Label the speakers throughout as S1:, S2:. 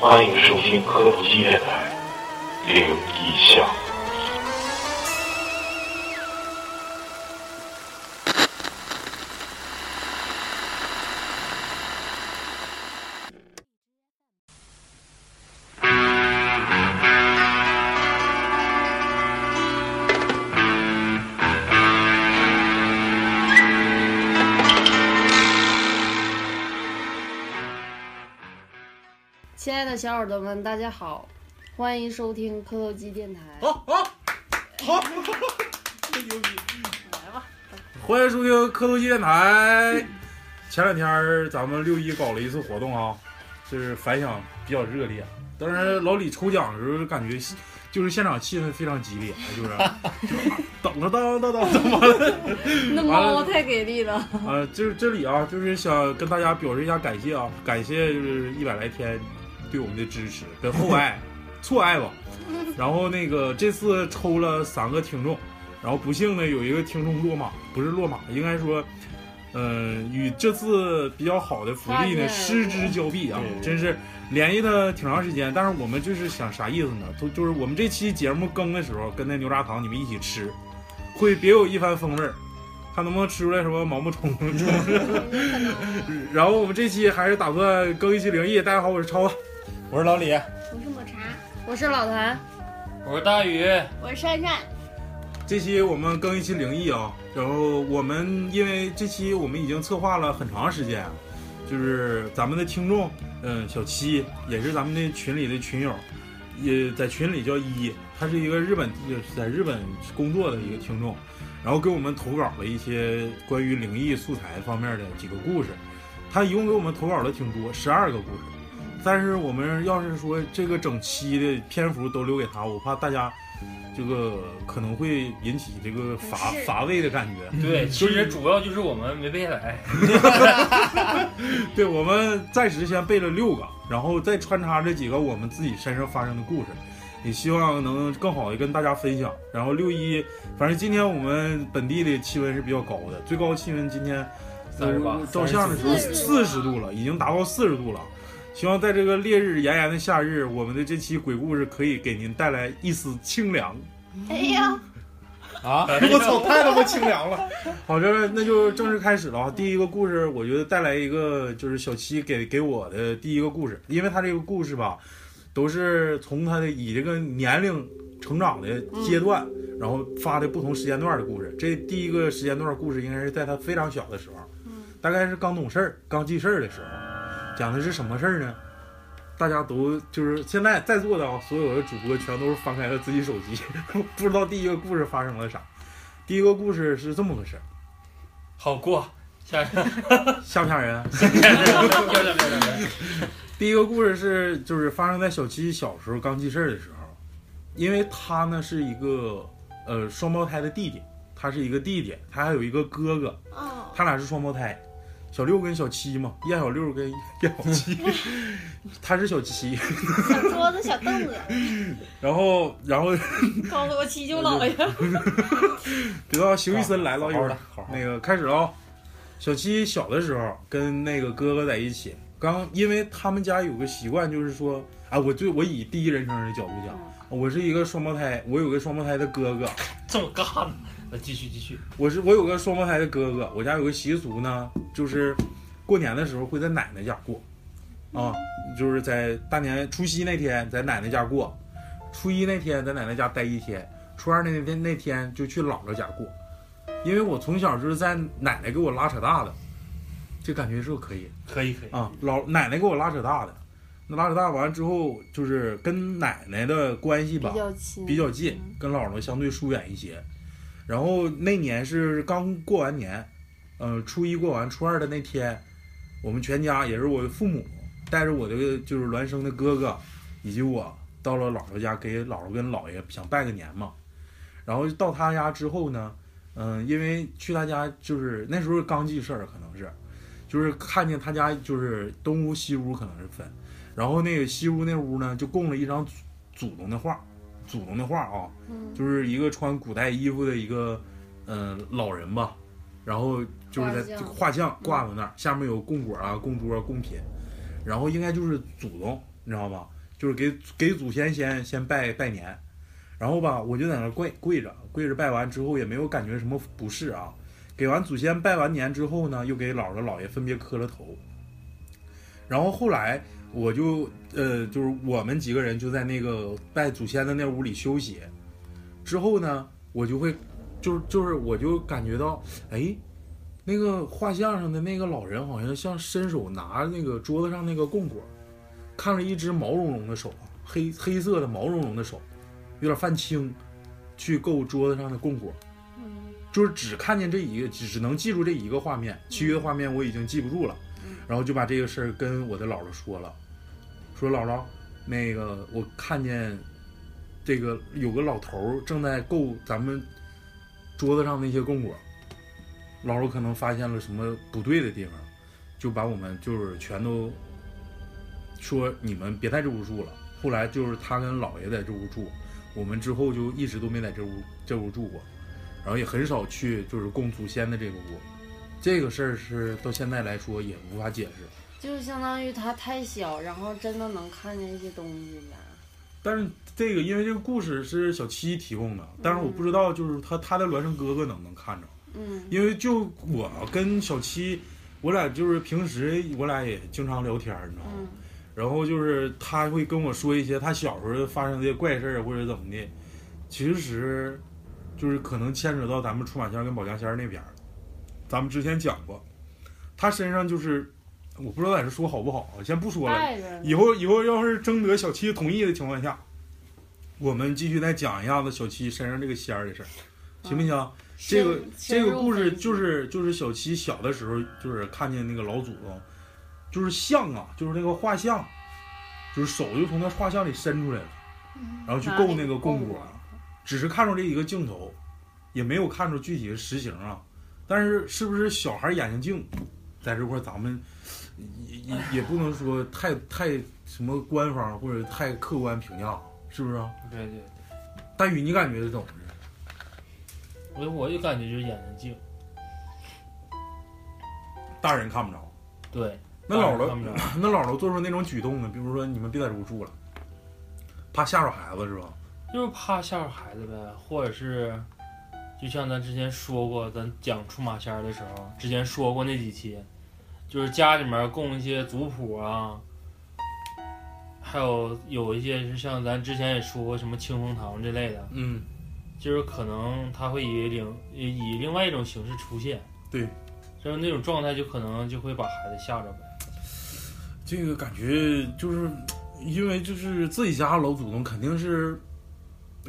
S1: 欢迎收听科普电台《灵异巷》。
S2: 亲爱的小耳朵们，大家好，欢迎收听磕头机电台。
S3: 好好好，真牛逼！
S2: 来吧，
S3: 欢迎收听科头机电台。前两天儿咱们六一搞了一次活动啊，就是反响比较热烈。当然，老李抽奖的时候感觉现就是现场气氛非常激烈，是不是？就等着当当当当完了，
S2: 那猫太给力了，
S3: 啊，就是这里啊，就是想跟大家表示一下感谢啊，感谢就是一百来天对我们的支持跟厚爱、错爱吧。然后那个这次抽了三个听众，然后不幸呢有一个听众落马，不是落马，应该说，嗯、与这次比较好的福利
S2: 发现
S3: 呢
S2: 了
S3: 失之交臂啊，
S4: 对
S3: 真是联系他挺长时间，但是我们就是想啥意思呢？就就是我们这期节目更的时候，跟那牛轧糖你们一起吃，会别有一番风味儿。看能不能吃出来什么毛毛虫。然后我们这期还是打算更一期灵异。大家好，我是超子。
S4: 我是老李，
S5: 我是抹茶，
S2: 我是老谭，
S6: 我是大宇，
S5: 我是珊珊，
S3: 这期我们更一期灵异啊，然后我们因为这期我们已经策划了很长时间，啊就是咱们的听众，嗯，小七也是咱们的群里的群友，也在群里叫一，他是一个日本在日本工作的一个听众，然后给我们投稿了一些关于灵异素材方面的几个故事，他一共给我们投稿了挺多，十二个故事，但是我们要是说这个整期的篇幅都留给他，我怕大家。这个可能会引起这个乏
S5: 不适
S3: 乏味的感觉，
S6: 对，其实主要就是我们没背下来，
S3: 对，我们暂时先背了六个，然后再穿插这几个我们自己身上发生的故事，也希望能更好的跟大家分享。然后六一，反正今天我们本地的气温是比较高的，最高气温今天呃
S6: 38
S3: 照相的时候四十
S5: 40
S3: 度了，已经达到四十度了。希望在这个烈日炎炎的夏日，我们的这期鬼故事可以给您带来一丝清凉。
S5: 哎呀，
S4: 啊，
S3: 我操，太他妈清凉了！好，这那就正式开始了啊。第一个故事，我觉得带来一个就是小七给给我的第一个故事，因为他这个故事吧，都是从他的以这个年龄成长的阶段，然后发的不同时间段的故事。这第一个时间段故事应该是在他非常小的时候，大概是刚懂事儿、刚记事儿的时候，讲的是什么事儿呢？大家都就是现在在座的啊，所有的主播全都是翻开了自己手机， 不知道第一个故事发生了啥。第一个故事是这么个事儿，
S6: 好过。下 一个，
S3: 吓不吓人？
S6: 漂亮漂亮漂亮
S3: 第一个故事是就是发生在小七小时候刚记事儿的时候，因为他呢是一个呃双胞胎的弟弟，他是一个弟弟，他还有一个哥哥，
S5: 哦，
S3: 他俩是双胞胎，小六跟小七嘛，燕小六跟燕小七，他是小七，
S5: 小桌子、小凳子，
S3: 然后然后
S2: 高我七舅爷。
S3: 得到邢医生来了一会儿
S4: 好，好好
S3: 那个开始了啊。小七小的时候跟那个哥哥在一起，刚因为他们家有个习惯，就是说啊，我就我以第一人称的角度讲，我是一个双胞胎，我有个双胞胎的哥哥，
S6: 这么干呢？那继续继续，
S3: 我是我有个双胞胎的哥哥，我家有个习俗呢，就是过年的时候会在奶奶家过，啊，就是在大年除夕那天在奶奶家过，初一那天在奶奶家待一天，初二那天那天就去姥姥家过，因为我从小就是在奶奶给我拉扯大的，这感觉是不是可以？
S6: 可以可以。
S3: 啊，老奶奶给我拉扯大的，那拉扯大完之后，就是跟奶奶的关系吧
S2: 比较亲，
S3: 比较近，跟姥姥相对疏远一些。然后那年是刚过完年，嗯、初一过完初二的那天，我们全家也是我的父母带着我的就是孪生的哥哥以及我到了姥姥家给姥姥跟姥爷想拜个年嘛。然后到他家之后呢，嗯、因为去他家就是那时候刚记事儿，可能是，就是看见他家就是东屋西屋可能是分，然后那个西屋那屋呢就供了一张祖祖宗的画，祖宗的画啊，
S2: 嗯
S3: 就是一个穿古代衣服的一个嗯、呃老人吧，然后就是在
S2: 画
S3: 画
S2: 像
S3: 像挂在那儿，下面有供果啊、供桌啊、供品，然后应该就是祖宗你知道吗？就是给给祖先先先拜拜年，然后吧，我就在那儿跪跪着，跪着拜完之后也没有感觉什么不适啊。给完祖先拜完年之后呢，又给姥姥姥爷分别磕了头。然后后来我就呃，就是我们几个人就在那个拜祖先的那屋里休息。之后呢，我就会，就是就是我就感觉到，哎，那个画像上的那个老人好像像伸手拿那个桌子上那个供果，看着一只毛茸茸的手，黑黑色的毛茸茸的手，有点泛青，去够桌子上的供果。
S5: 嗯，
S3: 就是只看见这一个，只只能记住这一个画面，其余的画面我已经记不住了。然后就把这个事儿跟我的姥姥说了，说姥姥，那个我看见这个有个老头儿正在够咱们桌子上那些供果，姥姥可能发现了什么不对的地方，就把我们就是全都说你们别在这屋住了。后来就是他跟姥爷在这屋住，我们之后就一直都没在这屋这屋住过。然后也很少去就是供祖先的这个屋，这个事儿是到现在来说也无法解释。
S2: 就是相当于他太小，然后真的能看见一些东西呗。
S3: 但是这个因为这个故事是小七提供的，但是我不知道就是他他的孪生哥哥能不能看着，
S2: 嗯，
S3: 因为就我跟小七，我俩就是平时我俩也经常聊天儿，你知道吗？
S2: 嗯，
S3: 然后就是他会跟我说一些他小时候发生的怪事儿啊或者怎么的，其实就是可能牵扯到咱们出马仙儿跟保家仙儿那边儿。咱们之前讲过，他身上就是我不知道在这说好不好，啊，先不说
S5: 哎
S3: 了。
S2: 带着呢
S3: 以后以后要是征得小七同意的情况下，我们继续再讲一下子小七身上这个仙儿的事儿，行不行？这个
S2: 深
S3: 这个故事
S2: 深入分析
S3: 就是就是小七小的时候，就是看见那个老祖宗，就是像啊，就是那个画像，就是手就从那画像里伸出来了，然后去够那个嗯啊供果，只是看出这一个镜头，也没有看出具体的实形啊。但是是不是小孩眼睛净，在这块儿咱们也也也不能说太太什么官方或者太客观评价，是不是啊？
S6: 对对，
S3: 大宇，你感觉是怎么回事？
S6: 我我就感觉就是眼睛净，
S3: 大人看不着。
S6: 对，
S3: 那姥
S6: 当然
S3: 姥
S6: 看不着，
S3: 那姥姥做出那种举动呢，比如说你们别在这屋住了，怕吓着孩子是吧？
S6: 就是怕吓着孩子呗，或者是，就像咱之前说过，咱讲出马仙儿的时候，之前说过那几期，就是家里面供一些族谱啊，还有有一些是像咱之前也说过什么清风堂之类的，
S3: 嗯，
S6: 就是可能他会以另以另外一种形式出现，
S3: 对，
S6: 就是那种状态就可能就会把孩子吓着呗。
S3: 这个感觉就是因为就是自己家老祖宗肯定是，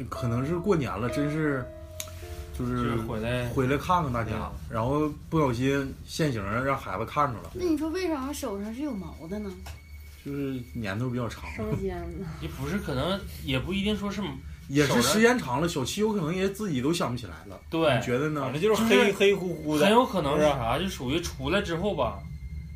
S3: 可能是过年了，真是就
S6: 就是是回来，
S3: 回来看看大家，然后不小心现形儿让孩子看着了，
S5: 那你说为啥手上是有毛的呢？
S3: 就是年头比较长，
S2: 生煎呢，
S6: 也不是可能，也不一定说是
S3: 也
S6: 手
S3: 是
S6: 呢
S3: 时间长了，小七有可能也自己都想不起来了，
S6: 对
S3: 你，觉得呢
S4: 反？正就是黑黑乎乎
S6: 很
S4: 的，
S6: 有可能是啥，就属于出来之后吧，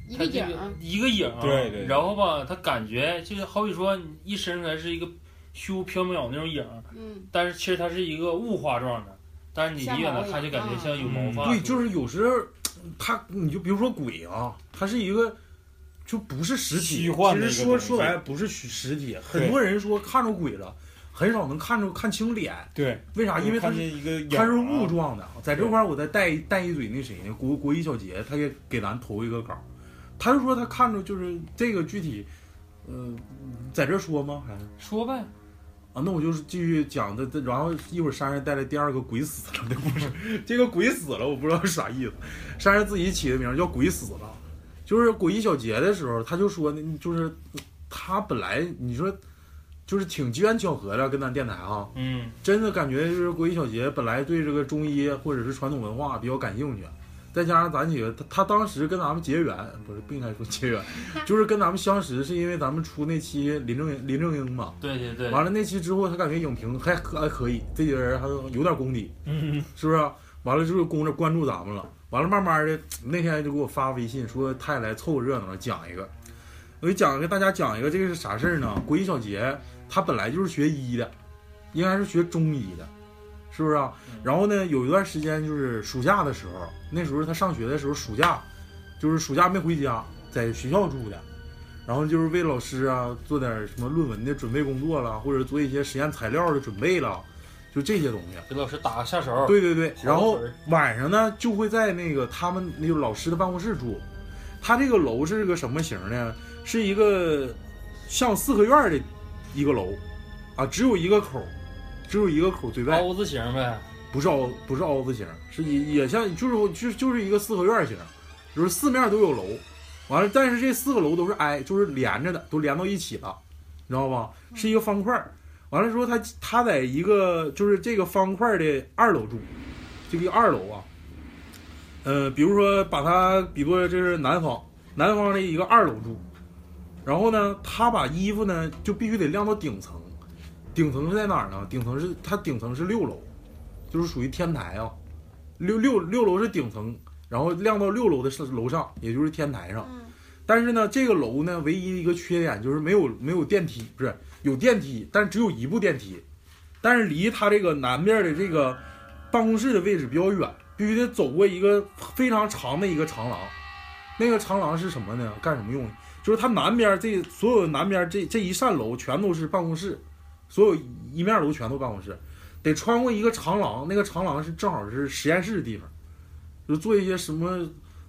S5: 一
S6: 他
S5: 个
S6: 这
S5: 影
S6: 个
S5: 儿，
S6: 一个影儿，啊
S4: 对对对
S6: 然后吧，他感觉就是好比说你一伸出来是一个虚无缥缈那种影儿，
S5: 嗯，
S6: 但是其实它是一个雾化状的，但是你离远了看就感觉
S5: 啊
S6: 像有毛
S4: 啊
S6: 发，
S3: 嗯对，就是有时候他，你就比如说鬼啊，它是一个就不是实体，
S4: 虚幻
S3: 其
S4: 的
S3: 实
S4: 一个
S3: 说
S4: 东西
S3: 说白了不是实实体。很多人说看着鬼了，很少能看着看清脸，
S4: 对，
S3: 为啥？因为它
S4: 看
S3: 是
S4: 见一个影儿啊
S3: 它是雾状的。在这块儿我再带一带一嘴那谁呢？国国一小杰，他也给咱投一个稿，他就说他看着就是这个具体，呃，在这说吗？还是？
S6: 说呗，
S3: 啊，那我就是继续讲的，这然后一会儿珊珊带来第二个鬼死了的故事。这个鬼死了，我不知道是啥意思。珊珊自己起的名儿叫鬼死了，就是鬼一小节的时候，他就说呢，就是他本来你说就是挺机缘巧合的，跟咱电台啊，
S6: 嗯，
S3: 真的感觉就是国医小杰本来对这个中医或者是传统文化比较感兴趣，再加上咱几个他他当时跟咱们结缘，不是不应该说结缘，就是跟咱们相识是因为咱们出那期林正林正英嘛。
S6: 对对对，
S3: 完了那期之后，他感觉影评还可还可以，这几个人还有点功底，是不是啊、完了之后，公着关注咱们了。完了，慢慢的那天就给我发微信说他也来凑个热闹了，讲一个。我就讲给大家讲一个，这个是啥事儿呢？国医小杰他本来就是学医的，应该是学中医的，是不是啊？
S6: 嗯
S3: 然后呢，有一段时间就是暑假的时候，那时候他上学的时候，暑假就是暑假没回家，在学校住的。然后就是为老师啊做点什么论文的准备工作了，或者做一些实验材料的准备了，就这些东西。
S6: 给老师打个下手。
S3: 对对对，
S6: 好
S3: 然后
S6: 腿儿
S3: 晚上呢就会在那个他们那个老师的办公室住。他这个楼是个什么型呢？是一个像四合院儿的一个楼，啊，只有一个口儿，只有一个口儿对外，
S6: 凹字形呗，
S3: 不是凹不是凹字形，是也也像就是就就是一个四合院儿型，就是四面都有楼，完了，但是这四个楼都是挨，就是连着的，都连到一起了，你知道吧？是一个方块儿。完了之后，他他在一个就是这个方块儿的二楼住，这个二楼啊，呃，比如说把它比作这是南方，南方的一个二楼住，然后呢，他把衣服呢就必须得晾到顶层，顶层是在哪儿呢？顶层是它顶层是六楼，就是属于天台啊，六六六楼是顶层，然后晾到六楼的上楼上，也就是天台上。
S5: 嗯
S3: 但是呢，这个楼呢，唯一一个缺点就是没有没有电梯，不是有电梯，但是只有一部电梯，但是离他这个南面的这个办公室的位置比较远，必须得走过一个非常长的一个长廊。那个长廊是什么呢？干什么用的？就是它南边这所有南边这这一扇楼全都是办公室，所有一面楼全都办公室，得穿过一个长廊，那个长廊是正好是实验室的地方，就做一些什么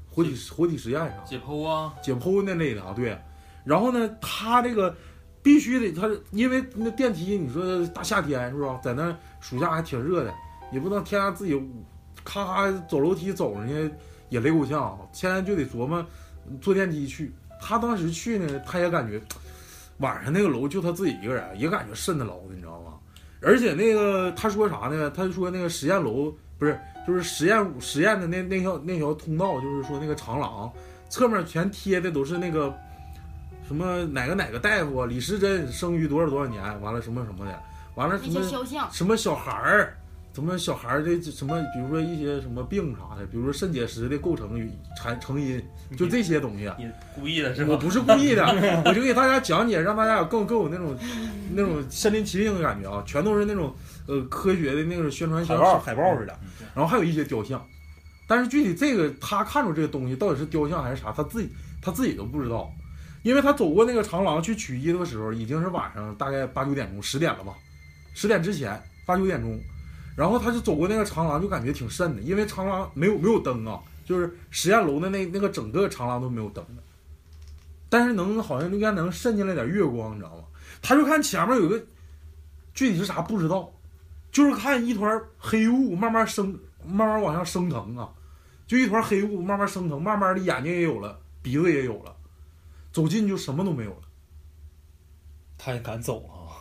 S3: 活体活体实验啥的。
S6: 解剖啊，
S3: 解剖那类的啊，对。然后呢，他这个必须得，他因为那电梯，你说大夏天是吧，在那暑假还挺热的，也不能天天自己咔咔走楼梯走上去也累够呛，现在就得琢磨坐电梯去。他当时去呢，他也感觉晚上那个楼就他自己一个人，也感觉瘆得慌的，你知道吗？而且那个他说啥呢？他说那个实验楼不是，就是实验实验的那那条那条通道，就是说那个长廊侧面全贴的都是那个什么哪个哪个大夫啊，李时珍生于多少多少年，完了什么什么的，完了什
S5: 那
S3: 么
S5: 些肖像，
S3: 什么小孩儿，什么小孩儿的什么，比如说一些什么病啥的，比如说肾结石的构成与产成因，就这些东西。
S6: 你故意的是
S3: 我
S6: 吧？
S3: 不是故意的，我就给大家讲解，让大家有更更有那种那种身临其境的感觉啊，全都是那种呃科学的那种宣传
S4: 海
S3: 像
S4: 报嗯
S3: 海报似的，然后还有一些雕像，但是具体这个他看出这个东西到底是雕像还是啥，他自己他自己都不知道，因为他走过那个长廊去取衣的时候，已经是晚上大概八九点钟十点了吧，十点之前八九点钟，然后他就走过那个长廊，就感觉挺瘆的，因为长廊没有没有灯啊，就是实验楼的那那个整个长廊都没有灯的，但是能好像应该能渗进来点月光，你知道吗？他就看前面有个具体是啥不知道，就是看一团黑雾慢慢升，慢慢往上升腾啊，就一团黑雾慢慢升腾，慢慢的眼睛也有了，鼻子也有了，走近就什么都没有了。
S4: 他也敢走啊？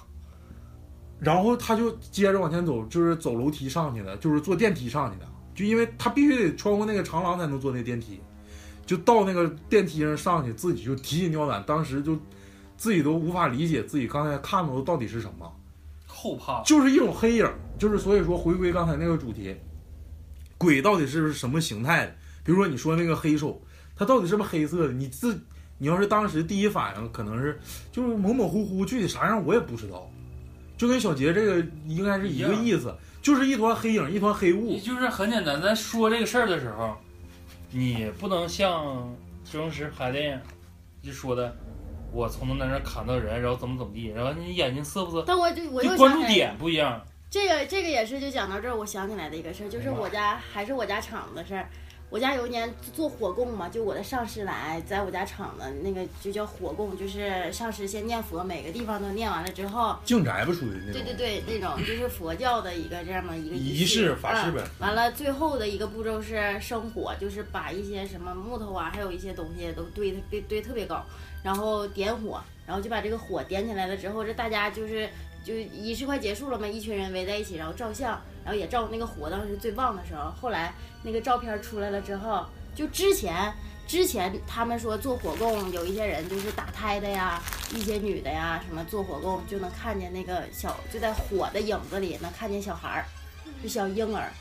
S3: 然后他就接着往前走，就是走楼梯上去的，就是坐电梯上去的，就因为他必须得穿过那个长廊才能坐那电梯，就到那个电梯上上去，自己就提心吊胆，当时就自己都无法理解自己刚才看到的到底是什么，
S6: 后怕，
S3: 就是一种黑影，就是所以说回归刚才那个主题，鬼到底是什么形态的？比如说你说那个黑手，它到底是不是黑色的？你自你要是当时第一反应可能是就是模模糊糊，具体啥样我也不知道，就跟小杰这个应该是一个意思，就是一团黑影，一团黑雾
S6: 你。就是很简单，咱说这个事儿的时候，你不能像周星驰拍电影就说的，我从他那儿砍到人，然后怎么怎么地，然后你眼睛涩不涩？
S5: 但我就我
S6: 就
S5: 又
S6: 关
S5: 想
S6: 注
S5: 起来
S6: 点不一样，
S5: 这个这个也是，就讲到这儿，我想起来的一个事儿，就是我家还是我家厂子的事儿。我家有一年做火供嘛，就我的上师来，在我家厂子那个就叫火供，就是上师先念佛，每个地方都念完了之后，
S3: 净宅吧属于那种。
S5: 对对 对，那种就是佛教的一个这样的一个
S4: 仪式法
S5: 嗯
S4: 师呗，
S5: 完了，最后的一个步骤是生火，就是把一些什么木头啊，还有一些东西都堆堆堆特别高，然后点火，然后就把这个火点起来了之后，这大家就是就仪式快结束了嘛，一群人围在一起，然后照相，然后也照那个火当时最旺的时候。后来那个照片出来了之后，就之前之前他们说做火供，有一些人就是打胎的呀，一些女的呀，什么做火供就能看见那个小就在火的影子里能看见小孩儿，就小婴儿。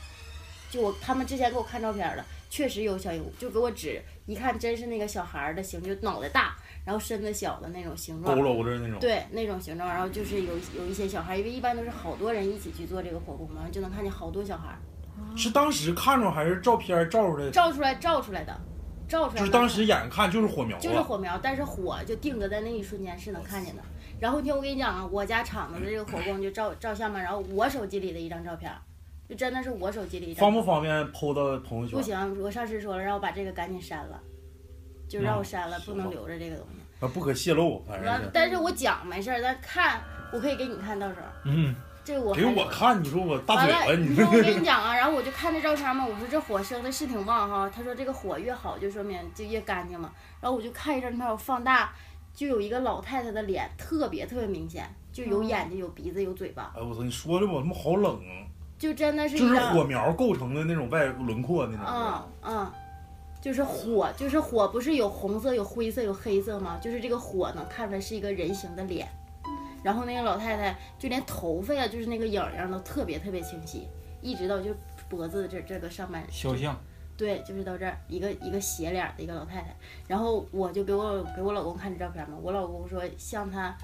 S5: 就我他们之前给我看照片了，确实有小婴，就给我指，一看真是那个小孩儿的形，就脑袋大，然后身子小的那种形状
S3: 佝。偻着那种。
S5: 对那种形状，然后就是有有一些小孩儿，因为一般都是好多人一起去做这个火供嘛，然后就能看见好多小孩儿
S3: 是当时看着还是照片照出来的？
S5: 照出来照出来的，照出来
S3: 就是
S5: 能
S3: 当
S5: 看
S3: 时眼看就是火苗啊
S5: 就是
S3: 了，
S5: 火苗，但是火就定格在那一瞬间是能看见的。然后你听我跟你讲啊，我家厂子的这个火供就照照相嘛，然后我手机里的一张照片儿，就真的是我手机里一张。
S3: 方不方便抛到朋友圈？
S5: 不行，我上次说了，让我把这个赶紧删了，就让我
S3: 嗯
S5: 删了，不能留着这个东西。
S3: 啊，不可泄露，反正
S5: 完
S3: 是。
S5: 但是我讲没事儿，咱看我可以给你看到时候。
S4: 嗯，
S5: 这我还
S3: 给我看，你说我大
S5: 完
S3: 嘴
S5: 了，
S3: 巴，你
S5: 说我 跟你讲啊，然后我就看那照片嘛，我说这火生的是挺旺哈，他说这个火越好就说明就越干净嘛，然后我就看一张照片，我放大，就有一个老太太的脸特别特别明显，就有眼睛、有鼻子、有嘴巴，
S3: 哎，我操！你说的我他妈好冷，啊
S5: 就真的是
S3: 就
S5: 一
S3: 是
S5: 张，
S3: 火苗构成的那种外轮廓那种。
S5: 嗯嗯，就是火，就是火，不是有红色、有灰色、有黑色吗？就是这个火能看出来是一个人形的脸，然后那个老太太就连头发呀，就是那个影儿影儿都特别特别清晰，一直到就脖子这这个上半
S4: 肖像，
S5: 对，就是到这儿一个一个斜脸儿的一个老太太，然后我就给我给我老公看这照片嘛，我老公说像他，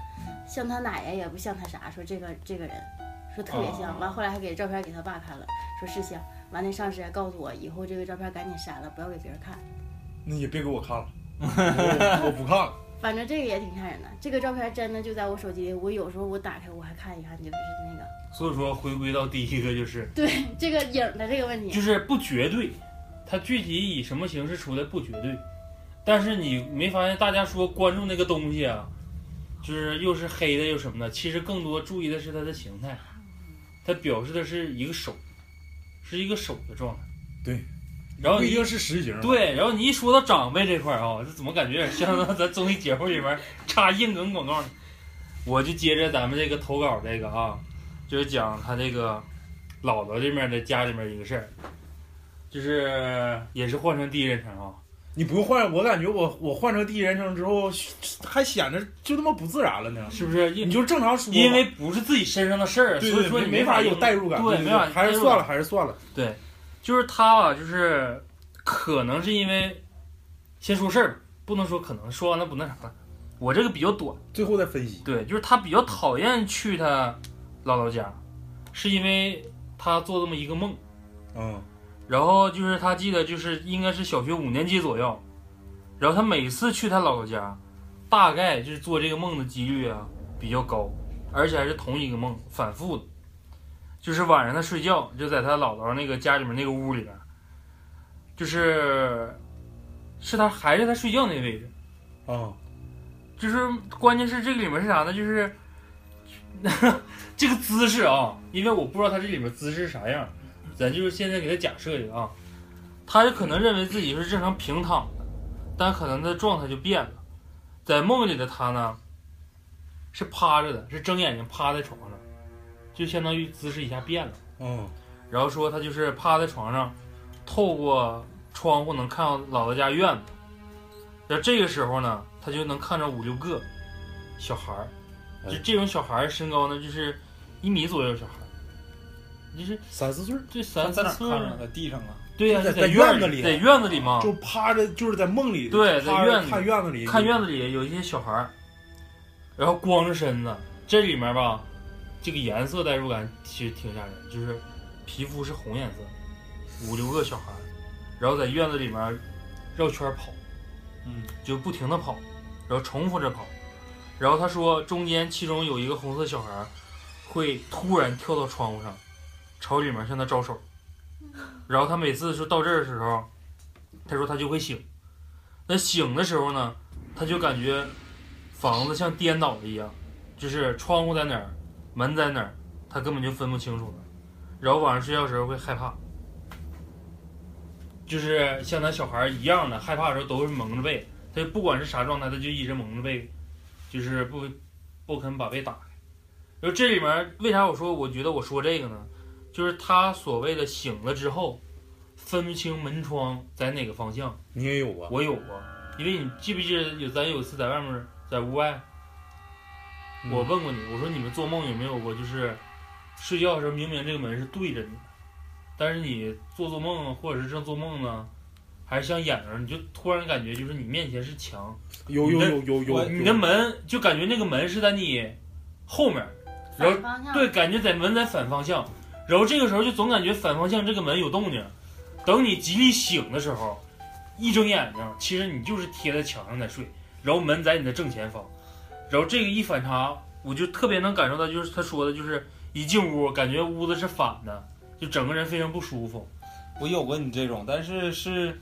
S5: 像他奶奶也不像他啥，说这个这个人，说特别
S6: 哦
S5: 像，完后来还给照片给他爸看了，说是像，完那上司还告诉我以后这个照片赶紧删了，不要给别人看，
S3: 那也别给我 看了，我我不看了。
S5: 反正这个也挺吓人的，这个照片真的就在我手机里，我有时候我打开我还看一看，就是那个
S6: 所以说，回归到第一个就是
S5: 对这个影儿的这个问
S3: 啊
S5: 题，
S6: 就是不绝对，它具体以什么形式出来不绝对，但是你没发现大家说关注那个东西啊，就是又是黑的又什么的，其实更多注意的是它的形态，
S3: 嗯
S6: 它表示的是一个手，是一个手的状态。
S3: 对，
S6: 然后
S3: 不一
S6: 你
S3: 定是实形。，
S6: 对，然后你一说到长辈这块儿啊、这怎么感觉有点像咱综艺节目里面插硬梗广告呢？我就接着咱们这个投稿这个啊，就是讲他这个姥姥这面的家里面一个事儿，就是也是换成第一人称啊，
S3: 你不用换，我感觉我我换成第一人称之后，还显得就他妈不自然了呢。
S6: 是不是？
S3: 你
S6: 因
S3: 就正常说吧，
S6: 因为不是自己身上的事儿，
S3: 对
S6: 所以
S3: 对
S6: 说
S3: 没
S6: 你
S3: 没法有
S6: 用
S3: 代入感，
S6: 对，
S3: 对
S6: 没法
S3: 还是
S6: 代入
S3: 算
S6: 感
S3: 了，还是算了。
S6: 就是他吧，就是可能是因为先说事儿，不能说可能说完了不那啥了。我这个比较短。
S3: 最后再分析，
S6: 对，就是他比较讨厌去他姥姥家，是因为他做这么一个梦，
S3: 嗯，
S6: 然后就是他记得就是应该是小学五年级左右，然后他每次去他姥姥家，大概就是做这个梦的几率啊比较高，而且还是同一个梦反复的，就是晚上他睡觉就在他姥姥那个家里面那个屋里边，就是是他还是他睡觉那个位置。
S3: 啊，
S6: 就是关键是这个里面是啥呢？就是这个姿势啊，因为我不知道他这里面姿势是啥样，咱就是现在给他假设一个啊，他可能认为自己是正常平躺的，但可能他状态就变了，在梦里的他呢是趴着的，是睁眼睛趴在床上，就相当于姿势一下变了。
S3: 嗯，
S6: 然后说他就是趴在床上，透过窗户能看到姥姥家院子。然后这个时候呢，他就能看着五六个小孩儿，就这种小孩儿身高呢，就是一米左右小孩儿，就是
S3: 三四岁儿
S6: 这三
S4: 咱在哪儿
S6: 四
S4: 看着？在地上啊，
S6: 对呀、
S3: 就在
S6: 在
S3: 在院子里
S6: 在院子里嘛，
S3: 就趴着，就是在梦里，
S6: 对在
S3: 趴着
S6: 院子
S3: 看院子里，
S6: 看院子里有一些小孩儿，然后光着身子，这里面吧，这个颜色代入感其实挺吓人，就是皮肤是红颜色，五六个小孩儿，然后在院子里面绕圈儿跑，
S4: 嗯，
S6: 就不停的跑，然后重复着跑，然后他说中间其中有一个红色小孩儿会突然跳到窗户上，朝里面向他招手，然后他每次说到这儿的时候，他说他就会醒，那醒的时候呢，他就感觉房子像颠倒了一样，就是窗户在哪儿，门在哪儿，他根本就分不清楚了。然后晚上睡觉的时候会害怕，就是像咱小孩儿一样的，害怕的时候都是蒙着被，他就不管是啥状态，他就一直蒙着被，就是不不肯把被打开。然后这里面为啥我说我觉得我说这个呢？就是他所谓的醒了之后，分不清门窗在哪个方向。
S3: 你也有啊？
S6: 我有过，因为你记不记得有咱有一次在外面儿在屋外，
S3: 嗯
S6: 我问过你，我说你们做梦有没有过，就是睡觉的时候明明这个门是对着你的，但是你做做梦或者是正做梦呢，还是像演着，你就突然感觉就是你面前是墙，
S3: 有有有有有，
S6: 你的门就感觉那个门是在你后面儿，然后
S5: 反方向
S6: 对，感觉在门在反方向，然后这个时候就总感觉反方向这个门有动静，等你极力醒的时候，一睁眼睛，其实你就是贴在墙上在睡，然后门在你的正前方，然后这个一反差，我就特别能感受到，就是他说的，就是一进屋感觉屋子是反的，就整个人非常不舒服。
S7: 我有过你这种，但是是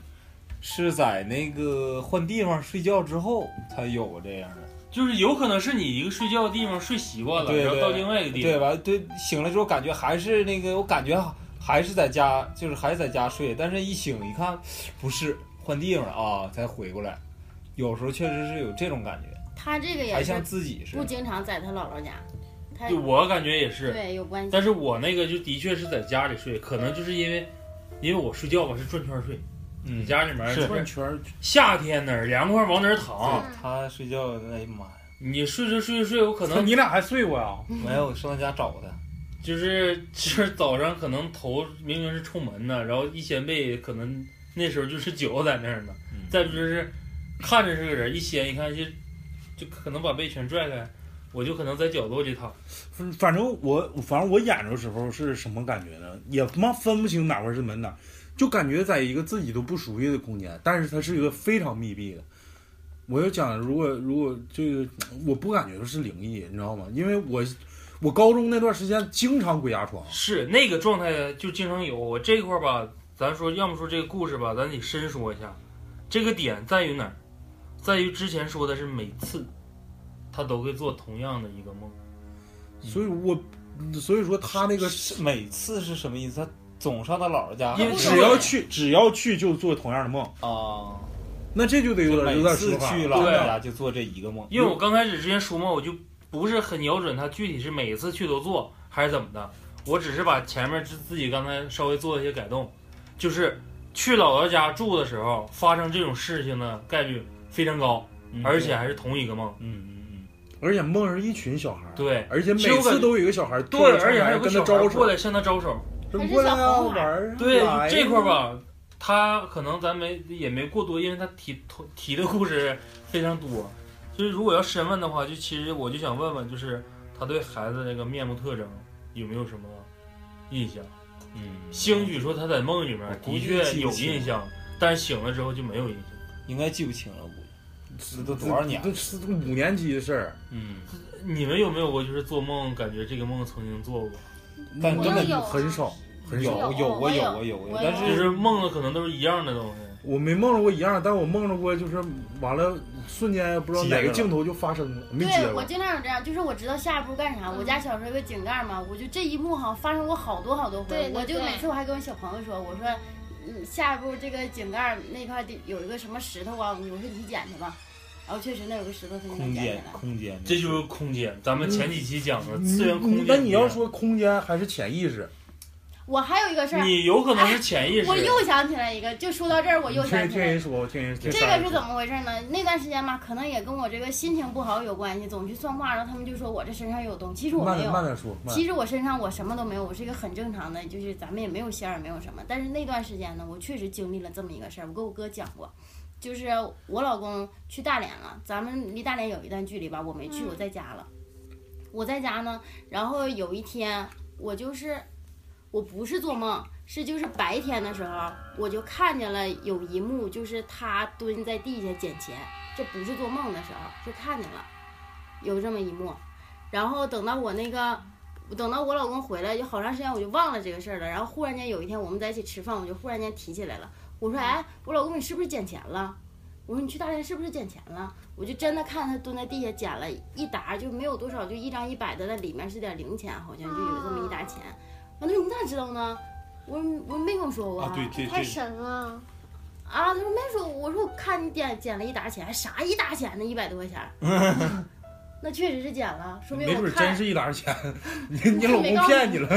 S7: 是在那个换地方睡觉之后才有过这样的。
S6: 就是有可能是你一个睡觉的地方睡习惯了，
S7: 对
S6: 然后
S7: 对
S6: 到另外一个地方，
S7: 对吧？对，醒了之后感觉还是那个，我感觉还是在家，就是还是在家睡，但是一醒一看，不是换地方了啊，才回过来。有时候确实是有这种感觉，
S5: 他这个也
S7: 还
S5: 是
S7: 像自己似
S5: 不
S7: 的。
S5: 经常在他姥姥家，他
S6: 对我感觉也是。
S5: 对有关系。
S6: 但是我那个就的确是在家里睡，可能就是因为，因为我睡觉吧是转圈睡，
S7: 嗯，
S6: 家里面
S7: 是
S6: 不
S3: 转圈儿
S6: 夏天哪儿凉快往哪儿躺，
S5: 嗯
S7: 他睡觉，哎呀妈呀！
S6: 你睡着睡着睡，我可
S3: 操，
S6: 能
S3: 你俩还睡过呀？
S5: 嗯
S6: 哎
S7: 没有，我上他家找他。
S6: 就是就是早上可能头明明是冲门呢，然后一掀被，可能那时候就是脚在那儿呢，
S7: 嗯
S6: 再不就是看着是个人，一掀一看就就可能把被全拽开，我就可能在角落里躺。
S3: 反反正我反正我演着的时候是什么感觉呢？也他妈分不清哪块是门哪，就感觉在一个自己都不熟悉的空间，但是它是一个非常密闭的。我就讲，如果如果这个，我不感觉是灵异，你知道吗？因为我我高中那段时间经常鬼压床，
S6: 是那个状态就经常有。我这块儿吧，咱说，要么说这个故事吧，咱得深说一下。这个点在于哪儿？在于之前说的是每次他都会做同样的一个梦，
S3: 所以我所以说他那个
S7: 是每次是什么意思？他总上他姥姥家，
S6: 因为
S3: 只要去只要去就做同样的梦，
S7: 啊，
S3: 那这就得有点有
S7: 每
S3: 点
S7: 次
S3: 说法
S7: 去
S3: 了。
S7: 姥
S6: 对
S7: 姥家就做这一个梦。
S6: 因为我刚开始之前说嘛，我就不是很瞄准他具体是每次去都做还是怎么的，我只是把前面自自己刚才稍微做了一些改动，就是去姥姥家住的时候发生这种事情的概率非常高，
S7: 嗯
S6: 而且还是同一个梦。
S7: 嗯嗯嗯，
S3: 而且梦是一群小孩儿，
S6: 对
S3: 而且每
S6: 其实我感
S3: 次
S6: 觉
S3: 都有一个小孩儿
S6: 对
S3: 拖
S6: 而
S3: 着，
S6: 且
S3: 窗
S6: 还
S3: 台
S6: 有个
S3: 跟他
S6: 小孩
S3: 招
S6: 过
S3: 手，
S6: 来向他招手。
S3: 说
S5: 还是
S3: 过来
S5: 小
S3: 啊
S5: 红
S3: 玩
S5: 孩
S3: 儿啊，
S6: 对，
S3: 来
S6: 就
S3: 呀
S6: 这块儿吧，他可能咱没也没过多，因为他提提的故事非常多。就是如果要深问的话，就其实我就想问问，就是他对孩子那个面部特征有没有什么印象？
S7: 嗯，
S6: 兴许说他在梦里面的确有印象，
S3: 嗯
S6: 但是醒了之后就没有印象。
S7: 应该记不清了，我估计这都多少年了？
S3: 哎这是五年级的事儿，
S7: 嗯，
S6: 你们有没有过就是做梦感觉这个梦曾经做过？
S7: 但
S3: 我
S7: 根本
S3: 就
S2: 有
S3: 很少，很
S7: 有
S3: 少。
S7: 有
S5: 哦有
S7: 我
S5: 我
S7: 有
S5: 有
S7: 我有我有
S5: 我，
S7: 但
S5: 有
S6: 就是是梦的可能都是一样的东西。
S3: 我没梦着过一样，但我梦着过，就是完了瞬间不知道哪个镜头就发生了，没接
S5: 对
S3: 过
S5: 我。经常有这样，就是我知道下一步干啥。我
S2: 嗯
S5: 家小时候有个井盖嘛，我就这一幕好像发生过好多好多回。
S2: 对对
S5: 我就
S2: 对
S5: 每次我还跟我小朋友说，我说，嗯，下一步这个井盖那块地有一个什么石头啊，我说你捡去吧。然后确实那有个石头，他就
S7: 空
S5: 能捡起
S7: 间
S5: 来。
S7: 空间，
S6: 这就是空间，咱们前几期讲的
S3: 你
S6: 次元空间。
S3: 嗯那你要说空间还是潜意识？
S5: 我还有一个事儿，
S6: 你有可能是潜意识。
S5: 我又想起来一个，就说到这儿，我又
S3: 听
S5: 想起
S3: 听
S5: 来一个
S3: 人说，听人听
S5: 这
S3: 啥
S5: 个
S3: 人
S5: 是
S3: 说
S5: 怎么回事呢？那段时间吧，可能也跟我这个心情不好有关系，总去算卦，然后他们就说我这身上有东西，其实我
S3: 慢
S5: 没
S3: 点慢
S5: 有。
S3: 点说，慢
S5: 其
S3: 点
S5: 实我身上我什么都没有，我是一个很正常的，就是咱们也没有仙儿，也没有什么。但是那段时间呢，我确实经历了这么一个事儿，我跟我哥讲过，就是我老公去大连了，咱们离大连有一段距离吧，我没去，我在家了。我在家呢，然后有一天我就是我不是做梦，是就是白天的时候，我就看见了有一幕，就是他蹲在地下捡钱，这不是做梦的时候，是看见了，有这么一幕。然后等到我那个，等到我老公回来，就好长时间我就忘了这个事儿了。然后忽然间有一天我们在一起吃饭，我就忽然间提起来了，我说：“哎，我老公你是不是捡钱了？”我说：“你去大连是不是捡钱了？”我就真的看他蹲在地下捡了一沓，就没有多少，就一张一百的，那里面是点零钱，好像就有这么一沓钱。我说：“你咋知道呢？”我说：“我没跟我说过。
S7: 啊，对对
S2: 太
S7: 对，
S2: 神了，
S5: 啊，他说没说，我说我看你捡捡了一沓钱，啥一沓钱呢？一百多块钱儿， 那确实是捡了，说明
S3: 没
S5: 我
S3: 准
S5: 看
S3: 真是一沓钱， 你你老公骗你了。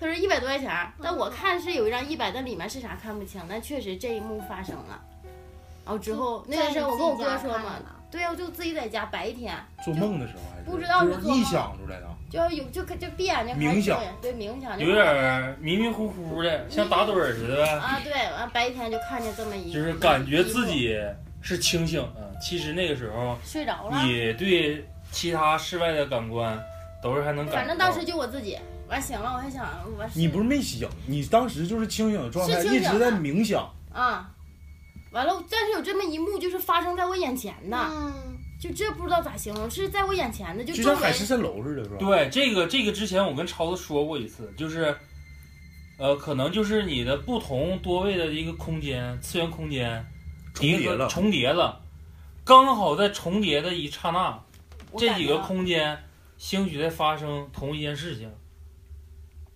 S5: 他说一百多块钱儿，但我看是有一张一百，但里面是啥看不清，但确实这一幕发生了。然后之后那段时间我跟我哥说嘛，对啊呀、我就自己在家白天
S3: 做梦的时候还是
S5: 不知道是
S3: 就是
S5: 做梦
S3: 臆想出来的。啊
S5: 就要有就就闭眼睛
S3: 冥
S5: 开始
S3: 想
S5: 做对冥想就
S6: 有点儿迷迷糊糊的，像打盹儿似的呗，
S5: 啊对，完白天就看见这么一
S6: 就是感觉自己是清醒的。其实那个时候，
S5: 睡着了，
S6: 你对其他室外的感官都是还能感
S5: 反
S6: 觉
S5: 正
S6: 到
S5: 当时就我自己，完醒了我还想我
S3: 你不是没醒，你当时就是清醒的状态，
S5: 是清
S3: 一
S5: 醒的
S3: 直在冥想。
S5: 啊，完了，但是有这么一幕就是发生在我眼前的，
S2: 嗯，
S5: 就这不知道咋形容，是在我眼前的，就
S3: 就
S5: 周
S3: 像
S5: 围
S3: 海市蜃楼似的，是吧？
S6: 对，这个这个之前我跟超子说过一次，就是，呃，可能就是你的不同多位的一个空间次元空间
S3: 重
S6: 一
S3: 叠
S6: 个
S3: 了，
S6: 重叠了，刚好在重叠的一刹那，
S5: 我
S6: 这
S5: 感
S6: 几
S5: 觉啊
S6: 个空间兴许在发生同一件事情，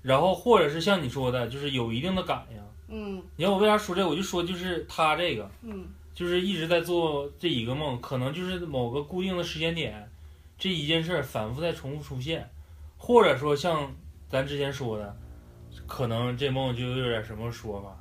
S6: 然后或者是像你说的，就是有一定的感应。
S5: 嗯
S6: 你看我为啥说这个，我就说就是他这个，
S5: 嗯
S6: 就是一直在做这一个梦，可能就是某个固定的时间点，这一件事儿反复在重复出现，或者说像咱之前说的，可能这梦就有点什么说法，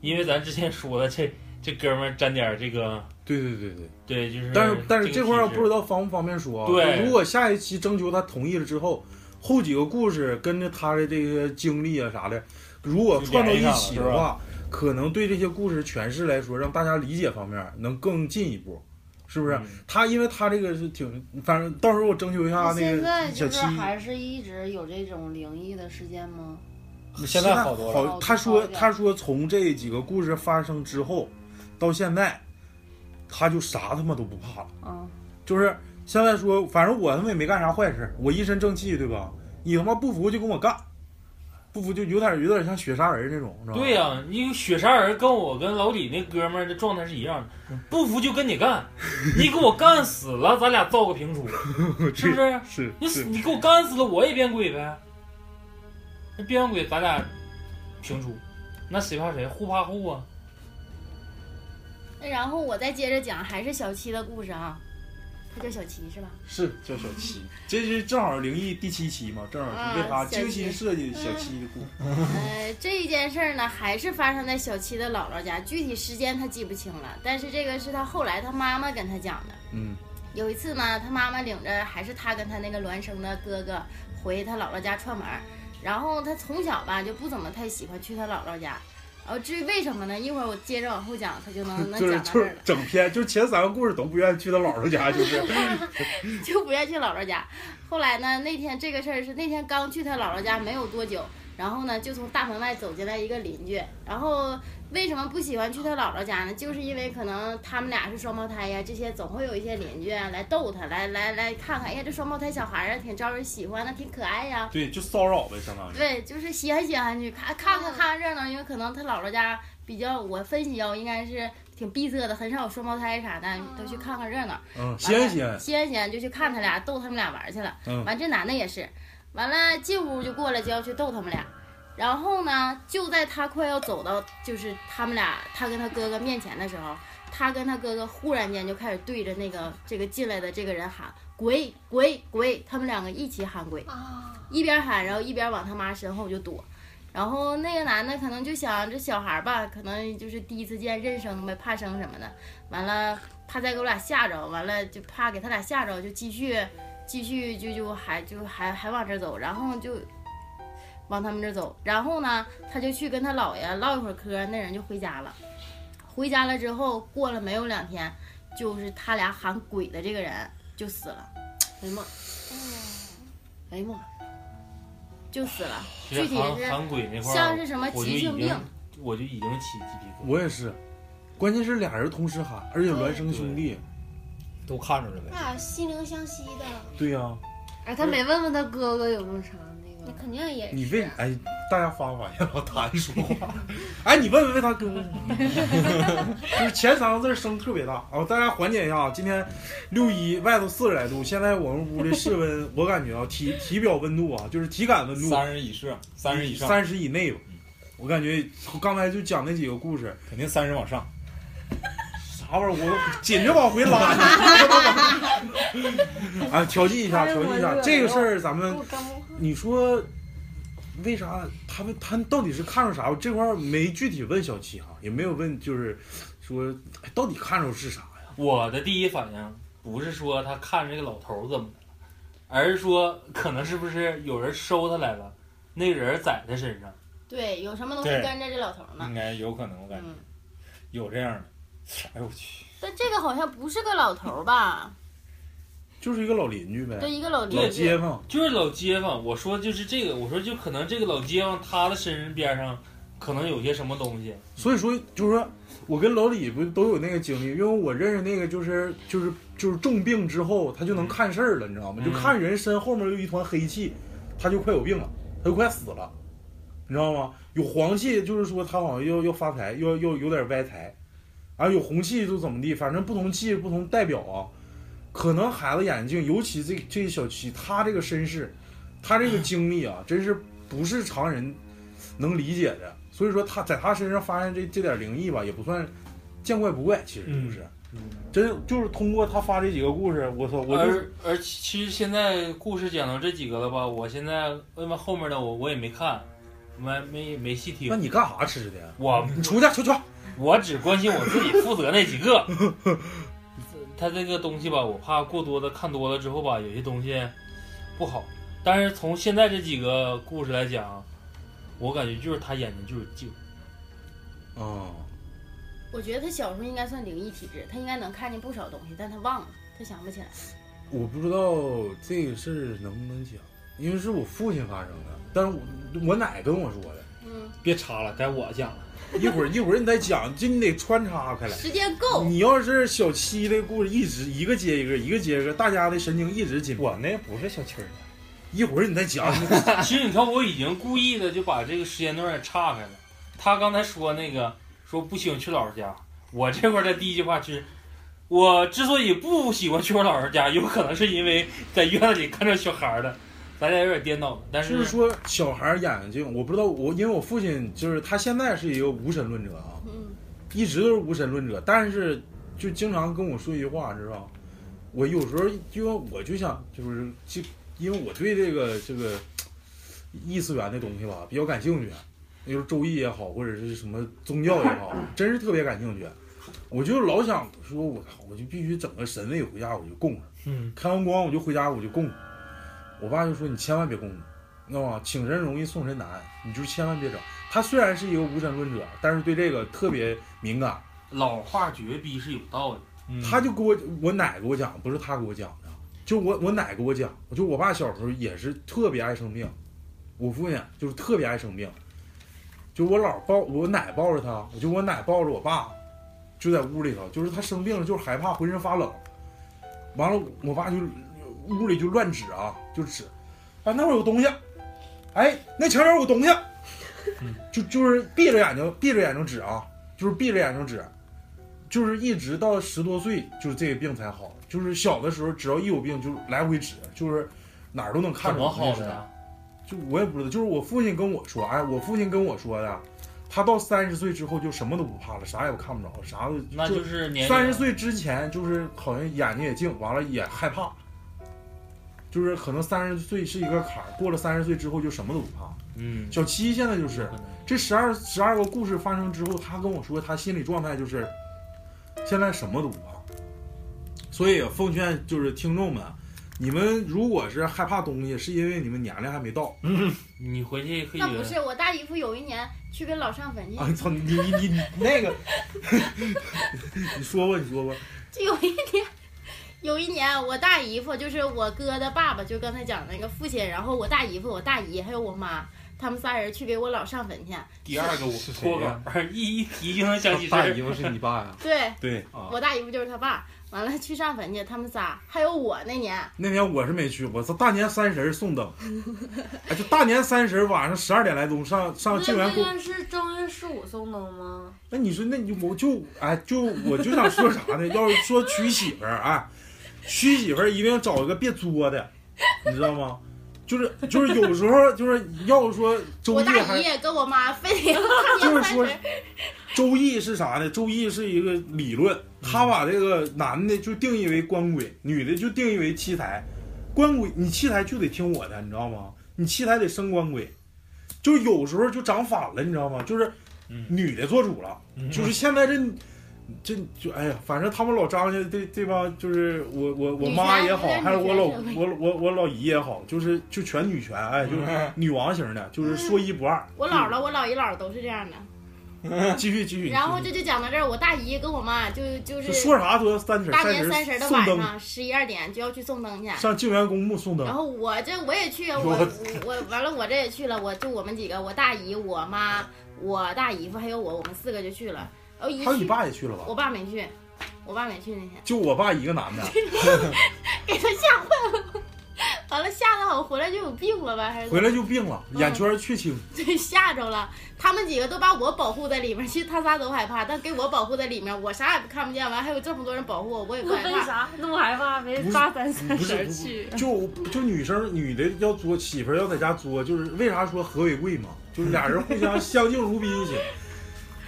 S6: 因为咱之前说的这这哥们儿沾点儿这个，
S3: 对对对对。
S6: 对，就是
S3: 但是但是
S6: 这
S3: 嗯这块儿
S6: 体
S3: 不
S6: 质
S3: 知道方不方便说啊。
S6: 对
S3: 如果下一期征求他同意了之后，后几个故事跟着他的这个经历啊啥的，如果串到一起的
S7: 就连上
S3: 话，可能对这些故事诠释来说，让大家理解方面能更进一步，是不是？
S6: 嗯
S3: 他因为他这个是挺，反正到时候我征求一下
S2: 那
S3: 啊那
S2: 现
S3: 个
S2: 在
S3: 小
S2: 就是
S3: 七。
S2: 还是一直有这种灵异的事件吗？
S7: 现在好多了。
S2: 了
S3: 他
S2: 好
S3: 说
S2: 点
S3: 他说从这几个故事发生之后，到现在，他就啥他妈都不怕了。
S2: 嗯，
S3: 就是现在说，反正我他妈也没干啥坏事，我一身正气，对吧？你他妈不服就跟我干，不服就有点有点像雪杀人那种，是吧？
S6: 对呀、你雪山人跟我跟老李那哥们儿的状态是一样
S3: 嗯
S6: 的，不服就跟你干，你给我干死了，咱俩造个平 出，是不是？
S3: 是
S6: 你死
S3: 是
S6: 你给我干死了，我也变鬼呗。那变完鬼，咱俩平出，那谁怕谁？互怕互啊！
S5: 那然后我再接着讲，还是小七的故事啊，他叫小七是吧？
S3: 是叫小七，这是正好灵异第七期嘛，正好是为他
S5: 啊
S3: 精
S5: 小
S3: 心
S5: 七
S3: 设计的小七的故事。
S5: 呃，这一件事儿呢，还是发生在小七的姥姥家，具体时间他记不清了，但是这个是他后来他妈妈跟他讲的。
S3: 嗯
S5: 有一次呢，他妈妈领着还是他跟他那个孪生的哥哥回他姥姥家串门儿，然后他从小吧就不怎么太喜欢去他姥姥家。然后至于为什么呢？一会儿我接着往后讲，他就能能
S3: 就是
S5: 讲到
S3: 就
S5: 这儿
S3: 是
S5: 了，
S3: 整篇，就是前三个故事都不愿意去他姥姥 家，就是。
S5: 就不愿意去姥姥家。后来呢，那天这个事儿是那天刚去他姥姥家没有多久，然后呢就从大门外走进来一个邻居。然后为什么不喜欢去他姥姥家呢？就是因为可能他们俩是双胞胎呀，这些总会有一些邻居啊来逗他，来来来看看，哎呀这双胞胎小孩儿啊挺招人喜欢的，挺可爱呀。
S3: 对，就骚扰呗，相当于。
S5: 对，就是稀罕稀罕去看看看看热闹，因为可能他姥姥家比较，我分析啊，应该是挺闭塞的，很少有双胞胎啥的，都去看看热闹。
S3: 嗯，仙
S5: 完了
S3: 仙，
S5: 稀罕稀罕就去看他俩，逗他们俩玩儿去了。
S3: 嗯
S5: 完这男的也是，完了进屋就过来就要去逗他们俩，然后呢，就在他快要走到就是他们俩他跟他哥哥面前的时候，他跟他哥哥忽然间就开始对着那个这个进来的这个人喊滚滚滚，他们两个一起喊滚。
S2: 啊，
S5: 一边喊，然后一边往他妈身后就躲。然后那个男的可能就想这小孩儿吧，可能就是第一次见认生呗，怕生什么的。完了，怕再给我俩吓着，完了就怕给他俩吓着，就继续继续就就还就还还往这儿走，然后就往他们这儿走。然后呢，他就去跟他姥爷唠一会儿嗑，那人就回家了。回家了之后，过了没有两天，就是他俩喊鬼的这个人就死了。哎呀妈！
S8: 嗯
S5: 哎呀妈！就死了。
S6: 其实
S5: 具体
S6: 韩
S5: 是
S6: 韩鬼那块儿，
S5: 像是什么
S6: 我就
S5: 急
S6: 已
S5: 性病
S6: 经，我就已经起鸡皮疙瘩。
S3: 我也是，关键是俩人同时喊，而且孪生兄弟。
S7: 都看着了呗。
S8: 俩心灵相惜的，
S3: 对呀、
S2: 哎，他没问问他哥哥有没有啥那
S8: 你
S5: 嗯
S2: 个？
S8: 肯定也
S3: 你为哎，大家发发现老谭说话，哎，你问问问他哥， 就是前三个字声特别大啊、大家缓解一下啊。今天六一外头四十来度，现在我们屋的室温，我感觉啊，体体表温度啊，就是体感温度
S7: 三十以上，三十以上，
S3: 三十以内吧。我感觉刚才就讲那几个故事，
S7: 肯定三十往上。
S3: 啥玩意儿，我紧着往回拉 你。啊，调剂一下，调剂一下，这个事儿咱们
S8: 我刚不
S3: 你说为啥他们他们到底是看上啥？我这块儿没具体问小七哈，也没有问，就是说、哎到底看着是啥呀？
S6: 我的第一反应啊不是说他看这个老头儿怎么的了，而是说可能是不是有人收他来了，那人儿在他身上。
S5: 对，有什么东西
S7: 对
S5: 跟着这老头儿呢
S7: 应？该有可能，我感觉
S5: 嗯，
S7: 有这样的。哎呦我去，
S5: 但这个好像不是个老头儿吧？
S3: 就是一个老邻居
S5: 对，
S3: 呗，
S5: 一个老
S3: 老
S5: 邻居。
S3: 街坊。
S6: 就是老街坊，我说就是这个，我说就可能这个老街坊他的身边上可能有些什么东西，
S3: 所以说，就是说我跟老李不都有那个经历，因为我认识那个就是就是就是重病之后，他就能看事儿了，你知道吗？
S6: 嗯
S3: 就看人身后面有一团黑气，他就快有病了，他就快死了，你知道吗？有黄气，就是说他好像要要发财，要要有点歪财，啊，有红气就怎么地，反正不同气不同代表啊。可能孩子眼睛，尤其这这小七，他这个身世，他这个经历 啊，真是不是常人能理解的。所以说他在他身上发现这这点灵异吧，也不算见怪不怪，其实就是，真就是通过他发这几个故事，我操，我就
S6: 而而其其实现在故事讲到这几个了吧，我现在因为后面的我我也没看，没没没细
S3: 那
S6: 听，
S3: 你干啥吃的呀？
S6: 我
S3: 你出去求求。
S6: 我只关心我自己负责那几个。 他这个东西吧，我怕过多的看多了之后吧，有些东西不好。但是从现在这几个故事来讲，我感觉就是他眼睛就是镜，
S3: 啊，
S5: 我觉得他小时候应该算灵异体质，他应该能看见不少东西，但他忘了，他想不起来。
S3: 我不知道这个事儿能不能讲，因为是我父亲发生的，但是我我奶跟我说的，
S5: 嗯，
S7: 别插了，该我讲了。
S3: 一会儿一会儿你再讲，这你得穿插开来。
S5: 时间够，
S3: 你要是小七的故事一直一个接一个，一个接一个，大家的神经一直紧绷。
S7: 我那不是小七儿的，
S3: 一会儿你再讲，
S6: 其实你看，我已经故意的就把这个时间段岔开了。他刚才说那个说不喜欢去姥姥家，我这块儿的第一句话是，我之所以不喜欢去我姥姥家，有可能是因为在院子里看着小孩儿的，咱俩有点颠倒了。但
S3: 就是说小孩儿眼睛，我不知道我，因为我父亲就是他现在是一个无神论者啊，
S5: 嗯，
S3: 一直都是无神论者，但是就经常跟我说一句话，知道，我有时候因为我就想就是就因为我对这个这个异次元的东西吧比较感兴趣，就是周易也好，或者是什么宗教也好，真是特别感兴趣。我就老想说，我靠，我就必须整个神位回家，我就供上。
S4: 嗯，
S3: 开完光我就回家，我就供。我爸就说你千万别供，知道吗？啊请神容易送神难，你就千万别整。他虽然是一个无神论者，但是对这个特别敏感。
S6: 老话绝逼是有道理，
S3: 他就给我我奶给我讲，不是他给我讲的，就我我奶给我讲，就我爸小时候也是特别爱生病，我父亲就是特别爱生病，就我姥抱我奶抱着他，我就我奶抱着我爸，就在屋里头，就是他生病了就是害怕，浑身发冷，完了我爸就屋里就乱指啊，就指，啊那会儿有东西，哎那墙角有东西，
S6: 嗯
S3: 就就是闭着眼睛闭着眼睛指啊，就是闭着眼睛指。就是一直到十多岁，就是这个病才好。就是小的时候，只要一有病就来回指，就是哪儿都能看
S6: 怎
S3: 着。
S6: 么好的呀？
S3: 就我也不知道，就是我父亲跟我说，哎，我父亲跟我说的，他到三十岁之后就什么都不怕了，啥也看不着，啥都
S6: 那就是年龄
S3: 三十岁之前就是好像眼睛也净，完了也害怕，就是可能三十岁是一个坎儿，过了三十岁之后就什么都不怕。
S6: 嗯，
S3: 小七现在就是
S6: 有可能
S3: 这十二十二个故事发生之后，他跟我说他心理状态就是现在什么都不怕，所以奉劝就是听众们，你们如果是害怕东西，是因为你们年龄还没到。
S6: 你回去可以
S5: 那不是我大姨夫有一年去跟老上坟去，
S3: 啊！操你你你你那个，你说吧，你说吧。
S5: 就有一年，有一年我大姨夫就是我哥的爸爸，就刚才讲那个父亲，然后我大姨夫、我大姨还有我妈，他们仨人去给我老上坟去。
S6: 第二个我
S7: 是谁
S6: 脱
S7: 呀
S6: 杆，一一提就能想起
S7: 大
S6: 事。
S7: 姨夫是你爸呀？
S5: 对
S3: 对，
S7: 啊
S5: 我大姨夫就是他爸，完了去上坟去，他们仨还有我那年，
S3: 那天我是没去，我操，大年三十儿送灯，哎，就大年三十儿晚上十二点来钟上上静园
S2: 那
S3: 宫
S2: 不。应该是正月十五送灯吗？
S3: 那你说，那你我就哎，就我就想说啥呢？要是说娶媳妇儿啊，娶媳妇儿一定要找一个别作的，你知道吗？就是就是有时候就是要说周
S5: 我
S3: 易
S5: 大
S3: 还
S5: 姨跟我妈非得要 大
S3: 就
S5: 年
S3: 是
S5: 三
S3: 说
S5: 十，
S3: 周易是啥呢？周易是一个理论，他把这个男的就定义为官鬼，女的就定义为七财。官鬼，你七财就得听我的，你知道吗？你七财得生官鬼，就有时候就长反了，你知道吗？就是女的做主了，就是现在这这就哎呀，反正他们老张家这这帮就是我我我妈也好
S5: 女，权
S3: 还有我老
S5: 女权社会
S3: 我我我老姨也好，就是就全女权，哎，就是女王型的，就是说一不 二。
S5: 我姥姥、我姥爷、姥姥都是这样 的。
S3: 继续继续，
S5: 然后
S3: 继续
S5: 这就讲到这儿，我大姨跟我妈就就
S3: 就是说啥都要三十
S5: 大年三
S3: 十
S5: 十的
S3: 送
S5: 晚
S3: 灯，
S5: 上十一二点就要去送灯去。
S3: 上静园公墓送
S5: 然
S3: 灯。
S5: 后我这我也去，我
S7: 我
S5: 我我完了我这也去了，我就我们几个，我大姨、我妈、我大姨夫还有我，我们四个就去了。然后一
S3: 还有你
S5: 去，
S3: 爸也去了吧？
S5: 我爸没去，我爸没去那天，
S3: 就我爸一个男的，
S5: 给他吓坏了。完了，吓得好，回来就有病了吧？还是
S3: 回来就病了，
S5: 嗯
S3: 眼圈血青。
S5: 对，吓着了。他们几个都把我保护在里面，其实他仨都害怕，但给我保护在里面，我啥也看不见。完还有这么多人保护我，我也不害
S2: 为
S5: 怕。
S2: 啥那么害怕？没
S3: 不是
S2: 大三三
S3: 不是
S2: 十
S3: 不
S2: 去，
S3: 就就女生女的要作，媳妇儿要在家作，就是为啥说和为贵嘛？就是俩人 互相相敬如宾一些。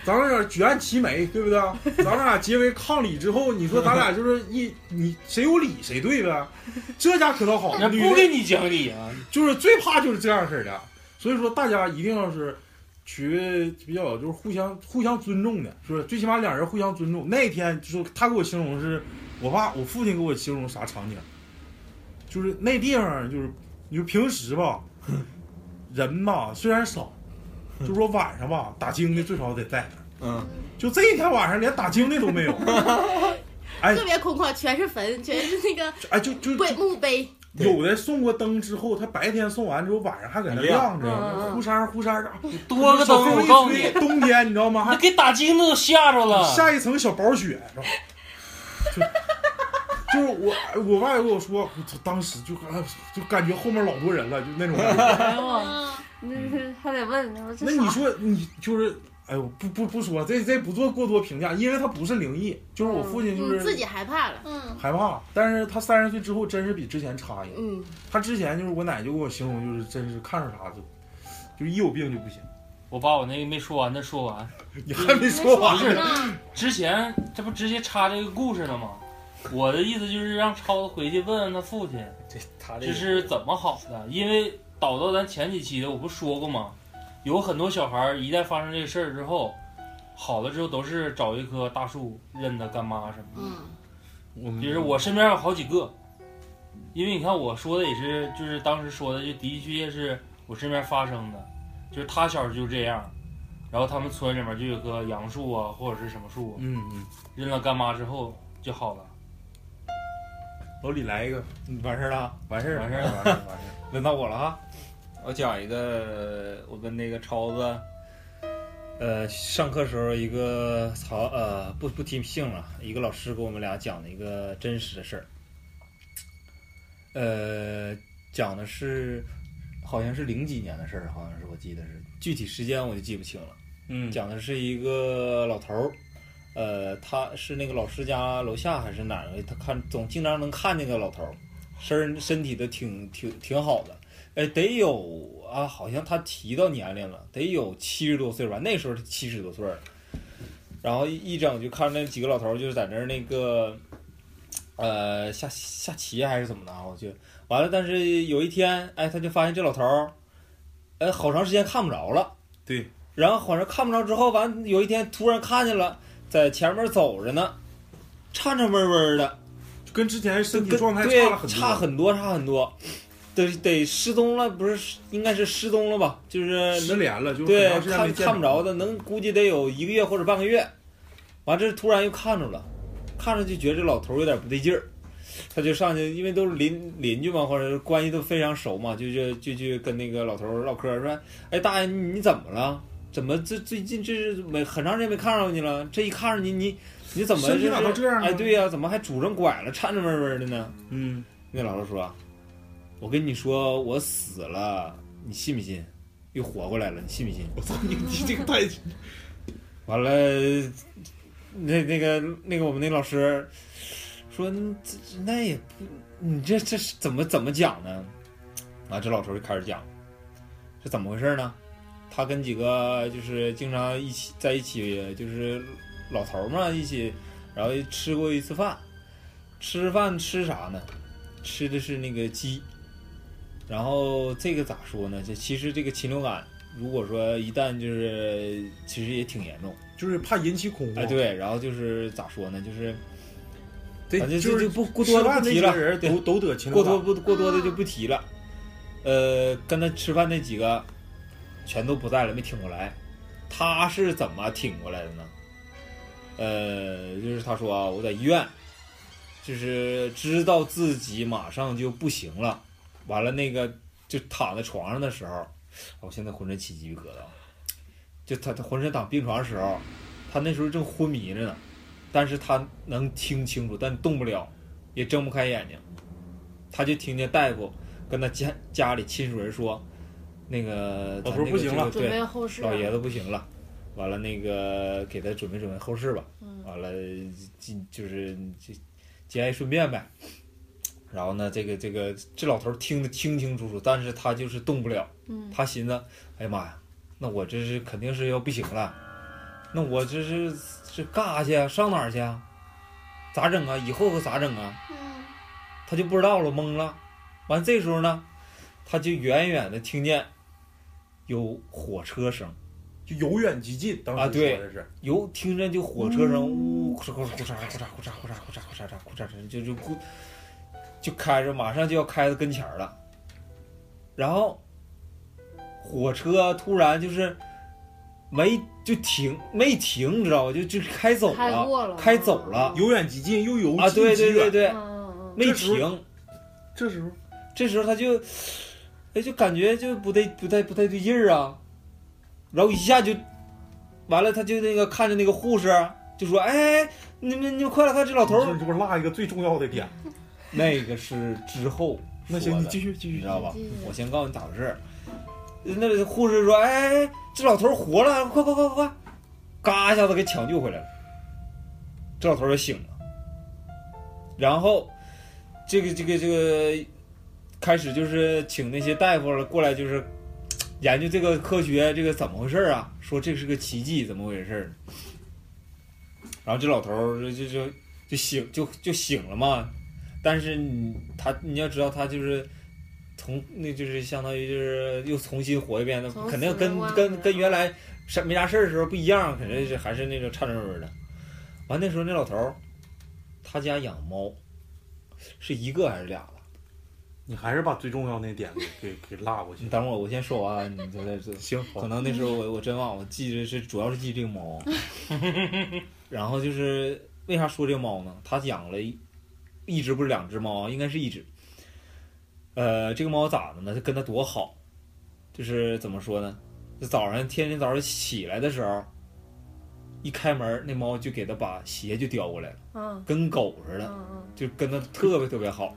S3: 咱们俩举案齐眉，对不对？咱们俩结为伉俪之后，你说咱俩就是一你谁有理谁对呗？这家可倒好，
S6: 那
S3: 女
S6: 不
S3: 的
S6: 跟你讲理啊！
S3: 就是最怕就是这样式儿的。所以说，大家一定要是去比较就是互相互相尊重的，是不是？最起码两人互相尊重。那天就是他给我形容是，我爸我父亲给我形容啥场景，就是那地方就是你就平时吧，人吧虽然少，就说晚上吧打更的最少得在那儿，
S7: 嗯，
S3: 就这一天晚上连打更的都没有。哎
S5: 特别空旷，全是坟，全是那个
S3: 哎，就就
S5: 碑墓碑。
S3: 有的送过灯之后，他白天送完之后，晚上还搁那亮
S7: 亮
S3: 着，
S2: 嗯嗯
S3: 忽闪忽闪的。
S6: 多个灯，我告诉你，
S3: 冬天你知道吗？
S6: 那
S3: 还
S6: 给打金子都吓着了。
S3: 下一层小薄雪是吧？就就是我我爸也跟我说，我操当时就哎就感觉后面老多人了，就那种感觉。
S2: 哎呦
S5: 嗯
S2: 我，那是还得问嗯他，我这
S3: 那
S2: 啥
S3: 你说你就是。哎呦，不不不说，这这不做过多评价，因为他不是灵异，就是我父亲就
S5: 嗯，自
S3: 是
S5: 己害怕了。
S2: 嗯
S3: 害怕，但是他三十岁之后真是比之前差一点。
S5: 嗯，
S3: 他之前就是我奶就给我形容，就是真是看着啥就，就是一有病就不行。
S6: 我把我那个没说完的说完。
S3: 你还没说完
S6: 不
S3: 呢，
S6: 是，
S5: 嗯
S6: 之前这不直接插这个故事了吗？我的意思就是让超子回去问问他父亲，
S7: 这他
S6: 这是怎么好的？因为导到咱前几期的，我不说过吗？有很多小孩儿一旦发生这个事儿之后，好了之后都是找一棵大树认他干妈什么的。
S5: 嗯，
S3: 我们
S6: 其实我身边有好几个，因为你看我说的也是，就是当时说的，就的确是我身边发生的，就是他小时候就这样，然后他们村里面就有棵杨树啊，或者是什么树啊，
S3: 嗯嗯，
S6: 认了干妈之后就好了。
S3: 老李来一个，
S7: 你完事儿了，
S3: 完事儿
S6: 完事儿了
S3: 完事儿完事儿。
S7: 轮到我了哈。我讲一个，我跟那个超子，呃，上课时候一个曹呃不不提姓了，一个老师给我们俩讲的一个真实的事儿。呃，讲的是好像是零几年的事儿，好像是我记得是，具体时间我就记不清了。
S3: 嗯，
S7: 讲的是一个老头儿，呃，他是那个老师家楼下还是哪儿？他看总经常能看见那个老头儿，身身体都挺挺挺好的，哎，得有啊，好像他提到年龄了，得有七十多岁吧，那时候他七十多岁儿然后一一整就看那几个老头儿就是在那儿那个，呃，下下棋还是怎么的，我去，完了，但是有一天，哎，他就发现这老头儿，哎，好长时间看不着了。然后好像看不着之后，完有一天突然看见了，在前面走着呢，颤颤巍巍的，
S3: 跟之前身体
S7: 跟
S3: 状态
S7: 对
S3: 差了很多，
S7: 差很多，差很多，得得失踪了，不是应该是失踪了吧？就是
S3: 失联了，就是
S7: 对
S3: 很长时间
S7: 看
S3: 没见
S7: 看不着的，能估计得有一个月或者半个月。完这突然又看着了，看着就觉得这老头儿有点不对劲儿，他就上去，因为都是邻邻居嘛，或者是关系都非常熟嘛，就就就去跟那个老头儿唠嗑儿，说：“哎，大爷，你你怎么了？怎么这最近这是没很长时间没看着你了？这一看着你，你你怎么
S3: 身体
S7: 就
S3: 咋都
S7: 是
S3: 这样呢
S7: 哎，对呀、怎么还拄着拐了，颤颤巍巍的呢？”
S3: 嗯，
S7: 那老头说：“我跟你说，我死了，你信不信？又活过来了，你信不信？”
S3: 我操，你你这个太
S7: 完了，那那个那个我们那老师说，嗯这这那也不，你这这是怎么怎么讲呢？啊，这老头就开始讲，是怎么回事呢？他跟几个就是经常一起在一起，就是老头儿嘛一起，然后吃过一次饭，吃饭吃啥呢？吃的是那个鸡。然后这个咋说呢？这其实这个禽流感，如果说一旦就是，其实也挺严重。
S3: 就是怕引起恐慌。
S7: 哎，，对，然后就是咋说呢，就是
S3: 这
S7: 反正
S3: 就
S7: 就是不过多的不提
S3: 吃饭那些
S7: 了，
S3: 人
S7: 对
S3: 都都得禽流
S7: 过
S3: 感
S7: 多不过多的就不提了。呃，跟他吃饭那几个全都不在了，没挺过来。他是怎么挺过来的呢？呃，就是他说啊，我在医院，就是知道自己马上就不行了，哦完了那个就躺在床上的时候，我现在浑身起鸡皮疙瘩，就他他浑身躺病床的时候，他那时候正昏迷着呢，但是他能听清楚，但动不了，也睁不开眼睛，他就听见大夫跟他家家里亲属人说，那个
S3: 老头
S7: 咱这
S3: 不
S7: 个
S3: 行
S7: 这个
S3: 了
S7: 对
S2: 准备后事啊。
S7: 老爷子不行了，完了那个给他准备准备后事吧，
S2: 嗯
S7: 完了进就是这节哀顺变呗。然后呢，这个这个这老头听得清清楚楚，但是他就是动不了。
S2: 嗯
S7: 他寻思，哎呀妈呀，那我这是肯定是要不行了，那我这是这干啥去啊？上哪儿去啊？咋整啊？以后可咋整啊？
S2: 嗯
S7: 他就不知道了，懵了。完这时候呢，他就远远的听见有火车声。
S3: 就由远及近，当时
S7: 啊对
S3: 说的是，
S7: 有听着就火车声，呜，呼哧呼哧呼哧呼哧呼哧呼哧呼哧呼哧呼哧，就就咕，就开着，马上就要开到跟前儿了。然后火车突然就是没就停，没停，你知道吧？就就开走
S2: 开
S7: 了，
S2: 过了，
S7: 开走了
S3: 由远及近又由
S7: 啊，
S3: 近
S7: 对
S3: 及
S7: 对对
S3: 远。
S7: 对，
S2: 嗯嗯
S7: 没停。
S3: 这时候
S7: 这时候他就，哎，就感觉就不对，不太不太对劲儿啊，然后一下就，完了，他就那个看着那个护士啊就说：“哎，你们你们快来看这老头
S3: 这
S7: 儿。
S3: 这不落一个最重要的点。”
S7: 那个是之后
S3: 那行，
S7: 说
S3: 你
S7: 的
S3: 继续继
S7: 你
S3: 续
S7: 知。道吧
S2: 继续？
S7: 我先告诉你咋回事儿。那个护士说：“哎，哎这老头儿活了，快快快快快！”嘎一下子给抢救回来了，这老头儿就醒了。然后，这个这个这个，开始就是请那些大夫了过来，就是研究这个科学，这个怎么回事儿啊？说这是个奇迹，怎么回事儿？然后这老头儿就就就就醒就就醒了嘛。但是你他你要知道，他就是从那就是相当于就是又重新活一遍，那
S2: 从
S7: 肯定
S2: 死
S7: 跟
S2: 过来
S7: 跟
S2: 了
S7: 跟原来啥没啥事儿的时候不一样，肯定是还是那种差点儿的。完那时候那老头儿，他家养猫，是一个还是俩了？
S3: 你还是把最重要那点给给给落过
S7: 你
S3: 去。
S7: 等会儿我先说完，啊你再再再
S3: 行，
S7: 可
S3: 好，
S7: 能那时候我我真忘了，我记着是主要是记这 个猫。然后就是为啥说这个猫呢？他养了一一只不是两只猫啊，应该是一只。呃，这个猫咋的呢？就跟它多好，就是怎么说呢？就早上天天早上起来的时候，一开门那猫就给它把鞋就叼过来了，
S2: 嗯
S7: 跟狗似的。
S2: 嗯
S7: 就跟他特别特别好。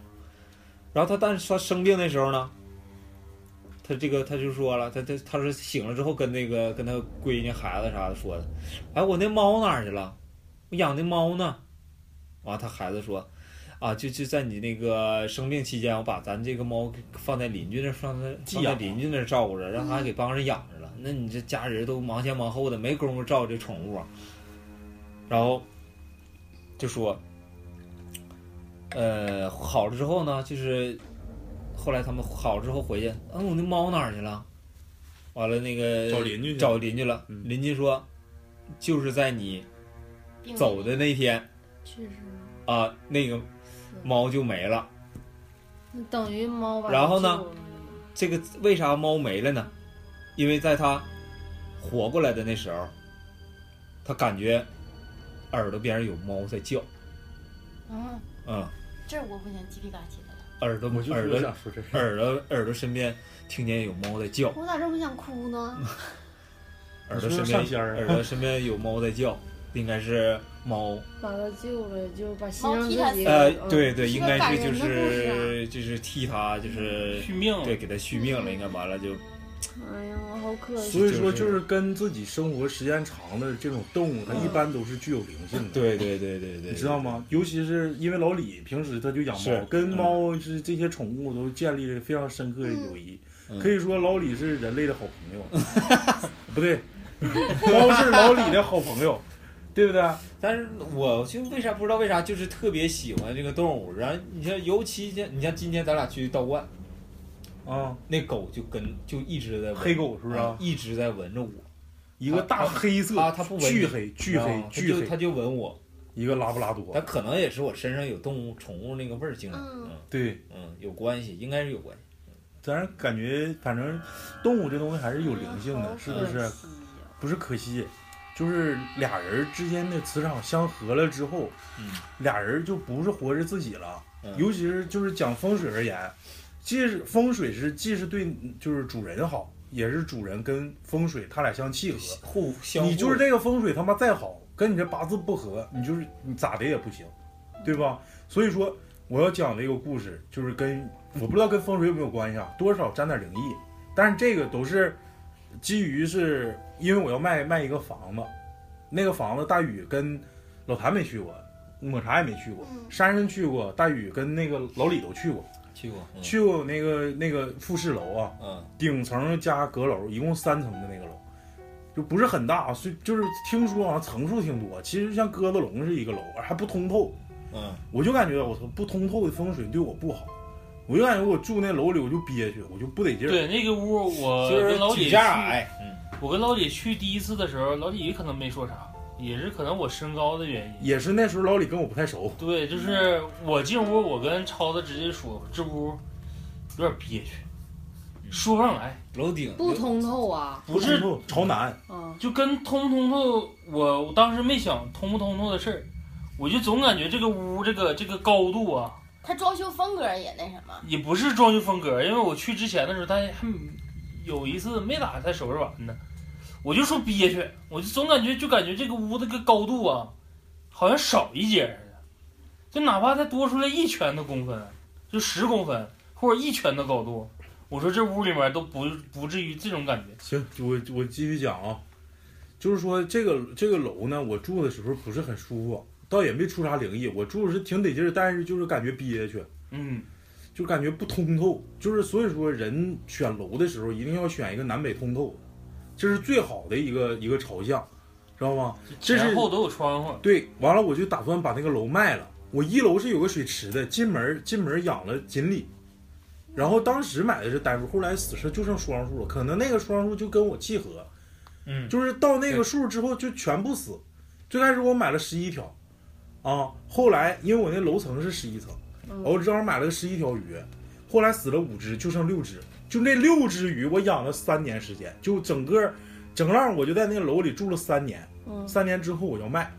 S7: 然后他，但是他生病的时候呢，他这个他就说了，他他他说醒了之后跟那个跟他闺女孩子啥的说的，哎，我那猫哪儿去了？我养的猫呢？完、他孩子说，啊，就就在你那个生病期间，我把咱这个猫给放在邻居那儿，放在
S3: 寄
S7: 放在
S3: 养嗯
S7: 邻居那儿照顾着，让他给帮着养着了。那你这家人都忙前忙后的，没工夫照顾这宠物啊。然后就说，呃，好了之后呢，就是后来他们好了之后回去，嗯，我那猫哪儿去了？完了那个
S3: 找邻居去。
S7: 找邻居了，
S3: 嗯
S7: 邻居说，就是在你
S8: 嗯
S5: 病
S7: 走的那天
S2: 去世了，
S7: 啊、那个猫就没了。
S5: 嗯
S2: 那等于猫把它
S7: 然后呢
S2: 救了？
S7: 这个为啥猫没了呢？因为在它活过来的那时候，它感觉耳朵边上有猫在叫，
S5: 嗯，
S2: 啊
S7: 嗯，
S5: 这我不行，鸡皮疙瘩起来了。
S7: 耳朵
S3: 我就
S7: 耳
S3: 是
S7: 朵
S3: 想说这事。
S7: 耳朵耳朵身边听见有猫在叫，
S2: 我咋这么想哭呢？
S7: 耳朵
S3: 你说
S7: 身边
S3: 上仙儿啊
S7: 耳朵身边有猫在叫，应该是猫，
S2: 把他救了，就把牺
S5: 猫
S2: 牲
S5: 踢他
S2: 自己。
S7: 呃，
S2: 嗯，
S7: 对对，
S2: 是
S7: 应
S2: 个
S7: 该
S2: 感
S7: 是就
S2: 人的故
S7: 是
S2: 事啊
S7: 就是替它就是
S6: 续
S3: 嗯
S6: 命，
S7: 对给它续命了，应该完了就
S2: 哎呀，我好可惜。
S3: 所以说，
S7: 就
S3: 就是是跟自己生活时间长的这种动物，它
S7: 嗯
S3: 一般都是具有灵性的。
S7: 对对对对对，
S3: 你知道吗？尤其是因为老李平时他就养
S7: 是
S3: 猫，跟猫是这些宠物都建立了非常深刻的友谊，
S7: 嗯
S3: 可以说老李是人类的好朋 友，不对，猫是老李的好朋友，对啊不对？
S7: 但是我就为啥不知道为啥就是特别喜欢这个动物，然后你像尤其像你像今天咱俩去道观，
S3: 啊，
S7: 那狗就跟就一直在闻
S3: 黑狗是不是
S7: 啊
S3: 啊？
S7: 一直在闻着我，
S3: 一个大黑色，
S7: 它啊它不闻
S3: 巨
S7: 你
S3: 黑，巨
S7: 然
S3: 黑
S7: 后，它
S3: 巨
S7: 就它
S3: 黑，
S7: 就闻我，
S3: 一个拉布拉
S7: 它
S3: 多，
S7: 可能也是我身上有动物宠物那个味儿进来，
S2: 嗯
S7: 嗯
S3: 对，
S7: 嗯，有关系，应该是有关系。
S3: 咱感觉反正动物这东西还嗯是有灵性
S7: 啊
S3: 的，是不是？
S8: 哦
S3: 不是可惜，就是俩人之间的磁场相合了之后，
S7: 嗯
S3: 俩人就不是活着自己了。
S7: 嗯
S3: 尤其是就是讲风水而言，既是风水是既是对就是主人好，也是主人跟风水他俩相契合，
S7: 互相
S3: 你就是这个风水他妈再好，跟你这八字不合，你就是你咋的也不行，对吧？所以说我要讲这个故事，就是跟我不知道跟风水有没有关系啊，多少沾点灵异，但是这个都是基于是因为我要卖卖一个房子，那个房子大宇跟老谭没去过，抹茶也没去过，
S5: 嗯
S3: 珊珊去过，大宇跟那个老李都去过，
S7: 去过，嗯
S3: 去过那个那个复式楼啊，
S7: 嗯，
S3: 顶层加阁楼，一共三层的那个楼，就不是很大，所以就是听说好像层数挺多。其实像鸽子笼是一个楼，还不通透。
S7: 嗯
S3: 我就感觉我操，不通透的风水对我不好，我就感觉我住那楼里我就憋屈，我就不得劲儿。
S6: 对，那个屋我
S7: 就是
S6: 呃跟老李
S7: 举
S6: 去，
S7: 架矮，嗯，
S6: 我跟老李去第一次的时候，老李可能没说啥，也是可能我身高的原因。
S3: 也是那时候老李跟我不太熟，
S6: 对，就是我进屋，我跟超子直接说，这屋有点憋屈，
S7: 嗯
S6: 说不上来，
S7: 楼顶
S2: 不通透啊，
S6: 不是
S3: 通透朝南，
S2: 嗯，
S6: 就跟通不通透，我我当时没想通不通透的事儿，我就总感觉这个屋这个这个高度啊，
S5: 他装修风格也那什么，
S6: 也不是装修风格，因为我去之前的时候，他还有一次没咋才收拾完呢，我就说憋屈，我就总感觉就感觉这个屋子这个高度啊，好像少一截似的，就哪怕再多出来一拳头公分，就十公分或者一拳头高度，我说这屋里面都不不至于这种感觉。
S3: 行，我我继续讲啊，就是说这个这个楼呢，我住的时候不是很舒服，倒也没出啥灵异，我住的是挺得劲儿，但是就是感觉憋屈。
S6: 嗯，
S3: 就感觉不通透，就是所以说人选楼的时候一定要选一个南北通透的，这是最好的一个一个朝向，知道吗？这是
S6: 前后都有窗户，
S3: 对，完了我就打算把那个楼卖了。我一楼是有个水池的，进门进门养了锦鲤，然后当时买的是单数，后来死是就剩双数了，可能那个双数就跟我契合，
S7: 嗯
S3: 就是到那个数之后就全部死。最开始我买了十一条，啊，后来因为我那楼层是十一层，我正好买了十一条鱼，后来死了五只，就剩六只，就那六只鱼我养了三年时间，就整个整浪我就在那个楼里住了三年，
S2: 嗯
S3: 三年之后我要卖，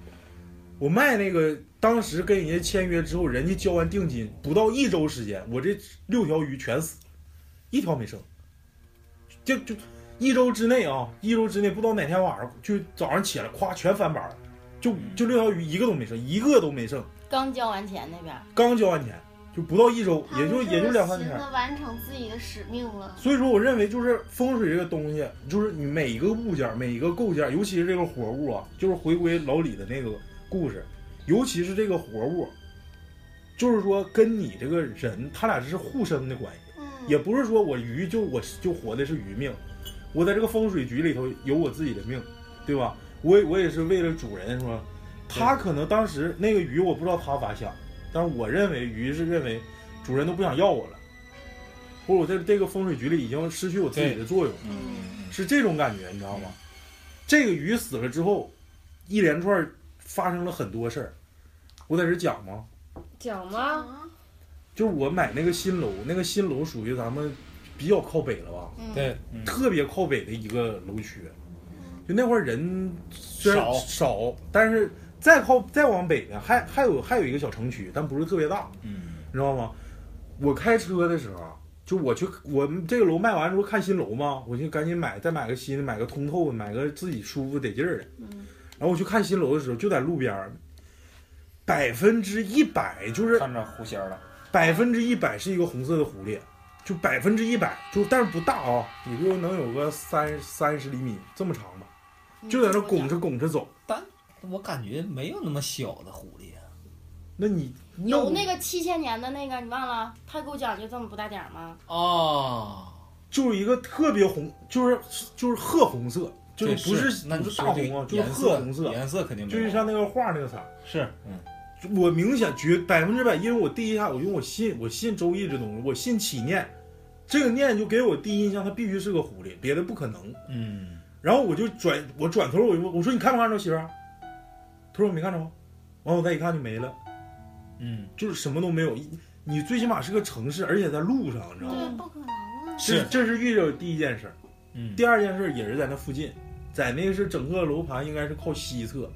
S3: 我卖那个当时跟人家签约之后，人家交完定金不到一周时间，我这六条鱼全死，一条没剩，就就一周之内啊，一周之内不知道哪天晚上就早上起来咵全翻板儿了，就就六条鱼一个都没剩，一个都没剩，
S5: 刚交完钱那边儿，
S3: 刚交完钱就不到一周，也就也就两三
S8: 他
S3: 天
S8: 们是。寻思啊完成自己的使命了。
S3: 所以说，我认为就是风水这个东西，就是你每一个物件、每一个构件，尤其是这个活物啊，就是回归老李的那个故事，尤其是这个活物，就是说跟你这个人，他俩是互生的关系，
S8: 嗯，
S3: 也不是说我鱼就我就活的是鱼命，我在这个风水局里头有我自己的命，对吧？我也我也是为了主人说，他可能当时那个鱼我不知道他咋想，但是我认为鱼是认为主人都不想要我了，或者我在这个风水局里已经失去我自己的作用，
S8: 嗯
S3: 是这种感觉，你知道吗？这个鱼死了之后，一连串发生了很多事儿，我在这讲吗？
S2: 讲吧，
S5: 啊
S3: 就是我买那个新楼，那个新楼属于咱们比较靠北了吧？
S5: 嗯，
S7: 对，嗯
S3: 特别靠北的一个楼区，就那块儿人虽然
S7: 少
S3: 少，但是再靠再往北呢，还还有还有一个小城区，但不是特别大，
S7: 嗯
S3: 你知道吗？我开车的时候，就我去我们这个楼卖完之后看新楼嘛，我就赶紧买再买个新的，买个通透的，买个自己舒服得劲儿的。
S7: 嗯
S3: 然后我去看新楼的时候，就在路边儿，百分之一百就是
S7: 看着狐仙儿了，
S3: 百分之一百是一个红色的狐狸，就百分之一百，就但是不大啊，也就能有个三三十厘米这么长吧，
S5: 嗯
S3: 就在那拱着拱着走。
S7: 我感觉没有那么小的狐狸啊，
S3: 那你
S5: 有
S3: 那
S5: 那个七千年的那个，你忘了？他给我讲就这么不大点儿吗？
S6: 哦
S7: 啊，
S3: 就是一个特别红，就是就是褐红色，就是不
S7: 对
S3: 是
S7: 那
S3: 不
S7: 你
S3: 是
S7: 说
S3: 大
S7: 这个
S3: 红啊，就是
S7: 颜
S3: 褐
S7: 色
S3: 红色，
S7: 颜色肯定没
S3: 就是
S7: 毛
S3: 像
S7: 病
S3: 那个画那个色儿。
S7: 是，嗯
S3: 我明显绝百分之百，因为我第一下我用我信我信周易这东西，我信起念，这个念就给我第一印象，它必须是个狐狸，别的不可能。
S7: 嗯
S3: 然后我就转，我转头我就问我说你看没看着媳妇儿？他说我没看着，完我再一看就没了，
S7: 嗯，
S3: 就是什么都没有。一你最起码是个城市，而且在路上，你知道吗？
S8: 对，不可能啊！
S3: 这这是遇着第一件事儿，
S7: 嗯
S3: 第二件事儿也是在那附近，在那个是整个楼盘应该是靠西侧，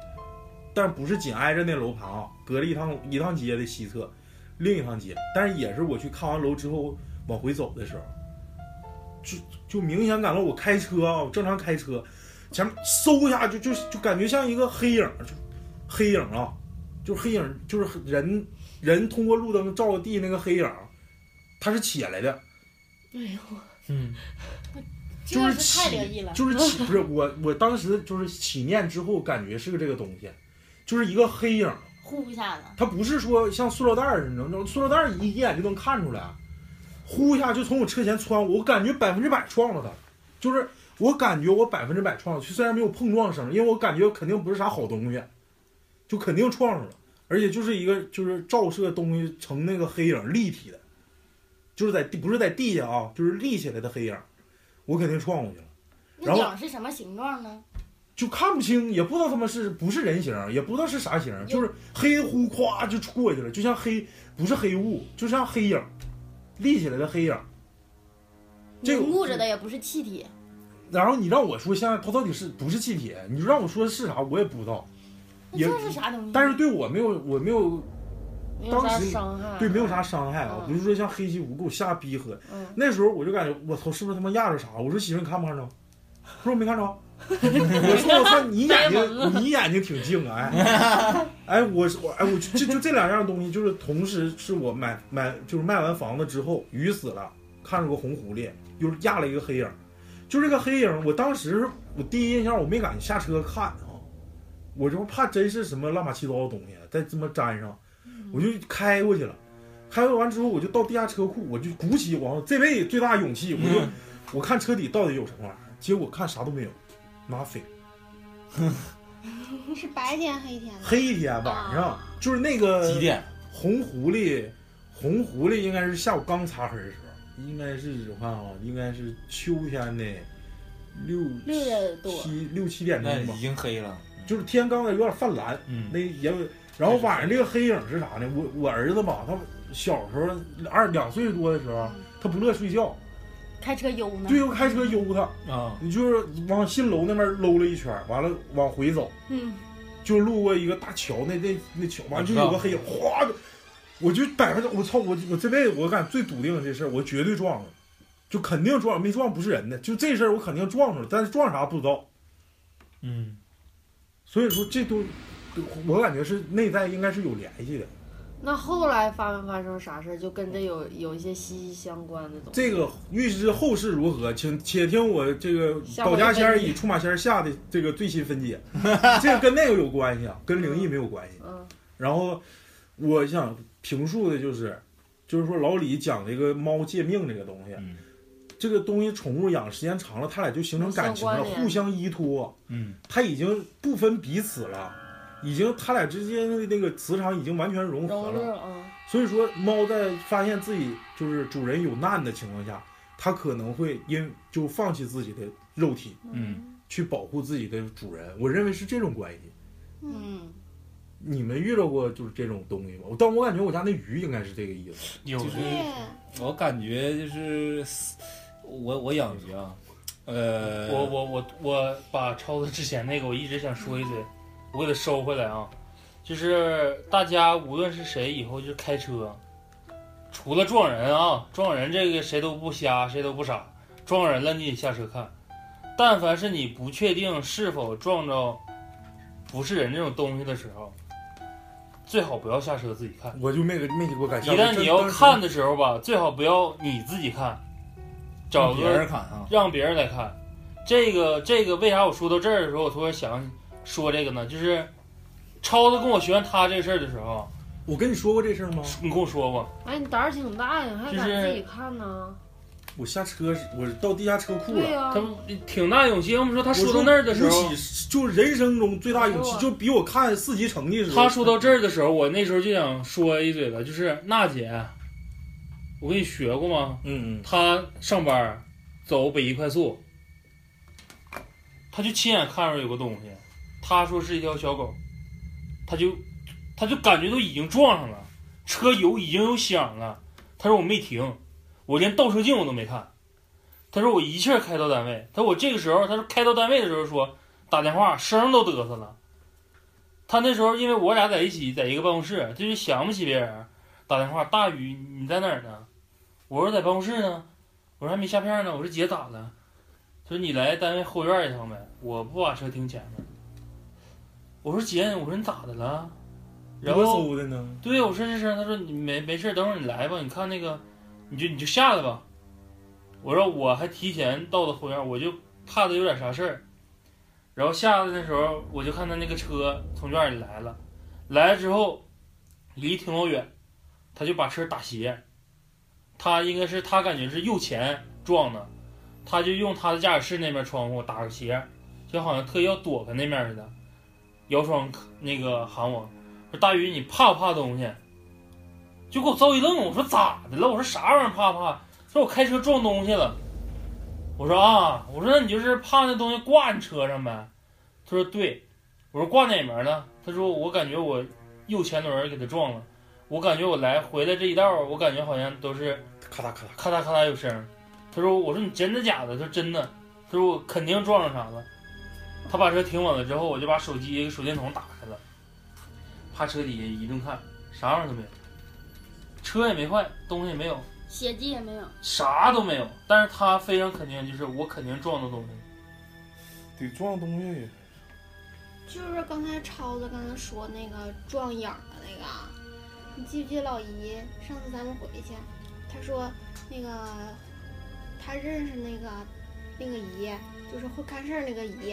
S3: 但不是紧挨着那楼盘啊，隔了一趟一趟街的西侧，另一趟街，但是也是我去看完楼之后往回走的时候，就就明显感到我开车啊，我正常开车，前面嗖一下就就就感觉像一个黑影儿，就黑影儿啊，就是黑影儿，就是人人通过路灯照着地那个黑影儿，啊它是起来的，
S2: 哎呦，
S4: 嗯，
S3: 就
S5: 这
S3: 是
S5: 是太
S3: 起
S5: 灵异了。
S3: 就是 起不是我我当时就是起念之后感觉是个这个东西，就是一个黑影儿，
S5: 呼一下子，
S3: 它不是说像塑料袋儿似的，你知道吗？塑料袋儿一一眼就能看出来，呼一下就从我车前穿过，我感觉百分之百撞了它，就是我感觉我百分之百撞了，虽然没有碰撞声，因为我感觉肯定不是啥好东西，就肯定撞上了，而且就是一个就是照射东西成那个黑影立体的，就是在地不是在地下啊，就是立起来的黑影，我肯定撞过去了。
S5: 那
S3: 然后
S5: 影是什么形状呢？
S3: 就看不清，也不知道他们是不是人形，也不知道是啥形，就是黑乎夸就过去了，就像黑不是黑雾，就像黑影，立起来的黑影。这个
S5: 凝固着的也不是气体，
S3: 然后你让我说现在它到底是不是气体，你让我说是啥我也不知道，
S5: 那
S3: 也
S5: 这是啥东西？
S3: 但是对我没有我没有
S2: 没有啥
S3: 当时
S2: 伤害，
S3: 对没有啥伤害啊，不
S2: 嗯
S3: 是说像黑西湖给我吓逼喝。
S2: 嗯
S3: 那时候我就感觉我操是不是他妈压着啥？我说媳妇你看不看着？她说我没看着。我说我操你眼睛你眼睛挺净啊！哎哎我是我哎我就就这两样东西就是同时是我买买就是卖完房子之后鱼死了，看着个红狐狸，又压了一个黑影，就这个黑影，我当时我第一印象我没敢下车看啊，我就怕真是什么乱七八糟的东西再这么粘上，
S7: 嗯
S3: 我就开过去了。开完之后，我就到地下车库，我就鼓起我这辈子最大的勇气，我就、
S7: 嗯
S3: 我看车底到底有什么玩意儿，结果看啥都没有，nothing。
S5: 嗯
S8: 是白天黑天的，
S3: 黑天晚上就是那个
S7: 啊几点？
S3: 红狐狸，红狐狸应该是下午刚擦黑的时候，应该是我看啊，应该是秋天的六
S5: 六点多
S3: 七六七点
S7: 那
S3: 钟吧
S7: 已，经黑了。
S3: 就是天刚才有点泛蓝，
S7: 嗯
S3: 那也有。然后晚上这个黑影是啥呢？我我儿子吧，他小时候二两岁多的时候，他不乐睡觉，
S5: 开车悠呢
S3: 队。友开车悠他，
S4: 啊，
S3: 你就是往新楼那边搂了一圈，完了往回走，
S5: 嗯，
S3: 就路过一个大桥，那那那桥完就有个黑影，哗就，我就百分之我操我我这辈子我敢最笃定的这事儿，我绝对撞了，就肯定撞了，没撞不是人的，就这事儿我肯定撞上了，但是撞啥不知道，
S4: 嗯，
S3: 所以说这都，我感觉是内在应该是有联系的。
S2: 那后来发没发生啥事儿，就跟这有有一些息息相关的东西。
S3: 这个预知后事如何，请且听我这个
S2: 下回
S3: 保家仙儿
S2: 分解
S3: 与出马仙儿下的这个最新分 解，这个跟那个有关系啊，跟灵异没有关系。
S2: 嗯
S3: 然后我想评述的就是，就是说老李讲这个猫借命这个东西，
S7: 嗯
S3: 这个东西宠物养时间长了，它俩就形成感情了，
S2: 互相关联
S3: 互相依托，
S7: 嗯，
S3: 它已经不分彼此了，已经它俩之间的那个磁场已经完全融合
S2: 融入
S3: 了。
S2: 嗯，
S3: 所以说，猫在发现自己就是主人有难的情况下，它可能会因就放弃自己的肉体
S7: 嗯，
S3: 去保护自己的主人。我认为是这种关系。
S5: 嗯，
S3: 你们遇到过就是这种东西吗？但我感觉我家那鱼应该是这个意思。
S6: 有
S7: 就是
S8: 对，
S7: 我感觉就是我我养鱼啊，呃，
S6: 我我我我把超子之前那个我一直想说一嘴，我给它收回来啊。就是大家无论是谁，以后就是开车，除了撞人啊，撞人这个谁都不瞎，谁都不傻，撞人了你得下车看。但凡是你不确定是否撞着不是人这种东西的时候，最好不要下车自己看。
S3: 我就没给没给
S7: 哎
S3: 我敢下。
S6: 一旦
S3: 我真
S6: 你要
S3: 当时
S6: 看的时候吧，最好不要你自己看，找
S7: 让
S6: 个
S7: 别人看啊，
S6: 让别人来看。这个这个，为啥我说到这儿的时候，我突然想说这个呢？就是超子跟我学完他这个事儿的时候，
S3: 我跟你说过这事儿吗？
S6: 你跟我说过，
S2: 哎，你胆儿挺大呀，还
S6: 就是
S2: 敢自己看呢？
S3: 我下车时，我到地下车库
S2: 对
S3: 了。
S2: 呀
S6: 他，挺大勇气。我们说他
S3: 他
S6: 说到那儿的时候，，
S3: 就是人生中最大勇气，就比我看四级成绩的时候。
S6: 他说到这儿的时候，我那时候就想说一嘴了，就是娜姐，我跟你学过吗？
S7: 嗯
S6: 她上班走北宜快速，她就亲眼看着有个东西，她说是一条小狗，她就她就感觉都已经撞上了，车油已经有响了，她说我没停，我连倒车镜我都没看，她说我一气儿开到单位，她说我这个时候，她说开到单位的时候说打电话声儿都嘚瑟了。她那时候，因为我俩在一起，在一个办公室，就是想不起别人，打电话。大宇，你在哪儿呢？我说在办公室呢。我说还没下片呢，我说姐咋了？她说你来单位后院一趟呗，我不把车停前面。我说姐，我说你咋的了？然
S3: 不
S6: 后
S3: 嗖的呢？
S6: 对我说这声，他说你没没事，等会儿你来吧，你看那个，你就你就下来吧。我说我还提前到的后院，我就怕他有点啥事儿。然后下来的时候，我就看他那个车从院里来了，来了之后离挺老远，他就把车打斜，他应该是他感觉是右前撞的，他就用他的驾驶室那边窗户打个斜，就好像特意要躲开那面似的，摇窗那个喊我，说大鱼，你怕不怕东西？就给我遭一愣，我说咋的了？我说啥玩意儿怕不怕？说我开车撞东西了。我说啊，我说那你就是怕那东西挂你车上呗？他说对。我说挂哪门呢？他说我感觉我右前轮给他撞了，我感觉我来回来这一道儿，我感觉好像都是
S7: 咔嗒咔嗒，
S6: 咔嗒咔嗒有声儿。他说：“我说你真的假的？”他说：“真的。”他说：“我肯定撞上啥了。”他把车停稳了之后，我就把手机手电筒打开了，趴车底下一顿看，啥玩意儿都没有，车也没坏，东西也没有，
S5: 血迹也没有，
S6: 啥都没有。但是他非常肯定，就是我肯定撞到东西了。
S3: 得撞东西，
S8: 就是刚才超子刚才说那个撞眼儿的那个啊，你记不记得老姨上次咱们回去，她说那个她认识那个那个姨，就是会看事儿那个姨，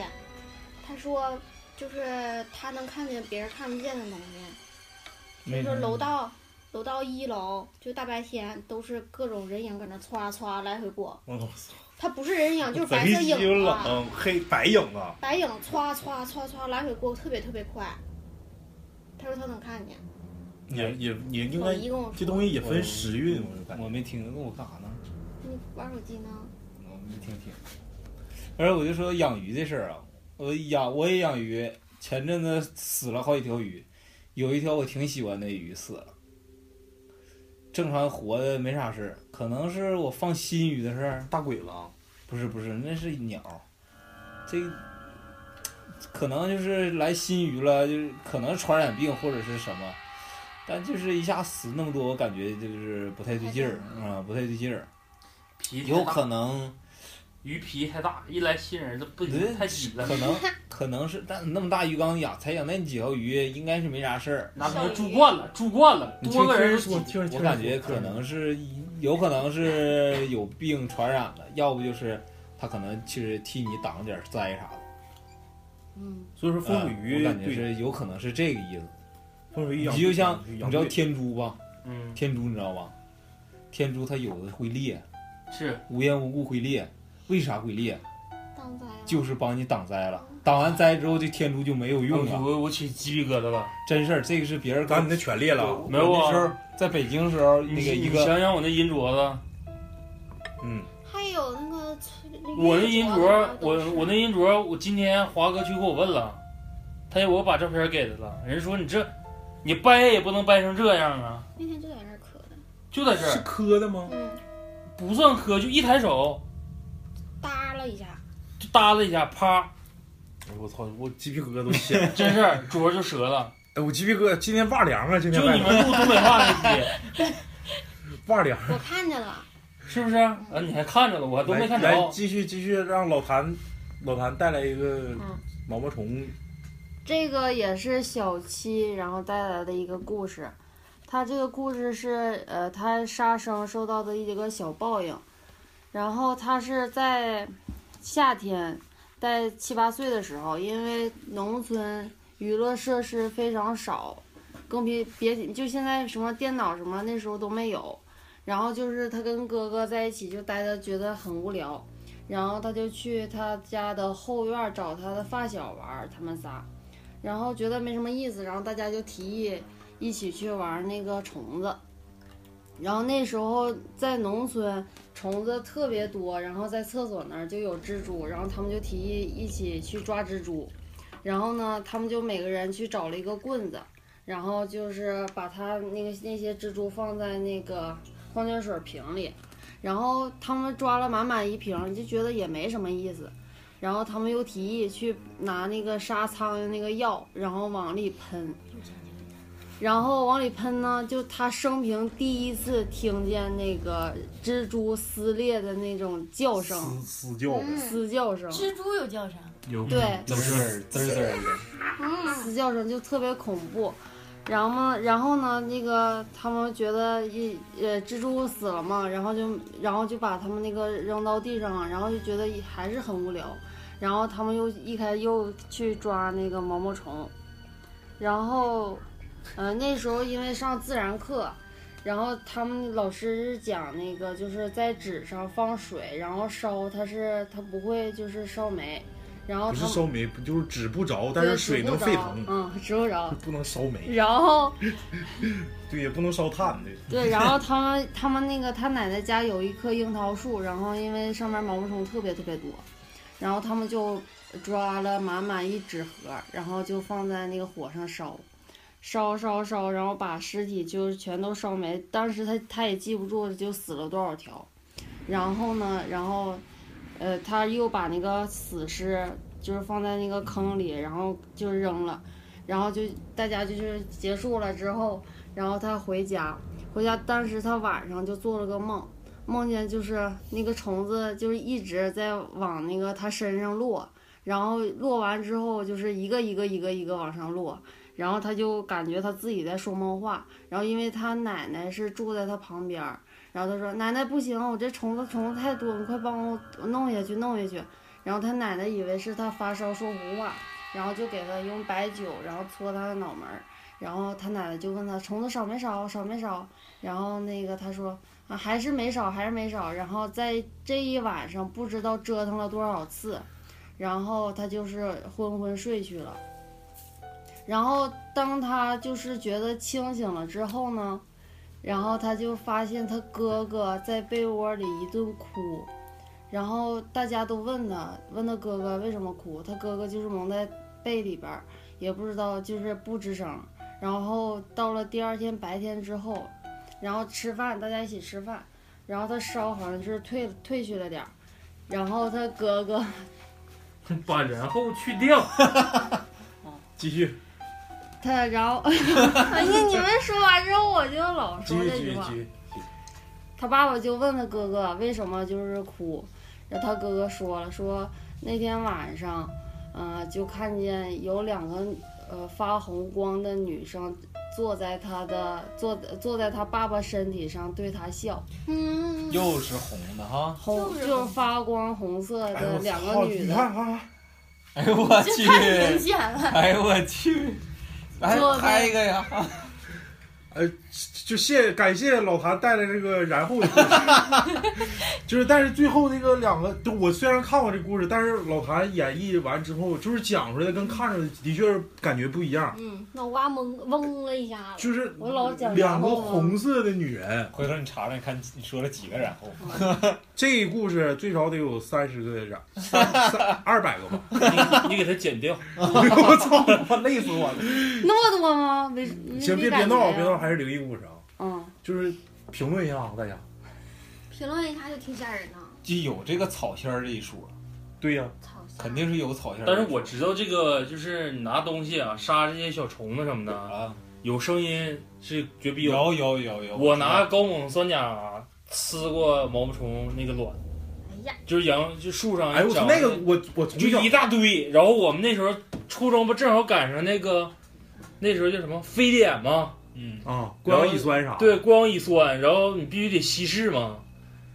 S8: 她说就是她能看见别人看不见的东西，
S3: 嗯
S7: 没
S8: 就是楼道楼道一楼，就大白天都是各种人影搁那歘歘来回过，
S7: 我操，
S8: 它不是人影就是白
S7: 贼
S8: 色影
S7: 鸡
S8: 子啊。
S7: 冷，黑白影啊！
S8: 白影歘歘歘歘来回过，特别特别快。他说他能看见，
S3: 也也也应
S8: 老
S3: 该
S8: 姨跟我说，
S3: 这东西也分
S7: 嗯
S3: 时运，我就感觉。
S7: 我没听，那我干啥呢？
S8: 你玩手机呢？
S7: 我没听听。而我就说养鱼这事儿啊，我养我也养鱼，前阵子死了好几条鱼，有一条我挺喜欢的鱼死了，正常活的没啥事儿，可能是我放新鱼的事儿，
S3: 大鬼
S7: 啊
S3: 子，
S7: 不是不是，那是鸟，这可能就是来新鱼了，就是可能传染病或者是什么，但就是一下死那么多，我感觉就是不太对劲儿啊、不太对劲儿，
S6: 皮太
S7: 有
S6: 大
S7: 可能。
S6: 鱼皮太大，一来新人这不
S7: 对
S6: 太挤了，
S7: 可 能可能是，但那么大鱼缸养才养那几条鱼，应该是没啥事儿。
S6: 拿瓶儿住惯了，住惯了，
S3: 你
S6: 多
S3: 听
S6: 个
S3: 听
S6: 人
S3: 人
S6: 都
S3: 说，
S6: 挤。
S3: 听人
S7: 我
S3: 听人
S7: 感觉
S3: 说嗯
S7: 可能是有可能是有病传染的，要不就是他可能其实替你挡着点灾啥的。
S5: 嗯，
S3: 所以说风水鱼
S7: 呃我感觉
S3: 对
S7: 是有可能是这个意思。
S3: 风水鱼
S7: 你
S3: 养，
S7: 就像
S3: 你
S7: 你知道天珠吧？
S6: 嗯，
S7: 天珠你知道吧？天珠它有的会裂，
S6: 是
S7: 无缘无故会裂，为啥会裂？
S8: 当啊灾了。
S7: 就是帮你挡灾了。挡完灾之后，这天珠就没有用
S6: 我
S7: 了。
S6: 我我起鸡皮疙瘩了。
S7: 真事儿，这个是别人
S3: 把
S7: 干
S3: 你的全裂了，
S6: 没有
S7: 我那
S6: 啊
S7: 时候在北京的时候，
S6: 你
S7: 那个一
S6: 你
S7: 个
S6: 想想我那银镯子，
S3: 嗯，
S8: 还有那个崔那个
S6: 我那银
S8: 镯
S6: 镯
S8: 子
S6: 儿
S8: 啊，都
S6: 我
S8: 是
S6: 我那银镯儿，我今天华哥去给我问了，他也我把照片儿给他了，人说你这你掰也不能掰成这样啊，
S8: 那天就在那儿磕的，
S6: 就在这
S3: 是
S6: 儿
S3: 磕的吗？
S8: 嗯，
S6: 不算磕，就一抬手
S8: 耷了一下，
S6: 就耷拉一下，啪，
S3: 哎我操，我鸡皮疙瘩都起来了，
S6: 真事儿，镯儿就折了。
S3: 哎，我鸡皮疙瘩，今天哇凉啊，今
S6: 就
S3: 天
S6: 你们录东北话那 期，
S3: 哇凉，
S8: 我看见了，
S6: 是不是？啊，你还看着了，我都没看
S3: 来来
S6: 着。
S3: 继续继续让老谭，老谭带来一个
S2: 嗯
S3: 毛毛虫，
S2: 这个也是小七然后带来的一个故事，他这个故事是呃他杀生受到的一个小报应，然后他是在夏天，在七八岁的时候，因为农村娱乐设施非常少，更别别提就现在什么电脑什么那时候都没有，然后就是他跟哥哥在一起就待着觉得很无聊。然后他就去他家的后院儿找他的发小玩儿，他们仨，然后觉得没什么意思，然后大家就提议一起去玩那个虫子。然后那时候在农村，虫子特别多，然后在厕所那儿就有蜘蛛，然后他们就提议一起去抓蜘蛛。然后呢，他们就每个人去找了一个棍子，然后就是把它那个那些蜘蛛放在那个矿泉水瓶里，然后他们抓了满满一瓶，就觉得也没什么意思。然后他们又提议去拿那个杀苍蝇那个药，然后往里喷，然后往里喷呢，就他生平第一次听见那个蜘蛛撕裂的那种叫声，
S3: 撕撕叫呗，
S8: 嗯
S2: 撕叫声，
S5: 蜘蛛有叫声，
S6: 有
S2: 对
S7: 滋儿滋儿滋儿的，
S8: 嗯，
S2: 嘶叫声就特别恐怖。然后嘛，然后呢，那个他们觉得一呃蜘蛛死了嘛，然后就然后就把他们那个扔到地上，然后就觉得还是很无聊。然后他们又一开又去抓那个毛毛虫，然后，呃那时候因为上自然课，然后他们老师是讲那个就是在纸上放水，然后烧，它是它不会就是烧没，然后
S3: 不
S8: 嗯
S2: 他
S3: 是
S2: 们
S3: 烧煤，不就是纸不着，但
S2: 对
S3: 是水
S2: 指不
S3: 能沸
S2: 着
S3: 腾，
S2: 嗯，指不着。
S3: 不能烧煤，
S2: 然后
S3: 对，也不能烧炭，对，
S2: 对，然后他们他们那个他奶奶家有一棵樱桃树，然后因为上面毛毛虫特别特别多，然后他们就抓了满满一纸盒，然后就放在那个火上烧，烧烧烧，然后把尸体就是全都烧没。当时他他也记不住就死了多少条，然后呢，然后呃他又把那个死尸就是放在那个坑里，然后就扔了，然后就大家就是结束了之后，然后他回家。回家当时他晚上就做了个梦，梦见就是那个虫子就是一直在往那个他身上落，然后落完之后就是一个一个一个一个往上落，然后他就感觉他自己在说梦话，然后因为他奶奶是住在他旁边儿，然后他说奶奶不行，我这虫子虫子太多，你快帮我弄下去弄下去，然后他奶奶以为是他发烧说胡话，然后就给他用白酒然后搓他的脑门儿。然后他奶奶就问他虫子少没少，少没少，然后那个他说啊，还是没少，还是没少。然后在这一晚上不知道折腾了多少次，然后他就是昏昏睡去了。然后当他就是觉得清醒了之后呢，然后他就发现他哥哥在被窝里一顿哭，然后大家都问他，问他哥哥为什么哭，他哥哥就是蒙在被里边儿，也不知道，就是不吱声。然后到了第二天白天之后，然后吃饭，大家一起吃饭，然后他烧好像是退退去了点儿，然后他哥哥
S6: 把然后去掉。
S3: 继续，
S2: 他然 后，哎呀，你们说完之后我就老
S3: 继
S2: 说
S3: 续，
S2: 这
S3: 继
S2: 句
S3: 续，
S2: 话
S3: 继。续，
S2: 他爸爸就问他哥哥为什么就是哭，然后他哥哥说了，说那天晚上，呃，就看见有两个呃发红光的女生坐在他的坐坐在他爸爸身体上对他笑，
S8: 嗯，
S7: 又是红的哈。
S2: 红
S8: 就是
S2: 就是发光红色
S3: 哎呦
S2: 的两
S3: 操
S2: 个女
S3: 你
S2: 的，
S3: 看看看，
S7: 哎呦我
S5: 这
S7: 去！
S5: 太明显了。
S7: 哎呦我去！来
S2: 做的
S7: 拍一个呀！
S3: 就谢感谢老谭带来这个然后的故事， 就是但是最后那个两个，就我虽然看过这故事，但是老谭演绎完之后，就是讲出来跟看着的的确是感觉不一样，
S5: 嗯，
S8: 脑瓜蒙嗡了一下子，
S3: 就是
S2: 我老讲
S3: 两个
S2: 然后啊
S3: 红色的女人，
S7: 回头你查查，你看你说了几个然后？
S5: 嗯
S3: 这故事最少得有三十个然，三三二百个吧，
S6: 你给它剪掉，
S3: 我操，我累死我了。
S2: 那么多吗？没
S3: 行，别别闹，别闹，，还是灵异故事啊，
S2: 嗯，
S3: 就是评论一下啊，大家。
S8: 评论一下就挺吓人的，
S7: 就有这个草仙儿这一说，
S3: 对呀、
S8: 操，吓
S7: 肯定是有草仙儿。
S6: 但是我知道这个就是你拿东西啊杀这些小虫子什么的，
S7: 啊，
S6: 有声音是绝逼有。
S7: 有有有有，
S6: 我拿高锰酸钾呲过毛毛虫那个卵，
S8: 哎呀，
S6: 就是杨就树上
S3: 哎，我
S6: 长
S3: 操，那个我我从
S6: 就
S3: 小
S6: 一大堆。然后我们那时候初中不正好赶上那个那时候叫什么非典吗？
S7: 嗯，
S3: 啊，光乙酸啥，
S6: 对，光乙酸，然后你必须得稀释嘛。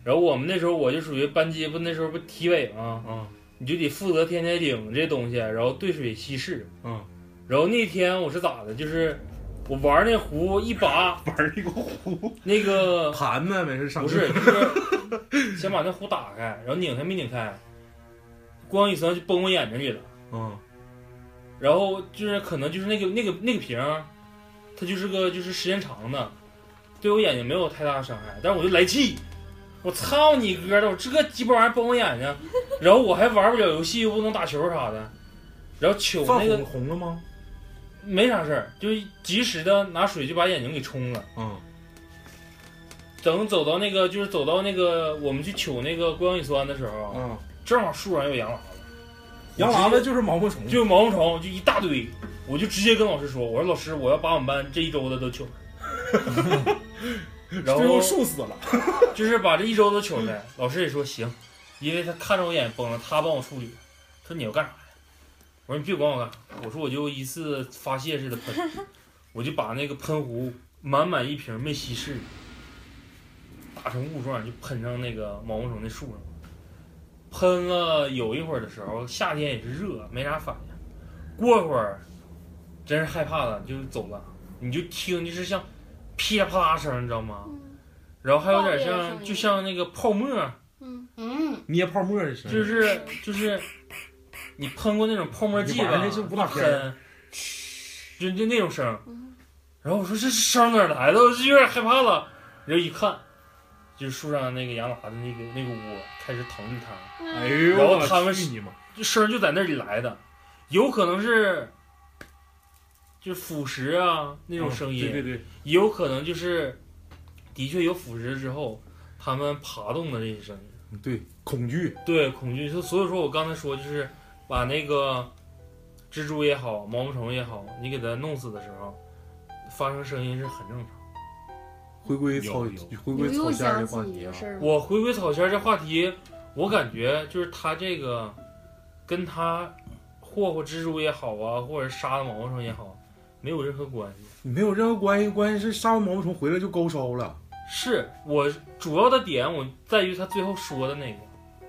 S6: 然后我们那时候我就属于班级不那时候不体委吗？
S3: 嗯，
S6: 你就得负责天天领这东西，然后兑水稀释。
S3: 嗯，
S6: 然后那天我是咋的？就是我玩那壶一拔，
S3: 玩儿一个壶
S6: 那个
S3: 盘呗，没事上
S6: 不是，就是先把那壶打开，然后拧开没拧开，光乙酸就崩我眼睛里了。
S3: 嗯
S6: 然后就是可能就是那个那个那个瓶儿，它就是个就是时间长的，对我眼睛没有太大伤害，但是我就来气，我操你哥的，我这个鸡巴玩意儿崩我眼睛，然后我还玩不了游戏，又不能打球啥的，然后糗
S3: 放
S6: 那个
S3: 红红了吗？
S6: 没啥事儿，就是及时的拿水就把眼睛给冲了。
S3: 嗯
S6: 等走到那个就是走到那个我们去取那个光乙酸的时候，
S3: 嗯，
S6: 正好树上有洋娃娃，
S3: 洋娃娃就是毛毛虫，
S6: 就毛毛虫，就一大堆，我就直接跟老师说，我说老师，我要把我们班这一周的都 请来，然
S3: 最后
S6: 后
S3: 树死了。
S6: 就是把这一周都请来。老师也说行，因为他看着我眼崩了，他帮我处理。说你要干啥呀？我说你别管我干啥，我说我就一次发泄似的喷，我就把那个喷壶满满一瓶没稀释，打成雾状就喷上那个毛毛虫那树上了。喷了有一会儿的时候，夏天也是热，没啥反应。过一会儿，真是害怕了，就走了。你就听就是像噼里啪啦声，你知道吗？
S8: 嗯
S6: 然后还有点
S5: 爆裂的声
S6: 像，
S5: 音
S6: 就像那个泡沫，
S8: 嗯，
S5: 嗯，
S3: 捏泡沫的声音，
S6: 就是就是，你喷过那种泡沫剂
S3: 你玩
S6: 吧？
S3: 的是武打片
S6: 喷，就就那种声儿
S8: 嗯。
S6: 然后我说这声哪儿来的？我 就有点害怕了。然后一看，就是树上那个杨喇的那个那个窝开始疼绿它，
S3: 哎呦，
S6: 然后他们
S3: 去你妈！
S6: 这声儿就在那里来的，有可能是就是腐蚀啊那种声音，
S3: 哦对对对，
S6: 也有可能就是的确有腐蚀之后他们爬动的这些声音。
S3: 嗯对恐惧，
S6: 对，恐惧。就所以说我刚才说，就是把那个蜘蛛也好，毛毛虫也好，你给它弄死的时候，发生声音是很正常。
S3: 回归草，
S7: 有有
S3: 回
S2: 你
S3: 归草
S2: 又
S3: 线儿
S2: 想
S3: 的
S2: 起
S3: 话
S2: 你
S3: 题
S2: 的
S3: 啊
S2: 事，儿了。
S6: 我回归草仙这话题，我感觉就是他这个跟他霍霍蜘蛛也好啊，或者杀了毛毛虫也好，没有任何关系。
S3: 你没有任何关系，关键是杀完毛毛虫回来就高烧了，
S6: 是我主要的点，我在于他最后说的那个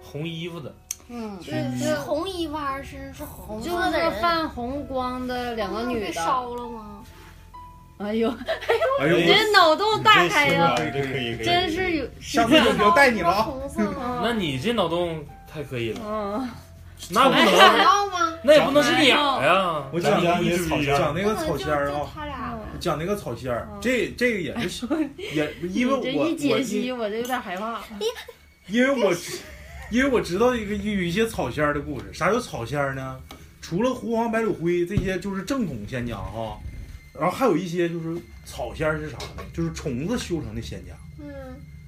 S6: 红衣服的，
S5: 嗯，
S8: 对，是红衣娃身上是红
S2: 就
S8: 色
S2: 是
S8: 的人，
S2: 泛红光的两个
S8: 那
S2: 女
S8: 被
S2: 的，
S8: 烧了吗？
S2: 哎呦，
S3: 哎
S2: 你
S3: 呦，
S2: 这脑洞大
S7: 这
S2: 开
S7: 行
S2: 呀
S7: 啊，这可以，可以
S2: 真是有，
S3: 下次就不要带你了啊！
S8: 红色吗？
S6: 那你这脑洞太可以了，
S2: 嗯，
S6: 那不
S8: 想
S6: 能，
S8: 到吗？
S6: 那也不能是俩呀。
S3: 我讲那
S7: 咱们
S3: 个
S7: 讲草仙儿
S3: 讲那个
S8: 不能
S3: 草
S8: 就
S3: 仙儿
S8: 就
S3: 啊，
S8: 他俩呗。
S3: 讲那个草仙儿
S2: 嗯，哎
S3: 这这个也是也因为
S2: 你这
S3: 我
S2: 一
S3: 我
S2: 解
S3: 因
S2: 析，我就有点害怕。
S3: 因为我知因为我知道一个有一些草仙儿的故事。啥叫草仙儿呢？除了狐黄白柳灰这些就是正统仙家哈，然后还有一些就是草仙儿是啥呢？就是虫子修成的仙家，
S8: 嗯，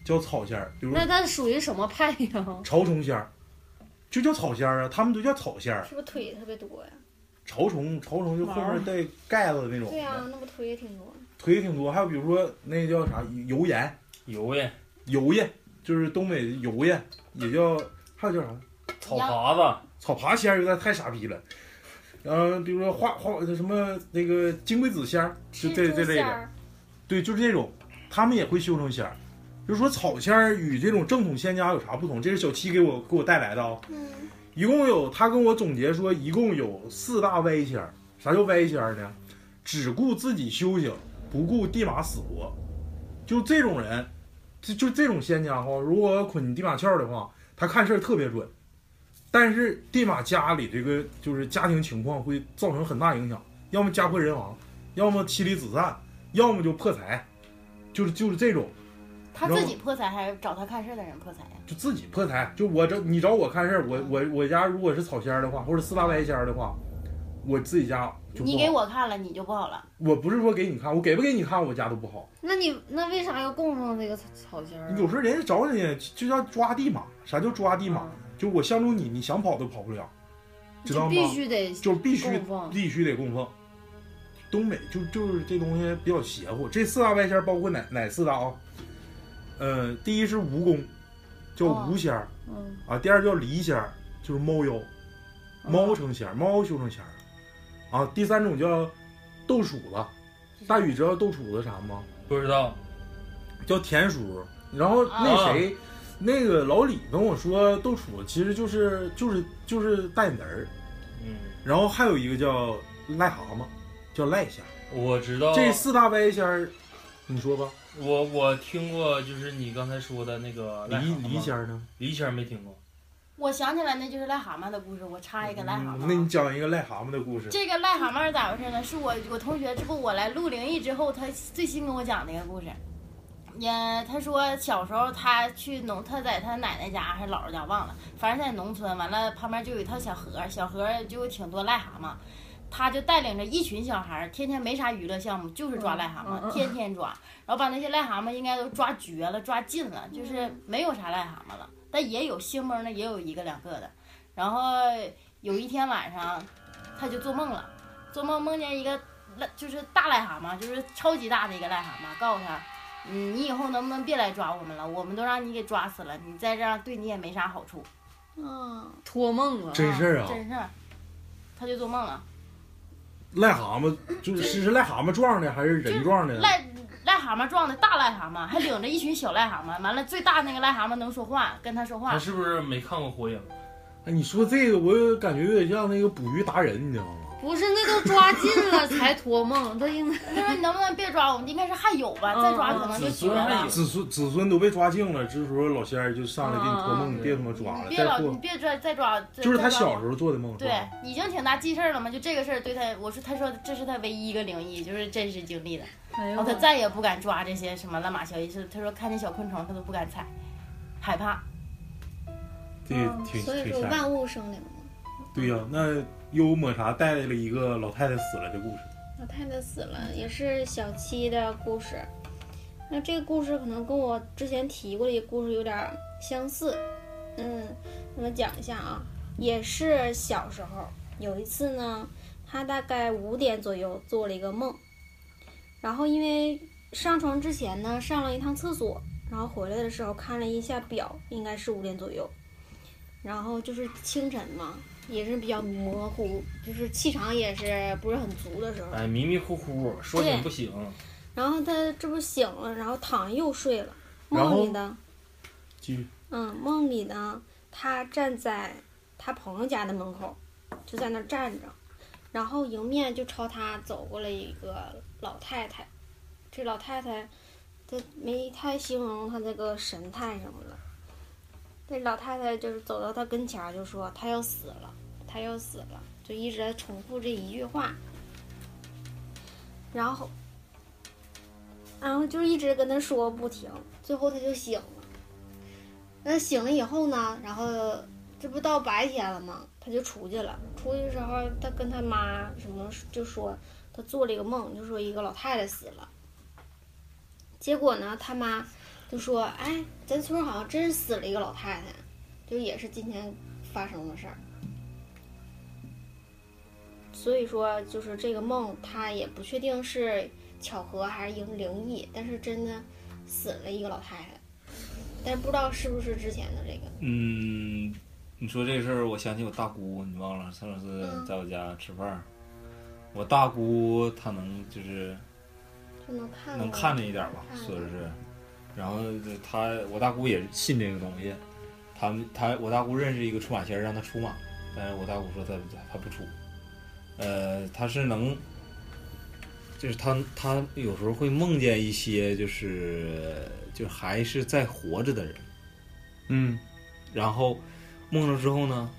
S3: 叫草仙儿，比如
S2: 那它属于什么派呀？
S3: 潮虫仙儿，就叫草仙儿啊，他们都叫草仙儿。
S8: 是不是腿特别多呀？
S3: 潮虫，潮虫就后面带盖子那种
S8: 对，
S2: 啊
S8: 呀，那不腿也挺多。
S3: 腿也挺多。还有比如说那叫啥油盐
S6: 油呀，
S3: 油叶，就是东北油叶，也叫还有叫啥呢？
S6: 草耙子，
S3: 草爬仙儿有点太傻逼了。呃，比如说花花那什么那个金龟子仙儿，就这这类的，
S8: 的。
S3: 对，就是这种，他们也会修成仙儿。就是说草仙儿与这种正统仙家有啥不同？这是小七给我给我带来的啊、
S8: 嗯，
S3: 一共有他跟我总结说，一共有四大歪仙儿。啥叫歪仙儿呢？只顾自己修行，不顾地马死活。就这种人，就就这种仙家伙，如果要捆地马窍的话，他看事儿特别准。但是地马家里这个就是家庭情况会造成很大影响，要么家破人亡，要么妻离子散，要么就破财，就是就是这种。
S5: 他自己破财还是找他看事儿的人破财呀？
S3: 就自己破财，就我找你找我看事儿，我我我家如果是草仙儿的话，或者四大歪仙儿的话，我自己家就不好
S5: 你给我看了，你就不好了。
S3: 我不是说给你看，我给不给你看，我家都不好。
S2: 那你那为啥要供上这个草草仙儿啊？
S3: 有时候人家找你就叫抓地马，啥叫抓地马？
S2: 嗯
S3: 就我相中你，你想跑都跑不了，知道
S2: 就
S3: 吗？
S2: 必须得
S3: 就是必须
S2: 供奉
S3: 必须得供奉。东北就就是这东西比较邪乎，这四大外仙儿包括哪哪四大啊？呃，第一是蜈蚣，叫
S2: 哦
S3: 蜈仙儿、
S2: 嗯，
S3: 啊；第二叫狸仙儿，就是猫妖。猫成仙儿，猫修成仙儿了啊。第三种叫豆鼠子，大宇知道豆鼠子啥吗？
S6: 不知道。
S3: 叫田鼠。然后
S2: 啊
S3: 那谁，那个老李跟我说，豆鼠其实就是就是就是大眼子儿。
S6: 嗯，
S3: 然后还有一个叫癞蛤蟆，叫癞仙儿。
S6: 我知道。
S3: 这四大歪仙儿，你说吧，
S6: 我我听过，就是你刚才说的那个
S3: 狸狸仙
S6: 仙，
S3: 儿呢？
S6: 狸仙儿没听过。
S5: 我想起来，那就是癞蛤蟆的故事，我插一个癞蛤
S3: 嗯那你
S5: 蟆。啊
S3: 讲一个癞蛤蟆的故事。
S5: 这个癞蛤蟆是咋回事呢？是我我同学，这不我来录灵异之后，他最新跟我讲的一个故事。也，他说小时候他去农，他在他奶奶家还是姥姥家忘了，反正在农村。完了旁边就有一套小河，小河就挺多癞蛤蟆，他就带领着一群小孩儿，天天没啥娱乐项目，就是抓癞蛤蟆，天天抓，然后把那些癞蛤蟆应该都抓绝了，抓尽了，就是没有啥癞蛤蟆了。但也有兴蒙的，也有一个两个的。然后有一天晚上，他就做梦了，做梦梦见一个癞，就是大癞蛤蟆，就是超级大的一个癞蛤蟆，告诉他，嗯，你以后能不能别来抓我们了？我们都让你给抓死了，你再这样对你也没啥好处。
S8: 嗯，
S2: 托梦了，
S3: 真事儿啊
S5: 真事儿，他就做梦了，
S3: 癞蛤蟆就是是是癞蛤蟆撞的还是人撞的？
S5: 癞癞蛤蟆撞的大癞蛤蟆，还领着一群小癞蛤蟆，完了最大那个癞蛤蟆能说话，跟他说话
S6: 他，是不是没看过《火影》？
S3: 哎，你说这个我感觉有点像那个捕鱼达人，你知道吗？
S2: 不是那都抓进了才托梦，他应该
S5: 他说你能不能别抓我们？应该是还有吧，再抓可能就
S6: 子
S5: 绝
S6: 孙还
S5: 了
S6: 有。
S3: 嗯子孙子孙都被抓净了，这时候老仙儿就上来给你托
S2: 嗯
S3: 梦，
S6: 嗯
S3: 别他妈抓了，
S5: 别
S3: 再
S5: 老，你
S3: 托
S5: 别抓，再抓，再
S3: 就是他
S5: 再抓
S3: 小时候做的梦，是
S5: 对
S3: 吧，
S5: 已经挺大记事儿了嘛，就这个事儿对他，我说他说这是他唯一一个灵异，就是真实经历的。
S2: 哎
S5: 然
S2: 呦
S5: 后他再也不敢抓这些什么乱码小是他说看见小昆虫他都不敢踩，害怕。
S3: 这
S5: 嗯
S3: 挺
S8: 嗯所以
S3: 挺
S8: 说
S3: 吓人。
S8: 万物生灵嘛。
S3: 对呀、那幽抹茶带来了一个老太太死了的故事，
S8: 老太太死了，也是小七的故事。那这个故事可能跟我之前提过的一个故事有点儿相似。嗯，我讲一下啊，也是小时候有一次呢，她大概五点左右做了一个梦，然后因为上床之前呢上了一趟厕所，然后回来的时候看了一下表，应该是五点左右，然后就是清晨嘛，也是比较模糊，就是气场也是不是很足的时候。
S6: 哎，迷迷糊糊，说醒不醒，
S8: 然后他这不醒了，然后躺着又睡了。
S3: 然后
S8: 梦里呢，
S3: 继续。
S8: 嗯，梦里呢，他站在他朋友家的门口，就在那儿站着，然后迎面就朝他走过了一个老太太。这老太太，她没太形容她这个神态什么的。这老太太就是走到他跟前儿，就说她要死了，她要死了，就一直在重复这一句话。然后然后就一直跟他说不停，最后他就醒了。那醒了以后呢，然后这不到白天了吗？他就出去了。出去的时候，他跟他妈什么就说他做了一个梦，就说一个老太太死了。结果呢，他妈就说：“哎，咱村儿好像真是死了一个老太太，就也是今天发生的事儿。”所以说，就是这个梦，他也不确定是巧合还是灵灵异，但是真的死了一个老太太，但不知道是不是之前的这个。
S7: 嗯，你说这事儿，我想起我大姑，你忘了上次
S8: 嗯
S7: 在我家吃饭儿，我大姑她能就是
S8: 就能看
S7: 能
S8: 到
S7: 看着一点儿吧，
S8: 看着
S7: 说是，然后她我大姑也信这个东西，他们她我大姑认识一个出马仙儿，让她出马，但是我大姑说她她不出，呃，她是能，就是她她有时候会梦见一些就是就还是在活着的人。
S3: 嗯，
S7: 然后梦着之后呢，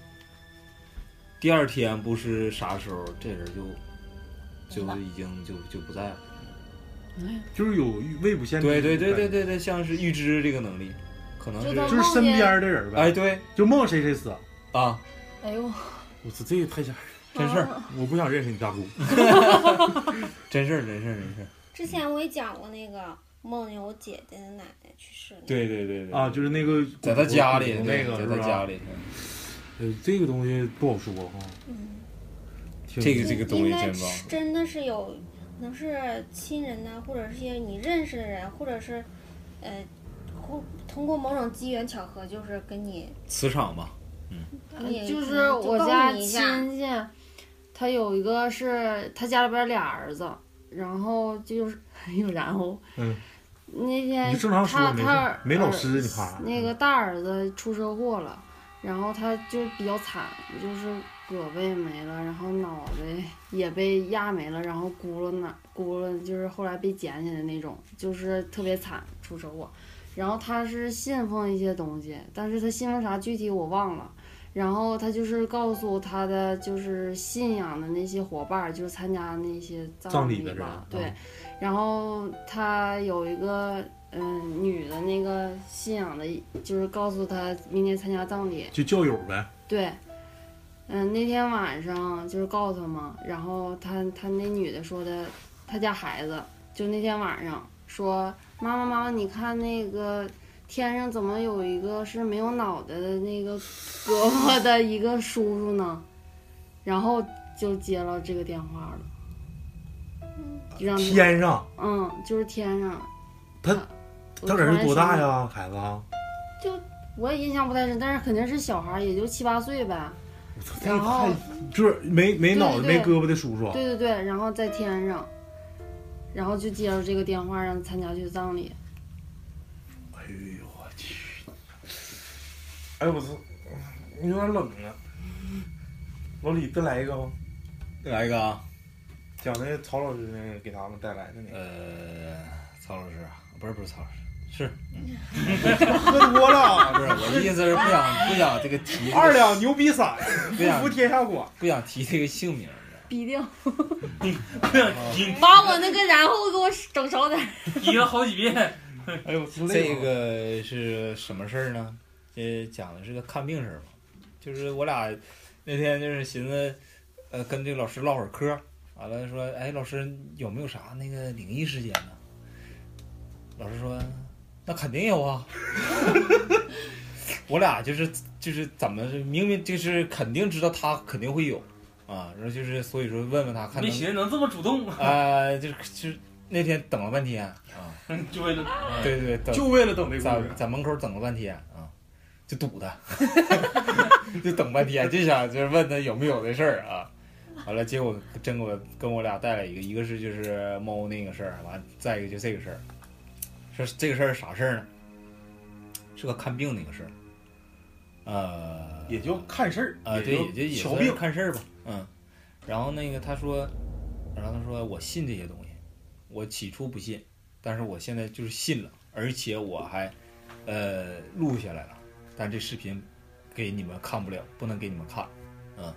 S7: 第二天不是啥时候，这人就就已经就就不在了。
S3: 就是有预未卜先知，
S7: 对对对对，对对，像是预知这个能力，可能
S2: 就到
S7: 是
S3: 就是身边的人呗，
S7: 哎对
S3: 就梦谁谁死。
S7: 啊，
S2: 哎呦，
S3: 我操，这个太吓人了，
S7: 真事儿，
S3: 我不想认识你大姑。
S7: 真事儿，真事儿，真事儿。
S8: 之前我也讲过那个梦见我姐姐的奶奶去世了。
S7: 对对对对
S3: 啊，就是那个
S7: 在他家里，
S3: 骨头那
S7: 对
S3: 个
S7: 在
S3: 是吧
S7: 他家，里，
S3: 呃，这个东西不好说哈。
S8: 嗯
S3: 挺
S7: 这个这个东西
S8: 应该
S7: 真棒
S8: 是真的是有，可能是亲人呐、或者是一些你认识的人，或者是，呃，或通过某种机缘巧合，就是跟你，
S7: 磁场吧，
S8: 你
S2: 呃就是我
S8: 告诉
S2: 家
S8: 你一下
S2: 亲戚，他有一个是他家里边俩儿子，然后就是哎呦，然后
S3: 嗯，
S2: 那天
S3: 你正常说
S2: 他
S3: 没事
S2: 他
S3: 没老
S2: 儿
S3: 师你怕
S2: 那个大儿子出车祸了，然后他就比较惨，就是胳膊没了，然后脑袋也被压没了，然后轱辘哪轱辘就是后来被捡起来那种，就是特别惨出车祸。然后他是信奉一些东西，但是他信奉啥具体我忘了。然后他就是告诉他的就是信仰的那些伙伴儿，就是参加那些
S3: 葬
S2: 葬
S3: 礼
S2: 礼
S3: 的人
S2: 吧，
S3: 嗯
S2: 对。然后他有一个嗯女的那个信仰的，就是告诉他明年参加葬礼，
S3: 就教友呗，
S2: 对，嗯，那天晚上就是告诉他嘛，然后他他那女的说的，他家孩子就那天晚上说，妈妈妈妈，你看那个天上怎么有一个是没有脑袋的那个胳膊的一个叔叔呢？然后就接了这个电话了，
S8: 嗯
S2: 就让他
S3: 天上
S2: 嗯，就是天上。
S3: 他他
S2: 我突
S3: 搁
S2: 然
S3: 那多大
S2: 想起
S3: 呀，孩子？
S2: 我也印象不太深，但是肯定是小孩儿，也就七八岁呗。
S3: 那
S2: 然后
S3: 太就是没没
S2: 对
S3: 脑袋
S2: 对
S3: 没胳膊的叔叔，
S2: 对对对，然后在天上，然后就接到这个电话，让参加去葬礼。
S3: 哎呦我去！哎我操，有点冷啊。老李，再来一个吧，
S7: 来一个啊，
S3: 讲那曹老师那个给他们带来的 那个。
S7: 呃，曹老师啊，不是不是曹老师，是，嗯、喝多
S3: 了 啊
S7: 了，不是我的意思是不想不想这个提这个
S3: 二两牛逼 散，
S7: 不想
S3: 不服天下管。
S7: 不想提这个姓名，
S2: 必定
S6: 你
S2: 把我那个然后给我整少点儿。
S6: 提了好几遍，
S3: 哎呦，真累
S7: 这
S3: 啊
S7: 个是什么事儿呢？这讲的是个看病事儿嘛，就是我俩那天就是寻思，呃，跟这个老师唠会儿嗑儿，完了说，哎，老师有没有啥那个灵异事件呢？老师说，那肯定有啊。 我俩就是就是怎么是明明就是肯定知道他肯定会有啊，然后就是所以说问问他看
S6: 没
S7: 能
S6: 寻思能这么主动，
S7: 啊，就是就是那天等了半天啊，
S6: 就为了啊
S7: 对对对，等
S3: 就为了等这
S7: 在
S3: 个故事。
S7: 在门口等了半天啊，就堵他， 就等半天，就想就是问他有没有这事儿啊。完了，结果真给我跟我俩带来一个，一个是就是猫那个事儿，完再一个就这个事儿。说这个事儿是啥事儿呢？是个看病那个事儿。呃，
S3: 也就看事儿
S7: 啊，对，也就也
S3: 瞧
S7: 算是
S3: 病。
S7: 看事儿吧，嗯。然后那个他说，然后他说我信这些东西，我起初不信，但是我现在就是信了，而且我还，呃，录下来了，但这视频给你们看不了，不能给你们看，嗯，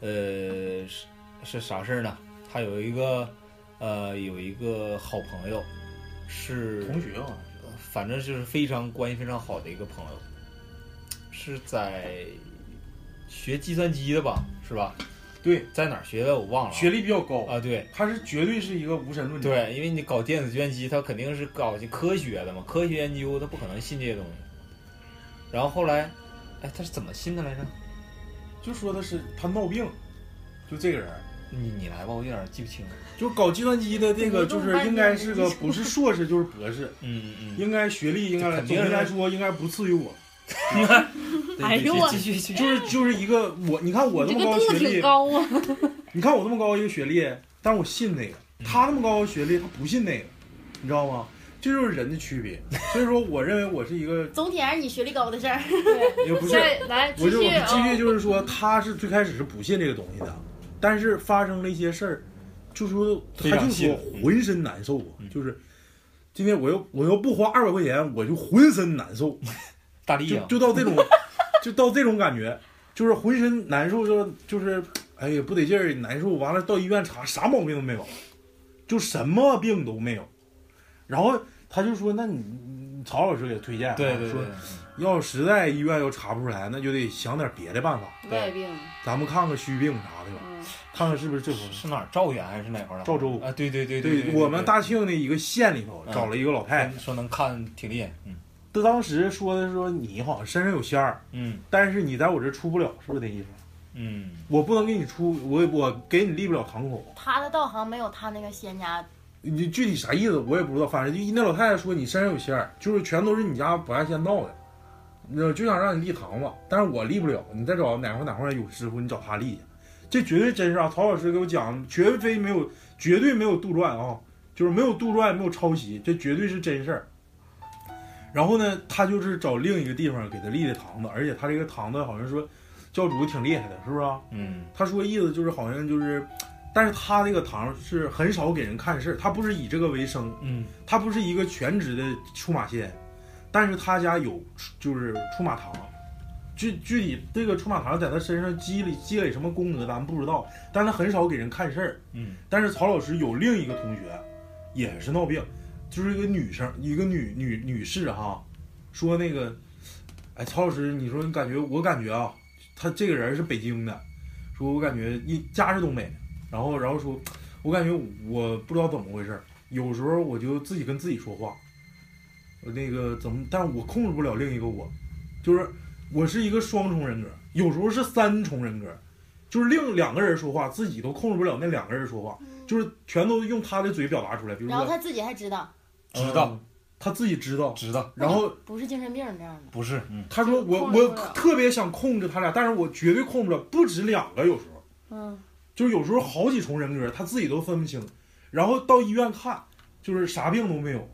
S7: 呃，是是啥事儿呢？他有一个，呃，有一个好朋友，是
S3: 同学啊，
S7: 反正就是非常关系非常好的一个朋友，是在学计算机的吧，是吧？
S3: 对，
S7: 在哪儿学的我忘了啊。
S3: 学历比较高，
S7: 啊，对
S3: 他是绝对是一个无神论者。
S7: 对，因为你搞电子计算机，他肯定是搞些科学的嘛，科学研究，他不可能信这些东西。然后后来，哎，他是怎么信的来着？
S3: 就说他是他闹病，就这个人儿，
S7: 你你来吧，我有点记不清了。
S3: 就搞计算机的这个，就是应该是个不是硕士就是博士，
S7: 嗯嗯，
S3: 应该学历应该来
S7: 肯定
S3: 总
S7: 是
S3: 的来说应该不次于我，
S2: 哎呦我
S7: 继续继续，
S3: 就是就是一个我，你看我这
S2: 这
S3: 么
S2: 个
S3: 高
S2: 度
S3: 学
S2: 挺
S3: 历，
S2: 高啊！
S3: 你看我这么高一个学历，但是我信那个，他那么高的学历他不信那个，你知道吗？这就是人的区别，所以说我认为我是一个
S5: 总体还是你学历高的事儿。
S3: 也不是
S2: 再来
S3: 我
S2: 继
S3: 就
S2: 续
S3: 我
S2: 啊！
S3: 继续哦就是说，他是最开始是不信这个东西的，但是发生了一些事儿，就说他
S7: 非
S3: 就
S7: 常信
S3: 说浑身难受啊，
S7: 嗯
S3: 就是今天我要我要不花二百块钱，我就浑身难受，
S7: 大力啊
S3: 就
S7: 呀，
S3: 就到这种 就到这种感觉，就是浑身难受，就就是哎呀不得劲儿，难受。完了到医院查，啥毛病都没有，就什么病都没有。然后他就说，那你你曹老师给推荐啊、
S7: 对对
S3: 说
S7: 对，
S3: 要实在医院要查不出来，那就得想点别的办法。
S2: 外病，
S3: 咱们看看虚病啥的吧，
S2: 嗯，
S3: 看看是不是这回
S7: 是
S3: 事。
S7: 是哪儿？赵源还是哪块儿的？
S3: 赵州
S7: 啊，对对对对，
S3: 我们大庆的一个县里头
S7: 嗯
S3: 找了一个老太
S7: 哎
S3: 太，
S7: 说能看挺厉害，嗯
S3: 她当时说的说你好像身上有仙儿，
S7: 嗯。
S3: 但是你在我这出不了，是不是这意思？
S7: 嗯，
S3: 我不能给你出，我我给你立不了堂口。
S5: 他的道行没有他那个仙家
S3: 你具体啥意思我也不知道，反正就那老太太说你身上有仙儿，就是全都是你家不爱仙闹的，那就想让你立堂嘛，但是我立不了，你再找哪块哪块有师傅，你找他立去，这绝对真是啊！曹老师给我讲，绝非没有，绝对没有杜撰啊，就是没有杜撰，没有抄袭，这绝对是真事儿。然后呢，他就是找另一个地方给他立的堂子，而且他这个堂子好像说教主挺厉害的，是不是、啊？
S7: 嗯，
S3: 他说意思就是好像就是，但是他这个堂是很少给人看事儿，他不是以这个为生，
S7: 嗯，
S3: 他不是一个全职的出马仙，但是他家有出就是出马堂，具具体这个出马堂在他身上积累积累什么功德咱们不知道，但他很少给人看事儿，
S7: 嗯，
S3: 但是曹老师有另一个同学，也是闹病，就是一个女生，一个女女女士哈，说那个，哎，曹老师，你说你感觉我感觉啊，他这个人是北京的，说我感觉一家是东北的，然后然后说，我感觉我不知道怎么回事儿，有时候我就自己跟自己说话，呃那个怎么，但我控制不了另一个我，就是我是一个双重人格，有时候是三重人格，就是另两个人说话，自己都控制不了那两个人说话，就是全都用他的嘴表达出来。比
S5: 嗯
S3: 如
S5: 然后
S3: 说，
S5: 他自己还知道
S7: 知道
S3: 嗯他自己知道。
S7: 知道
S3: 然后
S5: 不是精神病这样的，
S7: 不是，呃嗯，
S3: 他说
S5: 就
S3: 我
S5: 控制
S3: 我
S5: 不了
S3: 特别想控制他俩，但是我绝对控制不了，不止两个，有时候
S5: 嗯，
S3: 就是有时候好几重人格，他自己都分不清。然后到医院看，就是啥病都没有，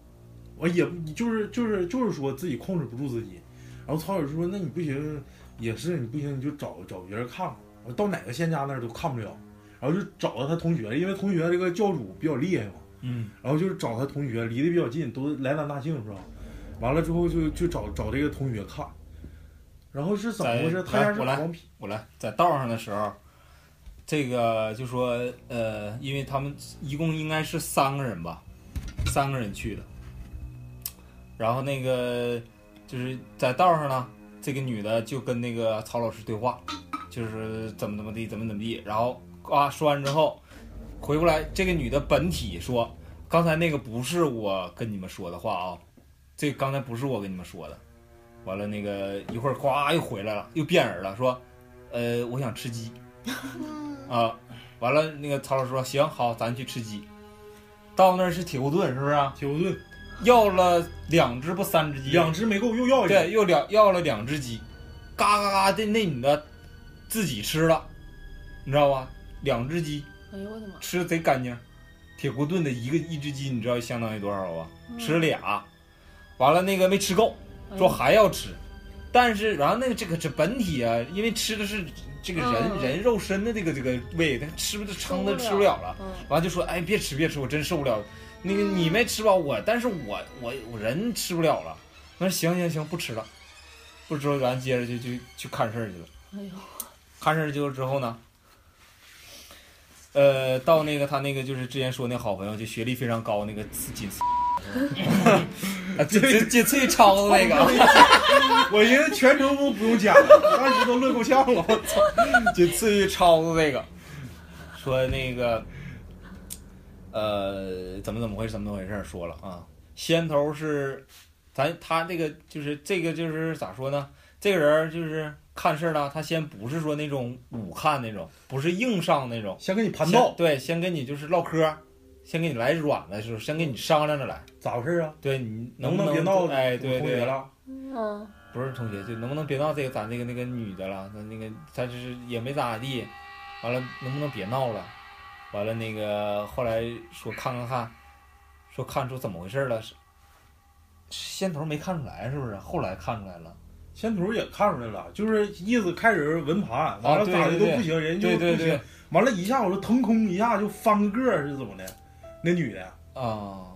S3: 我也不就是就是就是说自己控制不住自己。然后曹老师说：“那你不行，也是你不行，你就找找别人看看。”我到哪个仙家那儿都看不了，然后就找到他同学，因为同学这个教主比较厉害嘛，
S7: 嗯，
S3: 然后就是找他同学，离得比较近，都来南大庆是吧？完了之后就就找找这个同学看，然后是怎么回事？
S7: 在
S3: 他家
S7: 来
S3: 是
S7: 我来
S3: 黄皮，
S7: 我来在道上的时候，这个就说呃，因为他们一共应该是三个人吧，三个人去的。然后那个就是在道上呢，这个女的就跟那个曹老师对话，就是怎么怎么地，怎么怎么地。然后啊，说完之后回过来，这个女的本体说，刚才那个不是我跟你们说的话啊，这刚才不是我跟你们说的。完了，那个一会儿呱又回来了，又变人了，说，呃，我想吃鸡
S8: 嗯，
S7: 啊。完了，那个曹老师说行好，咱去吃鸡。到那儿是铁锅炖，是不是、啊？
S3: 铁锅炖
S7: 要了两只不三只鸡，
S3: 两只没够，又要一个。
S7: 对，又两要了两只鸡，嘎嘎嘎的那女的自己吃了，你知道吧？两只鸡
S5: 哎呦我的妈，
S7: 吃的贼干净，铁锅炖的一个一只鸡，你知道相当于多少吧？
S5: 嗯
S7: 吃俩，完了那个没吃够，
S5: 哎
S7: 说还要吃，但是然后那个这个这本体啊，因为吃的是这个人、
S5: 嗯
S7: 人肉身的这个这个胃，他吃的撑的吃
S5: 受
S7: 不
S5: 不
S7: 了了，
S5: 嗯，
S7: 完就说哎别吃别吃，我真受不了，那个你没吃饱我，但是我我我人吃不了了，那行行行不吃了，不吃了咱接着就就去看事儿去了。
S5: 哎呦，
S7: 看事儿就是之后呢，呃，到那个他那个就是之前说那好朋友，就学历非常高那个刺锦刺，啊，锦锦锦翠超子那个，
S3: 我寻思全程都不用讲了，当时都乐够呛了。
S7: 锦翠超子那个，说那个，呃，怎么怎么回事，怎么怎么回事儿说了啊，先头是，咱他这个就是这个就是咋说呢？这个人儿就是看事儿呢，他先不是说那种武看那种，不是硬上那种。
S3: 先跟你盘
S7: 先
S3: 道
S7: 对，先跟你就是唠嗑儿，先给你来软的，就是先跟你商量着来。
S3: 咋回事啊？
S7: 对你
S3: 能
S7: 不
S3: 能
S7: 能
S3: 别闹
S7: 哎，对
S3: 同学
S7: 对，
S3: 了，
S5: 嗯，
S7: 不是同学，就能不能别闹这个咱那个那个女的了？那那个她就是也没咋地，完了能不能别闹了？完了那个后来说看看看，说看出怎么回事儿了，是先头没看出来是不是？后来看出来了。
S3: 先头也看出来了，就是意思开始文盘，完
S7: 啊
S3: 了
S7: 对
S3: 咋的
S7: 对
S3: 都
S7: 对
S3: 不行，人就
S7: 对对
S3: 不
S7: 对
S3: 行，完了，一下我就腾空，一下就翻个个儿是怎么的？那女的
S7: 啊，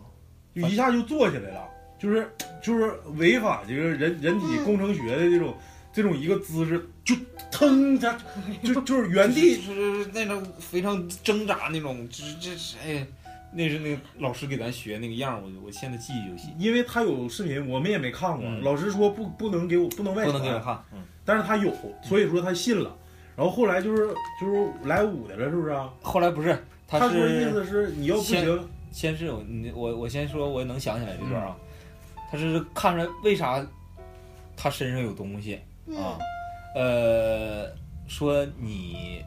S3: 就一下就坐起来了，就是就是违反这个人人体工程学的这种这种一个姿势，就腾一下，就就是原 地
S7: 就是那种非常挣扎那种，这这是哎，那是那个老师给咱学那个样儿，我我现在记忆犹新，
S3: 因为他有视频，我们也没看过。
S7: 嗯
S3: 老师说不不能给我不能外
S7: 不能给
S3: 传
S7: 我看，嗯，
S3: 但是他有，所以说他信了。然后后来就是就是来五的了，是不是、啊？
S7: 后来不是，
S3: 他说意
S7: 是
S3: 思是你要不
S7: 先
S3: 行，
S7: 先是有你我我先说，我能想起来这段啊，他是看着为啥他身上有东西
S8: 嗯
S7: 啊，呃，说你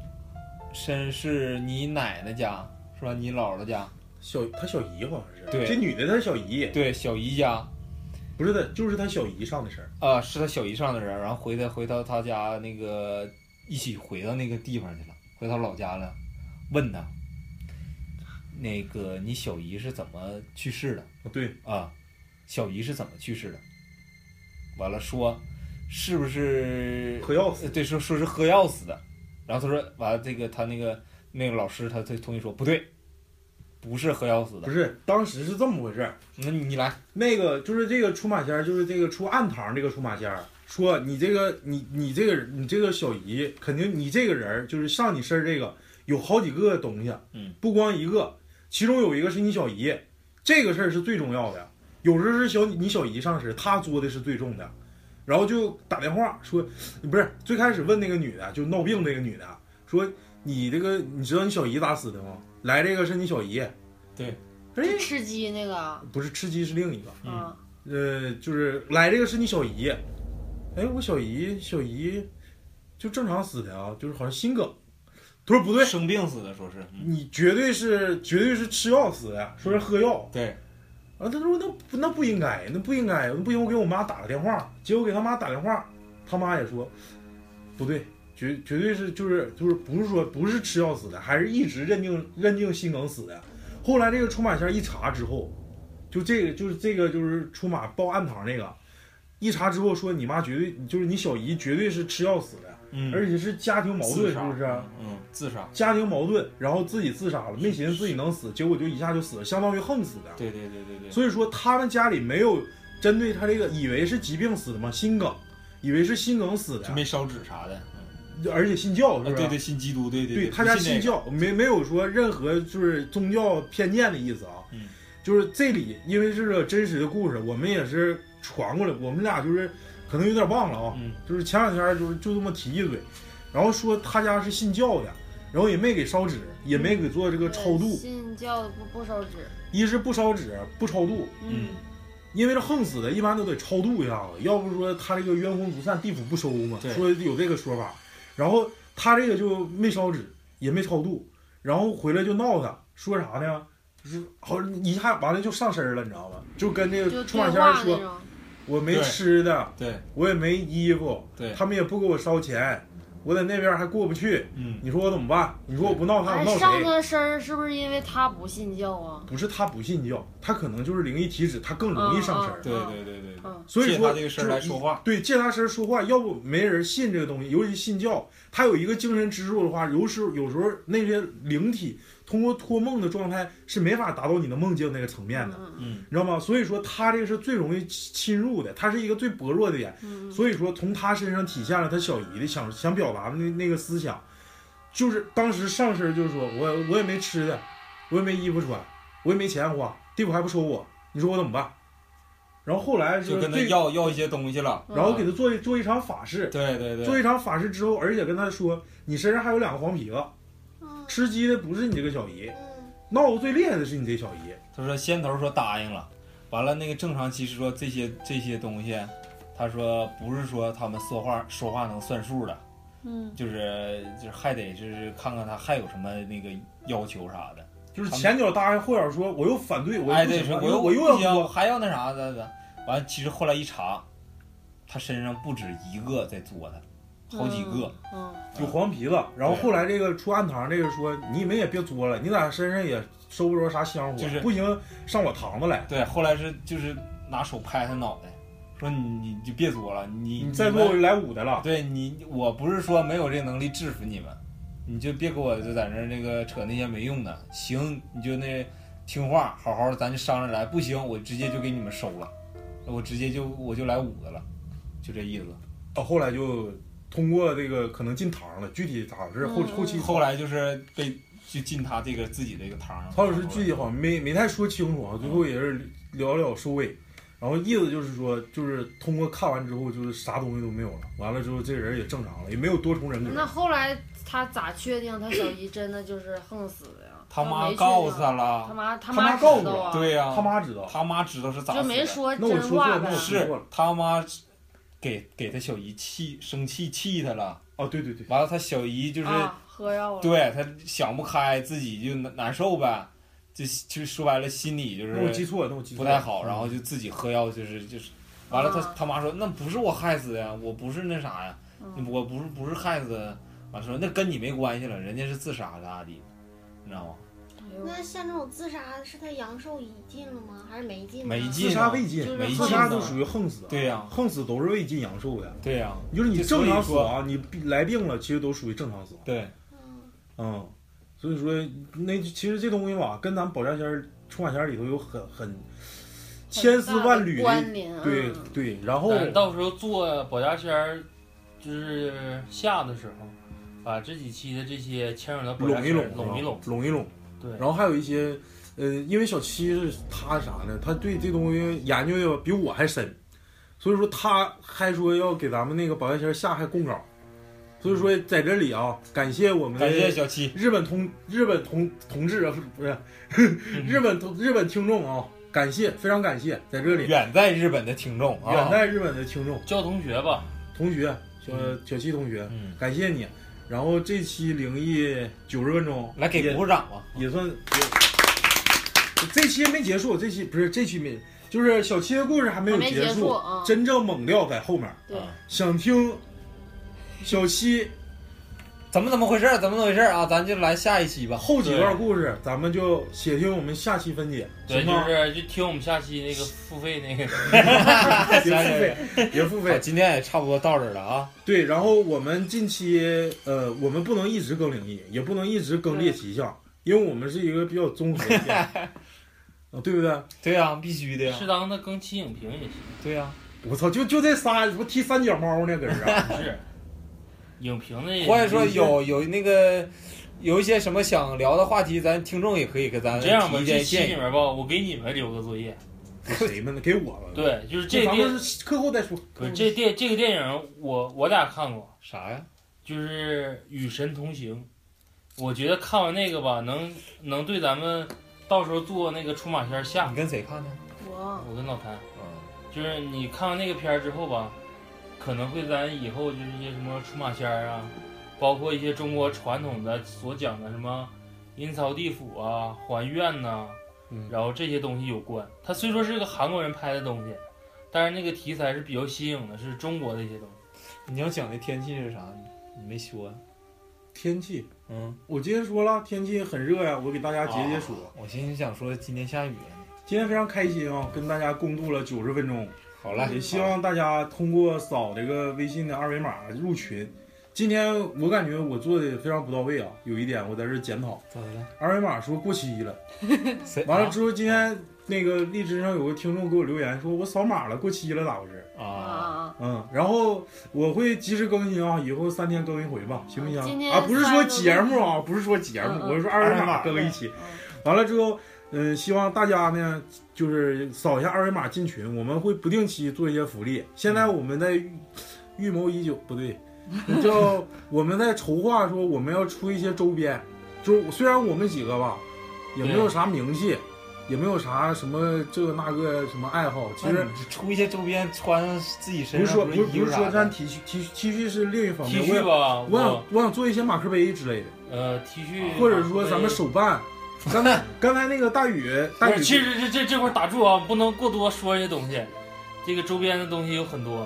S7: 身是你奶奶家是吧？你姥姥家
S3: 小他小姨好像是，
S7: 对
S3: 这女的她小姨，
S7: 对小姨家。
S3: 不是他就是他小姨上的事儿。
S7: 啊，是他小姨上的人，然后回到回到他家那个一起回到那个地方去了，回到老家了，问他，那个你小姨是怎么去世的
S3: 哦对，
S7: 啊？小姨是怎么去世的？完了说，是不是
S3: 嗑药死
S7: 呃，对，说说是喝药死的。然后他说，完了这个他那个那个老师他他同学说不对，不是喝药死
S3: 不
S7: 的。
S3: 是，当时是这么回事儿。
S7: 那你你来，
S3: 那个就是这个出马仙儿，就是这个出暗堂这个出马仙儿，说你这个你你这个你这个小姨，肯定你这个人儿就是上你身儿这个有好几个东西，啊
S7: 嗯，
S3: 不光一个，其中有一个是你小姨，这个事儿是最重要的。有时候是小你小姨上身，她作的是最重的，然后就打电话说，不是最开始问那个女的，就闹病那个女的，啊说你这个你知道你小姨咋死的吗？来这个是你小姨，
S7: 对，
S3: 哎，
S2: 吃鸡那个啊，
S3: 不是吃鸡是另一个。
S2: 啊
S3: 呃，就是来这个是你小姨，哎，我小姨小姨就正常死的啊，就是好像心梗，他说不对，
S7: 生病死的，说是，嗯
S3: 你绝对是绝对是吃药死的，说是喝药。
S7: 对，
S3: 啊，他说那不那不应该，那不应该，那不行，我给我妈打个电话，结果给他妈打电话，他妈也说不对，绝绝对是就是就是不是说不是吃药死的，还是一直认定认定心梗死的。后来这个出马仙一查之后，就这个就是这个就是出马报暗堂那个，一查之后说你妈绝对就是你小姨绝对是吃药死的，
S7: 嗯，
S3: 而且是家庭矛盾，
S7: 自
S3: 是
S7: 杀
S3: 不是？
S7: 嗯，自杀，
S3: 家庭矛盾，然后自己自杀了，没寻思自己能死，结果就一下就死了，相当于横死的。
S7: 对对对对对，
S3: 所以说他们家里没有针对他这个，以为是疾病死的嘛，心梗，以为是心梗死
S7: 就没
S3: 的，
S7: 烧纸啥的，嗯
S3: 而且信教是
S7: 啊
S3: 不是？
S7: 对对，信基督，对对
S3: 对
S7: 对，
S3: 他家
S7: 不信
S3: 信
S7: 那个，
S3: 教，没没有说任何就是宗教偏见的意思啊。
S7: 嗯，
S3: 就是这里因为是个真实的故事，我们也是传过来，我们俩就是可能有点忘了啊，
S7: 嗯
S3: 就是前两天就是就这么提一嘴，然后说他家是信教的，然后也没给烧纸，也没给做这个超度，
S2: 信教不不烧纸，
S3: 一是不烧纸不超度，
S7: 嗯，
S3: 因为这横死的，一般都得超度一下子，要不说他这个冤魂不散，地府不收嘛，
S7: 对
S3: 说有这个说法。然后他这个就没烧纸，也没超度，然后回来就闹他，说啥呢？就是好像一下完了就上身了，你知道吗？就跟这
S2: 就
S3: 个出
S2: 对
S3: 马仙
S2: 话
S3: 儿
S2: 那
S3: 说，
S2: 种。
S3: 我没
S7: 对
S3: 吃的，
S7: 对
S3: 我也没衣服，
S7: 对，
S3: 他们也不给我烧钱，我在那边还过不去，
S7: 嗯，
S3: 你说我怎么办？你说我不闹他，我
S2: 哎，
S3: 闹
S2: 上
S3: 谁？
S2: 他身儿是不是因为他不信教啊？
S3: 不是他不信教，他可能就是灵异体质，他更容易上身儿。
S7: 对对对对对，
S2: 嗯，
S3: 所以
S7: 借
S3: 说
S7: 他这个事儿来
S3: 就是
S7: 说话，
S3: 对，借他身说话，要不没人信这个东西，尤其信教，他有一个精神支柱的话，有时候有时候那些灵体通过托梦的状态是没法达到你的梦境那个层面的，
S2: 嗯
S7: 嗯
S3: 你知道吗？所以说他这个是最容易侵侵入的，他是一个最薄弱的点，
S2: 嗯嗯
S3: 所以说从他身上体现了他小姨的想想表达的那那个思想，就是当时上身就是说我我也没吃的，我也没衣服穿，我也没钱花，地府还不收我，你说我怎么办？然后后来
S7: 嗯就跟他
S3: 这
S7: 要要一些东西了，
S3: 然后给他做一做一场法事，
S7: 对嗯对
S3: 做
S7: 对，
S3: 一场法事之后，而且跟他说，你身上还有两个黄皮子，
S8: 嗯
S3: 吃鸡的不是你这个小姨，
S8: 嗯
S3: 闹得最厉害的是你这小姨。
S7: 他说先头说答应了，完了那个正常期是说这些这些东西，啊他说不是说他们说话说话能算数的，
S2: 嗯，
S7: 就是就是还得就是看看他还有什么那个要求啥的，
S3: 就是
S7: 他们
S3: 前脚答应，后脚说我又反对，我
S7: 哎
S3: 又不
S7: 对，
S3: 喜
S7: 说
S3: 欢
S7: 我
S3: 又
S7: 又
S3: 我又
S7: 不行
S3: 要
S7: 我
S3: 说，
S7: 还要那啥的的，完了其实后来一查，他身上不止一个在作他，好几个，
S2: 嗯。
S3: 有黄皮子。然后后来这个出暗堂这个说，你们也别作了，你在身上也收不着啥香火，
S7: 就是
S3: 不行上我堂子来，
S7: 对，后来是就是拿手拍他脑袋，说你你就别作了，你
S3: 你再
S7: 们
S3: 作我就来五的 了。
S7: 对你，我不是说没有这能力制服你们，你就别给我就在那儿那个扯那些没用的。行，你就那听话，好好的，咱就商量来。不行，我直接就给你们收了，我直接就我就来五个了，就这意思。
S3: 到哦后来就通过这个可能进堂了，具体咋回事后
S2: 嗯
S3: 后期
S7: 后来就是被就进他这个自己这个堂儿。
S3: 曹老师具体好像没没太说清楚啊，最后也是聊聊收尾，然后意思就是说，就是通过看完之后，就是啥东西都没有了，完了之后这人也正常了，也没有多重人格。
S2: 那后来他咋确定他小姨真的就是横死的呀？
S7: 他妈
S2: 没确定
S7: 告诉他
S2: 他
S7: 了，
S2: 妈
S3: 他
S2: 他
S3: 妈
S2: 妈
S3: 告
S2: 知
S3: 诉
S2: 道
S3: 我
S2: 啊，
S7: 对呀、
S3: 他妈知道，
S7: 他妈知道是咋死
S2: 就
S7: 的，
S2: 没说
S3: 那我
S2: 真
S3: 说
S2: 话
S3: 错，那我。
S2: 呗
S3: 说
S7: 是
S3: 错了。
S7: 他妈给给他小姨气生气气他了，
S3: 啊，对对对，
S7: 完了他小姨就是。
S2: 啊，喝药了。
S7: 对他想不开，自己就难难受呗，就就说白了，心里就
S3: 那我记
S7: 是
S3: 错了，那我记
S7: 不
S3: 错
S7: 太
S3: 了。
S7: 好，然后就自己喝药，就是就是，完了他
S2: 啊
S7: 他妈说那不是我害死的呀，我不是那啥呀，
S2: 嗯
S7: 我不是不是害死的，完了说那跟你没关系了，人家是自杀的咋地，你知道吗？
S2: 哎呦
S8: 那像这种自杀是他阳寿已尽了吗？还是没尽呢？
S7: 没
S3: 自
S7: 尽
S3: 杀
S7: 啊，
S3: 未尽
S2: 就是，
S3: 自杀
S7: 横死
S3: 都属于横死。
S7: 对呀
S3: 横死都是未尽阳寿的。
S7: 对呀、
S3: 就是你
S7: 就所
S3: 正
S7: 以
S3: 常死
S7: 说
S3: 亡，你病来病了，其实都属于正常死亡。
S7: 对，
S8: 嗯
S3: 嗯，所以说那其实这东西吧，跟咱保家仙儿、出马仙儿里头有很很千丝万缕
S2: 很大的
S3: 的
S2: 关联。
S3: 对
S2: 嗯
S3: 对，然后
S6: 咱到时候做保家仙儿，就是下的时候，把这几期的这些牵扯到保家
S3: 拢一
S6: 仙儿
S3: 拢，
S6: 拢一拢，
S3: 拢一拢。
S6: 对，
S3: 然后还有一些，呃，因为小七是他啥呢？他对这东西研究的比我还深，所以说他还说要给咱们那个保家仙儿下还供稿。所以说在这里啊，感谢我们的
S7: 感谢小七，
S3: 日本同日本同同志啊， 不是
S7: 嗯
S3: 日本同日本听众啊，感谢非常感谢，在这里
S7: 远在日本的听众啊，
S3: 远在日本的听众
S6: 教同学吧，
S3: 同学小小七同学，
S7: 嗯，
S3: 感谢你。然后这期灵异九十分钟
S7: 来给
S3: 也
S7: 鼓鼓掌吧。
S3: 也算也，这期没结束，这期不是这期没，就是小七的故事还没有
S2: 还没结
S3: 结
S2: 束啊
S3: 真正猛料在后面。
S2: 对
S7: 啊
S3: 想听小七
S7: 怎么怎么回事儿？怎么怎么回事儿啊？咱就来下 一期吧。
S3: 后几段故事，咱们就且听我们下期分解，
S6: 对，
S3: 行
S6: 就
S3: 吗？
S6: 是就听我们下期那个付费那个，
S3: 别付费，别付
S7: 好
S3: 费。
S7: 今天也差不多到这儿了啊。
S3: 对，然后我们近期呃，我们不能一直更灵异，也不能一直更猎奇项，因为我们是一个比较综合的电台，啊，对不对？
S7: 对啊呀、必须的呀。
S6: 适当的更新影评也行。
S7: 对啊呀、
S3: 我操，就就这仨，不踢三脚猫呢，搁这儿。
S6: 不是，影评的，
S7: 或者说有有那个有一些什么想聊的话题，咱听众也可以给咱
S6: 这样吧，
S7: 提一
S6: 这
S7: 些
S6: 期
S7: 建
S6: 里
S7: 议。
S6: 面吧，我给你们留个作业。
S3: 给谁们呢？给我们。
S6: 对，就是这
S3: 这咱
S6: 电
S3: 们，是课后再说。
S6: 不是这电这个电影我，我俩看过，
S7: 啥呀？
S6: 就是《与神同行》，我觉得看完那个吧，能能对咱们到时候做那个出马仙儿下
S7: 你。跟谁看的？
S2: 我
S6: 我跟老谭，
S7: 嗯，
S6: 就是你看完那个片儿之后吧，可能会咱以后就是一些什么出马仙儿啊，包括一些中国传统的所讲的什么阴曹地府啊、还愿呐、
S7: 嗯
S6: 然后这些东西有关。它虽说是个韩国人拍的东西，但是那个题材是比较新颖的，是中国的一些东西。
S7: 你要讲的天气是啥？你没说。啊
S3: 天气，
S7: 嗯，
S3: 我今天说了，天气很热呀，我给大家解
S6: 哦
S3: 解暑。
S7: 哦我寻思想说今天下雨了呢。
S3: 今天非常开心啊，跟大家共度了九十分钟，
S7: 好了，
S3: 也希望大家通过扫这个微信的二维码入群。今天我感觉我做的非常不到位啊，有一点我在这检讨。
S7: 咋的了？
S3: 二维码说过期了，
S7: 谁
S3: 完了之后今天那个荔枝上有个听众给我留言说，我扫码了，过期了，咋回事？
S2: 啊
S7: 啊？
S2: 啊！
S3: 嗯，然后我会及时更新啊，以后三天更一回吧，行不行？
S2: 哦今天
S3: 啊，不是说
S2: 三周
S3: 节目啊，不是说节目，
S2: 嗯嗯
S3: 我是说二维码更一期。
S2: 嗯
S3: 完了之后，嗯、希望大家呢就是扫一下二维码进群，我们会不定期做一些福利。现在我们在预预谋已久，不 对，叫我们在筹划说我们要出一些周边，就是虽然我们几个吧也没有啥名气，也没有啥什么这个那个什么爱好，其
S7: 其
S3: 实
S2: 嗯
S7: 实。出一些周边穿自己
S3: 啊不
S7: 身
S3: 是
S7: 上，
S3: 说不
S7: 不
S3: 是
S7: 是衣
S3: 不
S7: 服
S3: 是
S7: 啥
S3: 说
S7: 的
S3: 咱 T 恤 T 恤 T 恤是另一方
S6: T
S3: 面，我
S6: 恤
S3: 想
S6: 吧，嗯
S3: 我
S6: 我
S3: 想我想做一些马克杯之类的，
S6: 呃 T 恤，
S3: 或者说咱们手办。刚才刚才那个大宇，
S6: 不
S3: 大
S6: 是，
S3: 宇
S6: 其实这这这块儿打住啊，不能过多说这些东西。这个周边的东西有很多，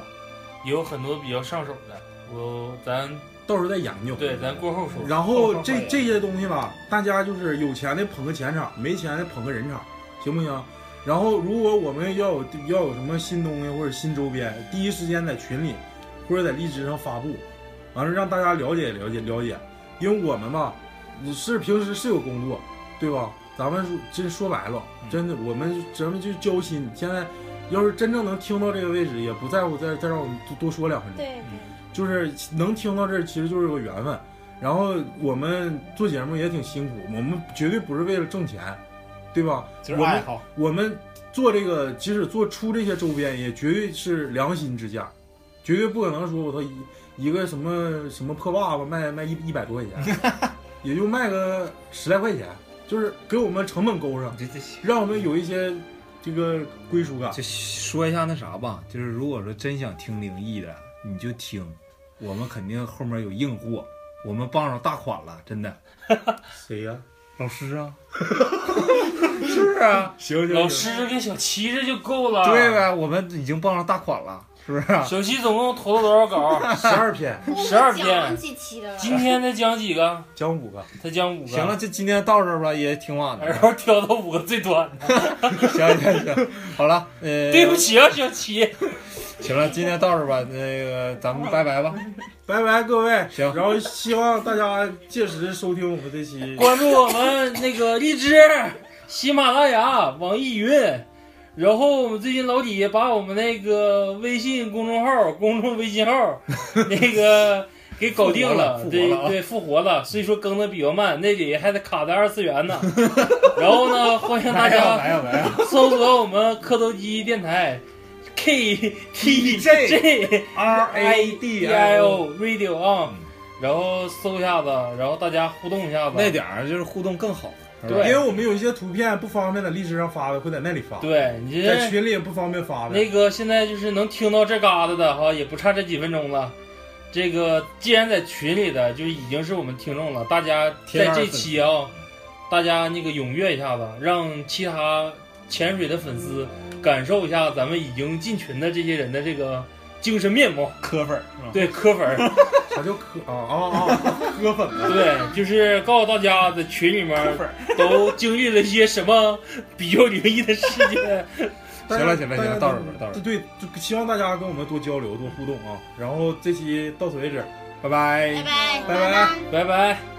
S6: 也有很多比较上手的。我咱
S3: 到时候再研究。
S6: 对，咱过后说。
S3: 然
S7: 后
S3: 后
S7: 后
S3: 这
S7: 会
S3: 这些东西吧，大家就是有钱的捧个钱场，没钱的捧个人场，行不行？然后如果我们要有要有什么新东西或者新周边，第一时间在群里或者在荔枝上发布，完了让大家了解了解了解，因为我们吧是平时是有工作，对吧？咱们说真说白了，
S6: 嗯
S3: 真的我们咱们就交心。现在要是真正能听到这个位置，也不在乎再再让我们多多说两分钟。
S8: 对，
S3: 就是能听到这儿，其实就是个缘分。然后我们做节目也挺辛苦，我们绝对不是为了挣钱，对吧？
S7: 就是
S3: 我
S7: 爱
S3: 们
S7: 好。
S3: 我们做这个，即使做出这些周边，也绝对是良心之价，绝对不可能说我操一一个什么什么破袜子卖卖一一百多块钱，也就卖个十来块钱，就是给我们成本勾上，
S7: 这这
S3: 让我们有一些这个归属感。
S7: 就说一下那啥吧，就是如果说真想听灵异的，你就听，我们肯定后面有硬货，我们傍上大款了，真的。
S3: 谁呀、
S7: 老师 啊，是啊，
S3: 行行，
S6: 老
S3: 行
S6: 师跟小七这就够了。
S7: 对呗，我们已经傍上大款了，是不是啊？
S6: 小七总共投了多少稿？
S3: 十二篇
S8: 我们
S6: 12
S8: 讲
S6: 篇
S8: 几期了？
S6: 今天他讲几个？
S3: 讲五个，
S6: 他讲五个。
S7: 行了，，就今天到这儿吧，也挺晚
S6: 然
S7: 了。
S6: 后挑到五个最短的。
S7: 行行行，好了， 呃，
S6: 对不起啊，小七。
S7: 行了，今天到这儿吧，那个咱们拜拜吧。
S3: 拜拜各位。
S7: 行，
S3: 然后希望大家届时收听我们这期。
S6: 关注我们那个荔枝、喜马拉雅、网易云，然后我们最近老李把我们那个微信公众号、公众微信 号那个给搞定了，
S7: 复活了复活
S6: 对
S7: 了啊
S6: 对，复活了。所以说更的比较慢，那里还得卡在二次元呢。 然后呢，欢迎大
S7: 来呀
S6: 家
S7: 来呀来呀
S6: 搜索我们磕头机电台 K T J
S3: R A
S6: D
S3: D
S6: I
S3: I O。
S6: O Radio 啊，
S7: 嗯
S6: 然后搜一下子，然后大家互动一下子。
S7: 那点儿就是互动更好。是吧
S6: 对
S3: 因为我们有一些图片不方便在荔枝上发的，会在那里发，
S6: 对你
S3: 在
S6: 这
S3: 群里也不方便发的。
S6: 那个现在就是能听到这嘎达的哈，也不差这几分钟了。这个既然在群里的就已经是我们听众了，大家
S7: 铁
S6: 在
S7: 杆
S6: 这
S7: 粉
S6: 期啊、大家那个踊跃一下子，让其他潜水的粉丝感受一下咱们已经进群的这些人的这个精神面貌。
S7: 磕粉儿是吧？
S6: 对，磕粉儿，
S3: 啥叫磕啊啊啊？
S7: 磕粉儿，
S6: 对，就是告诉大家在群里面
S7: 磕粉儿。
S6: 都经历了一些什么比较灵异的事件。
S3: 行
S7: 了 行了行了到这儿吧到这儿
S3: 这对，就希望大家跟我们多交流、多互动啊。然后这期到此为止，拜拜
S8: 哎拜拜，
S3: 拜
S6: 拜
S3: 拜
S6: 拜。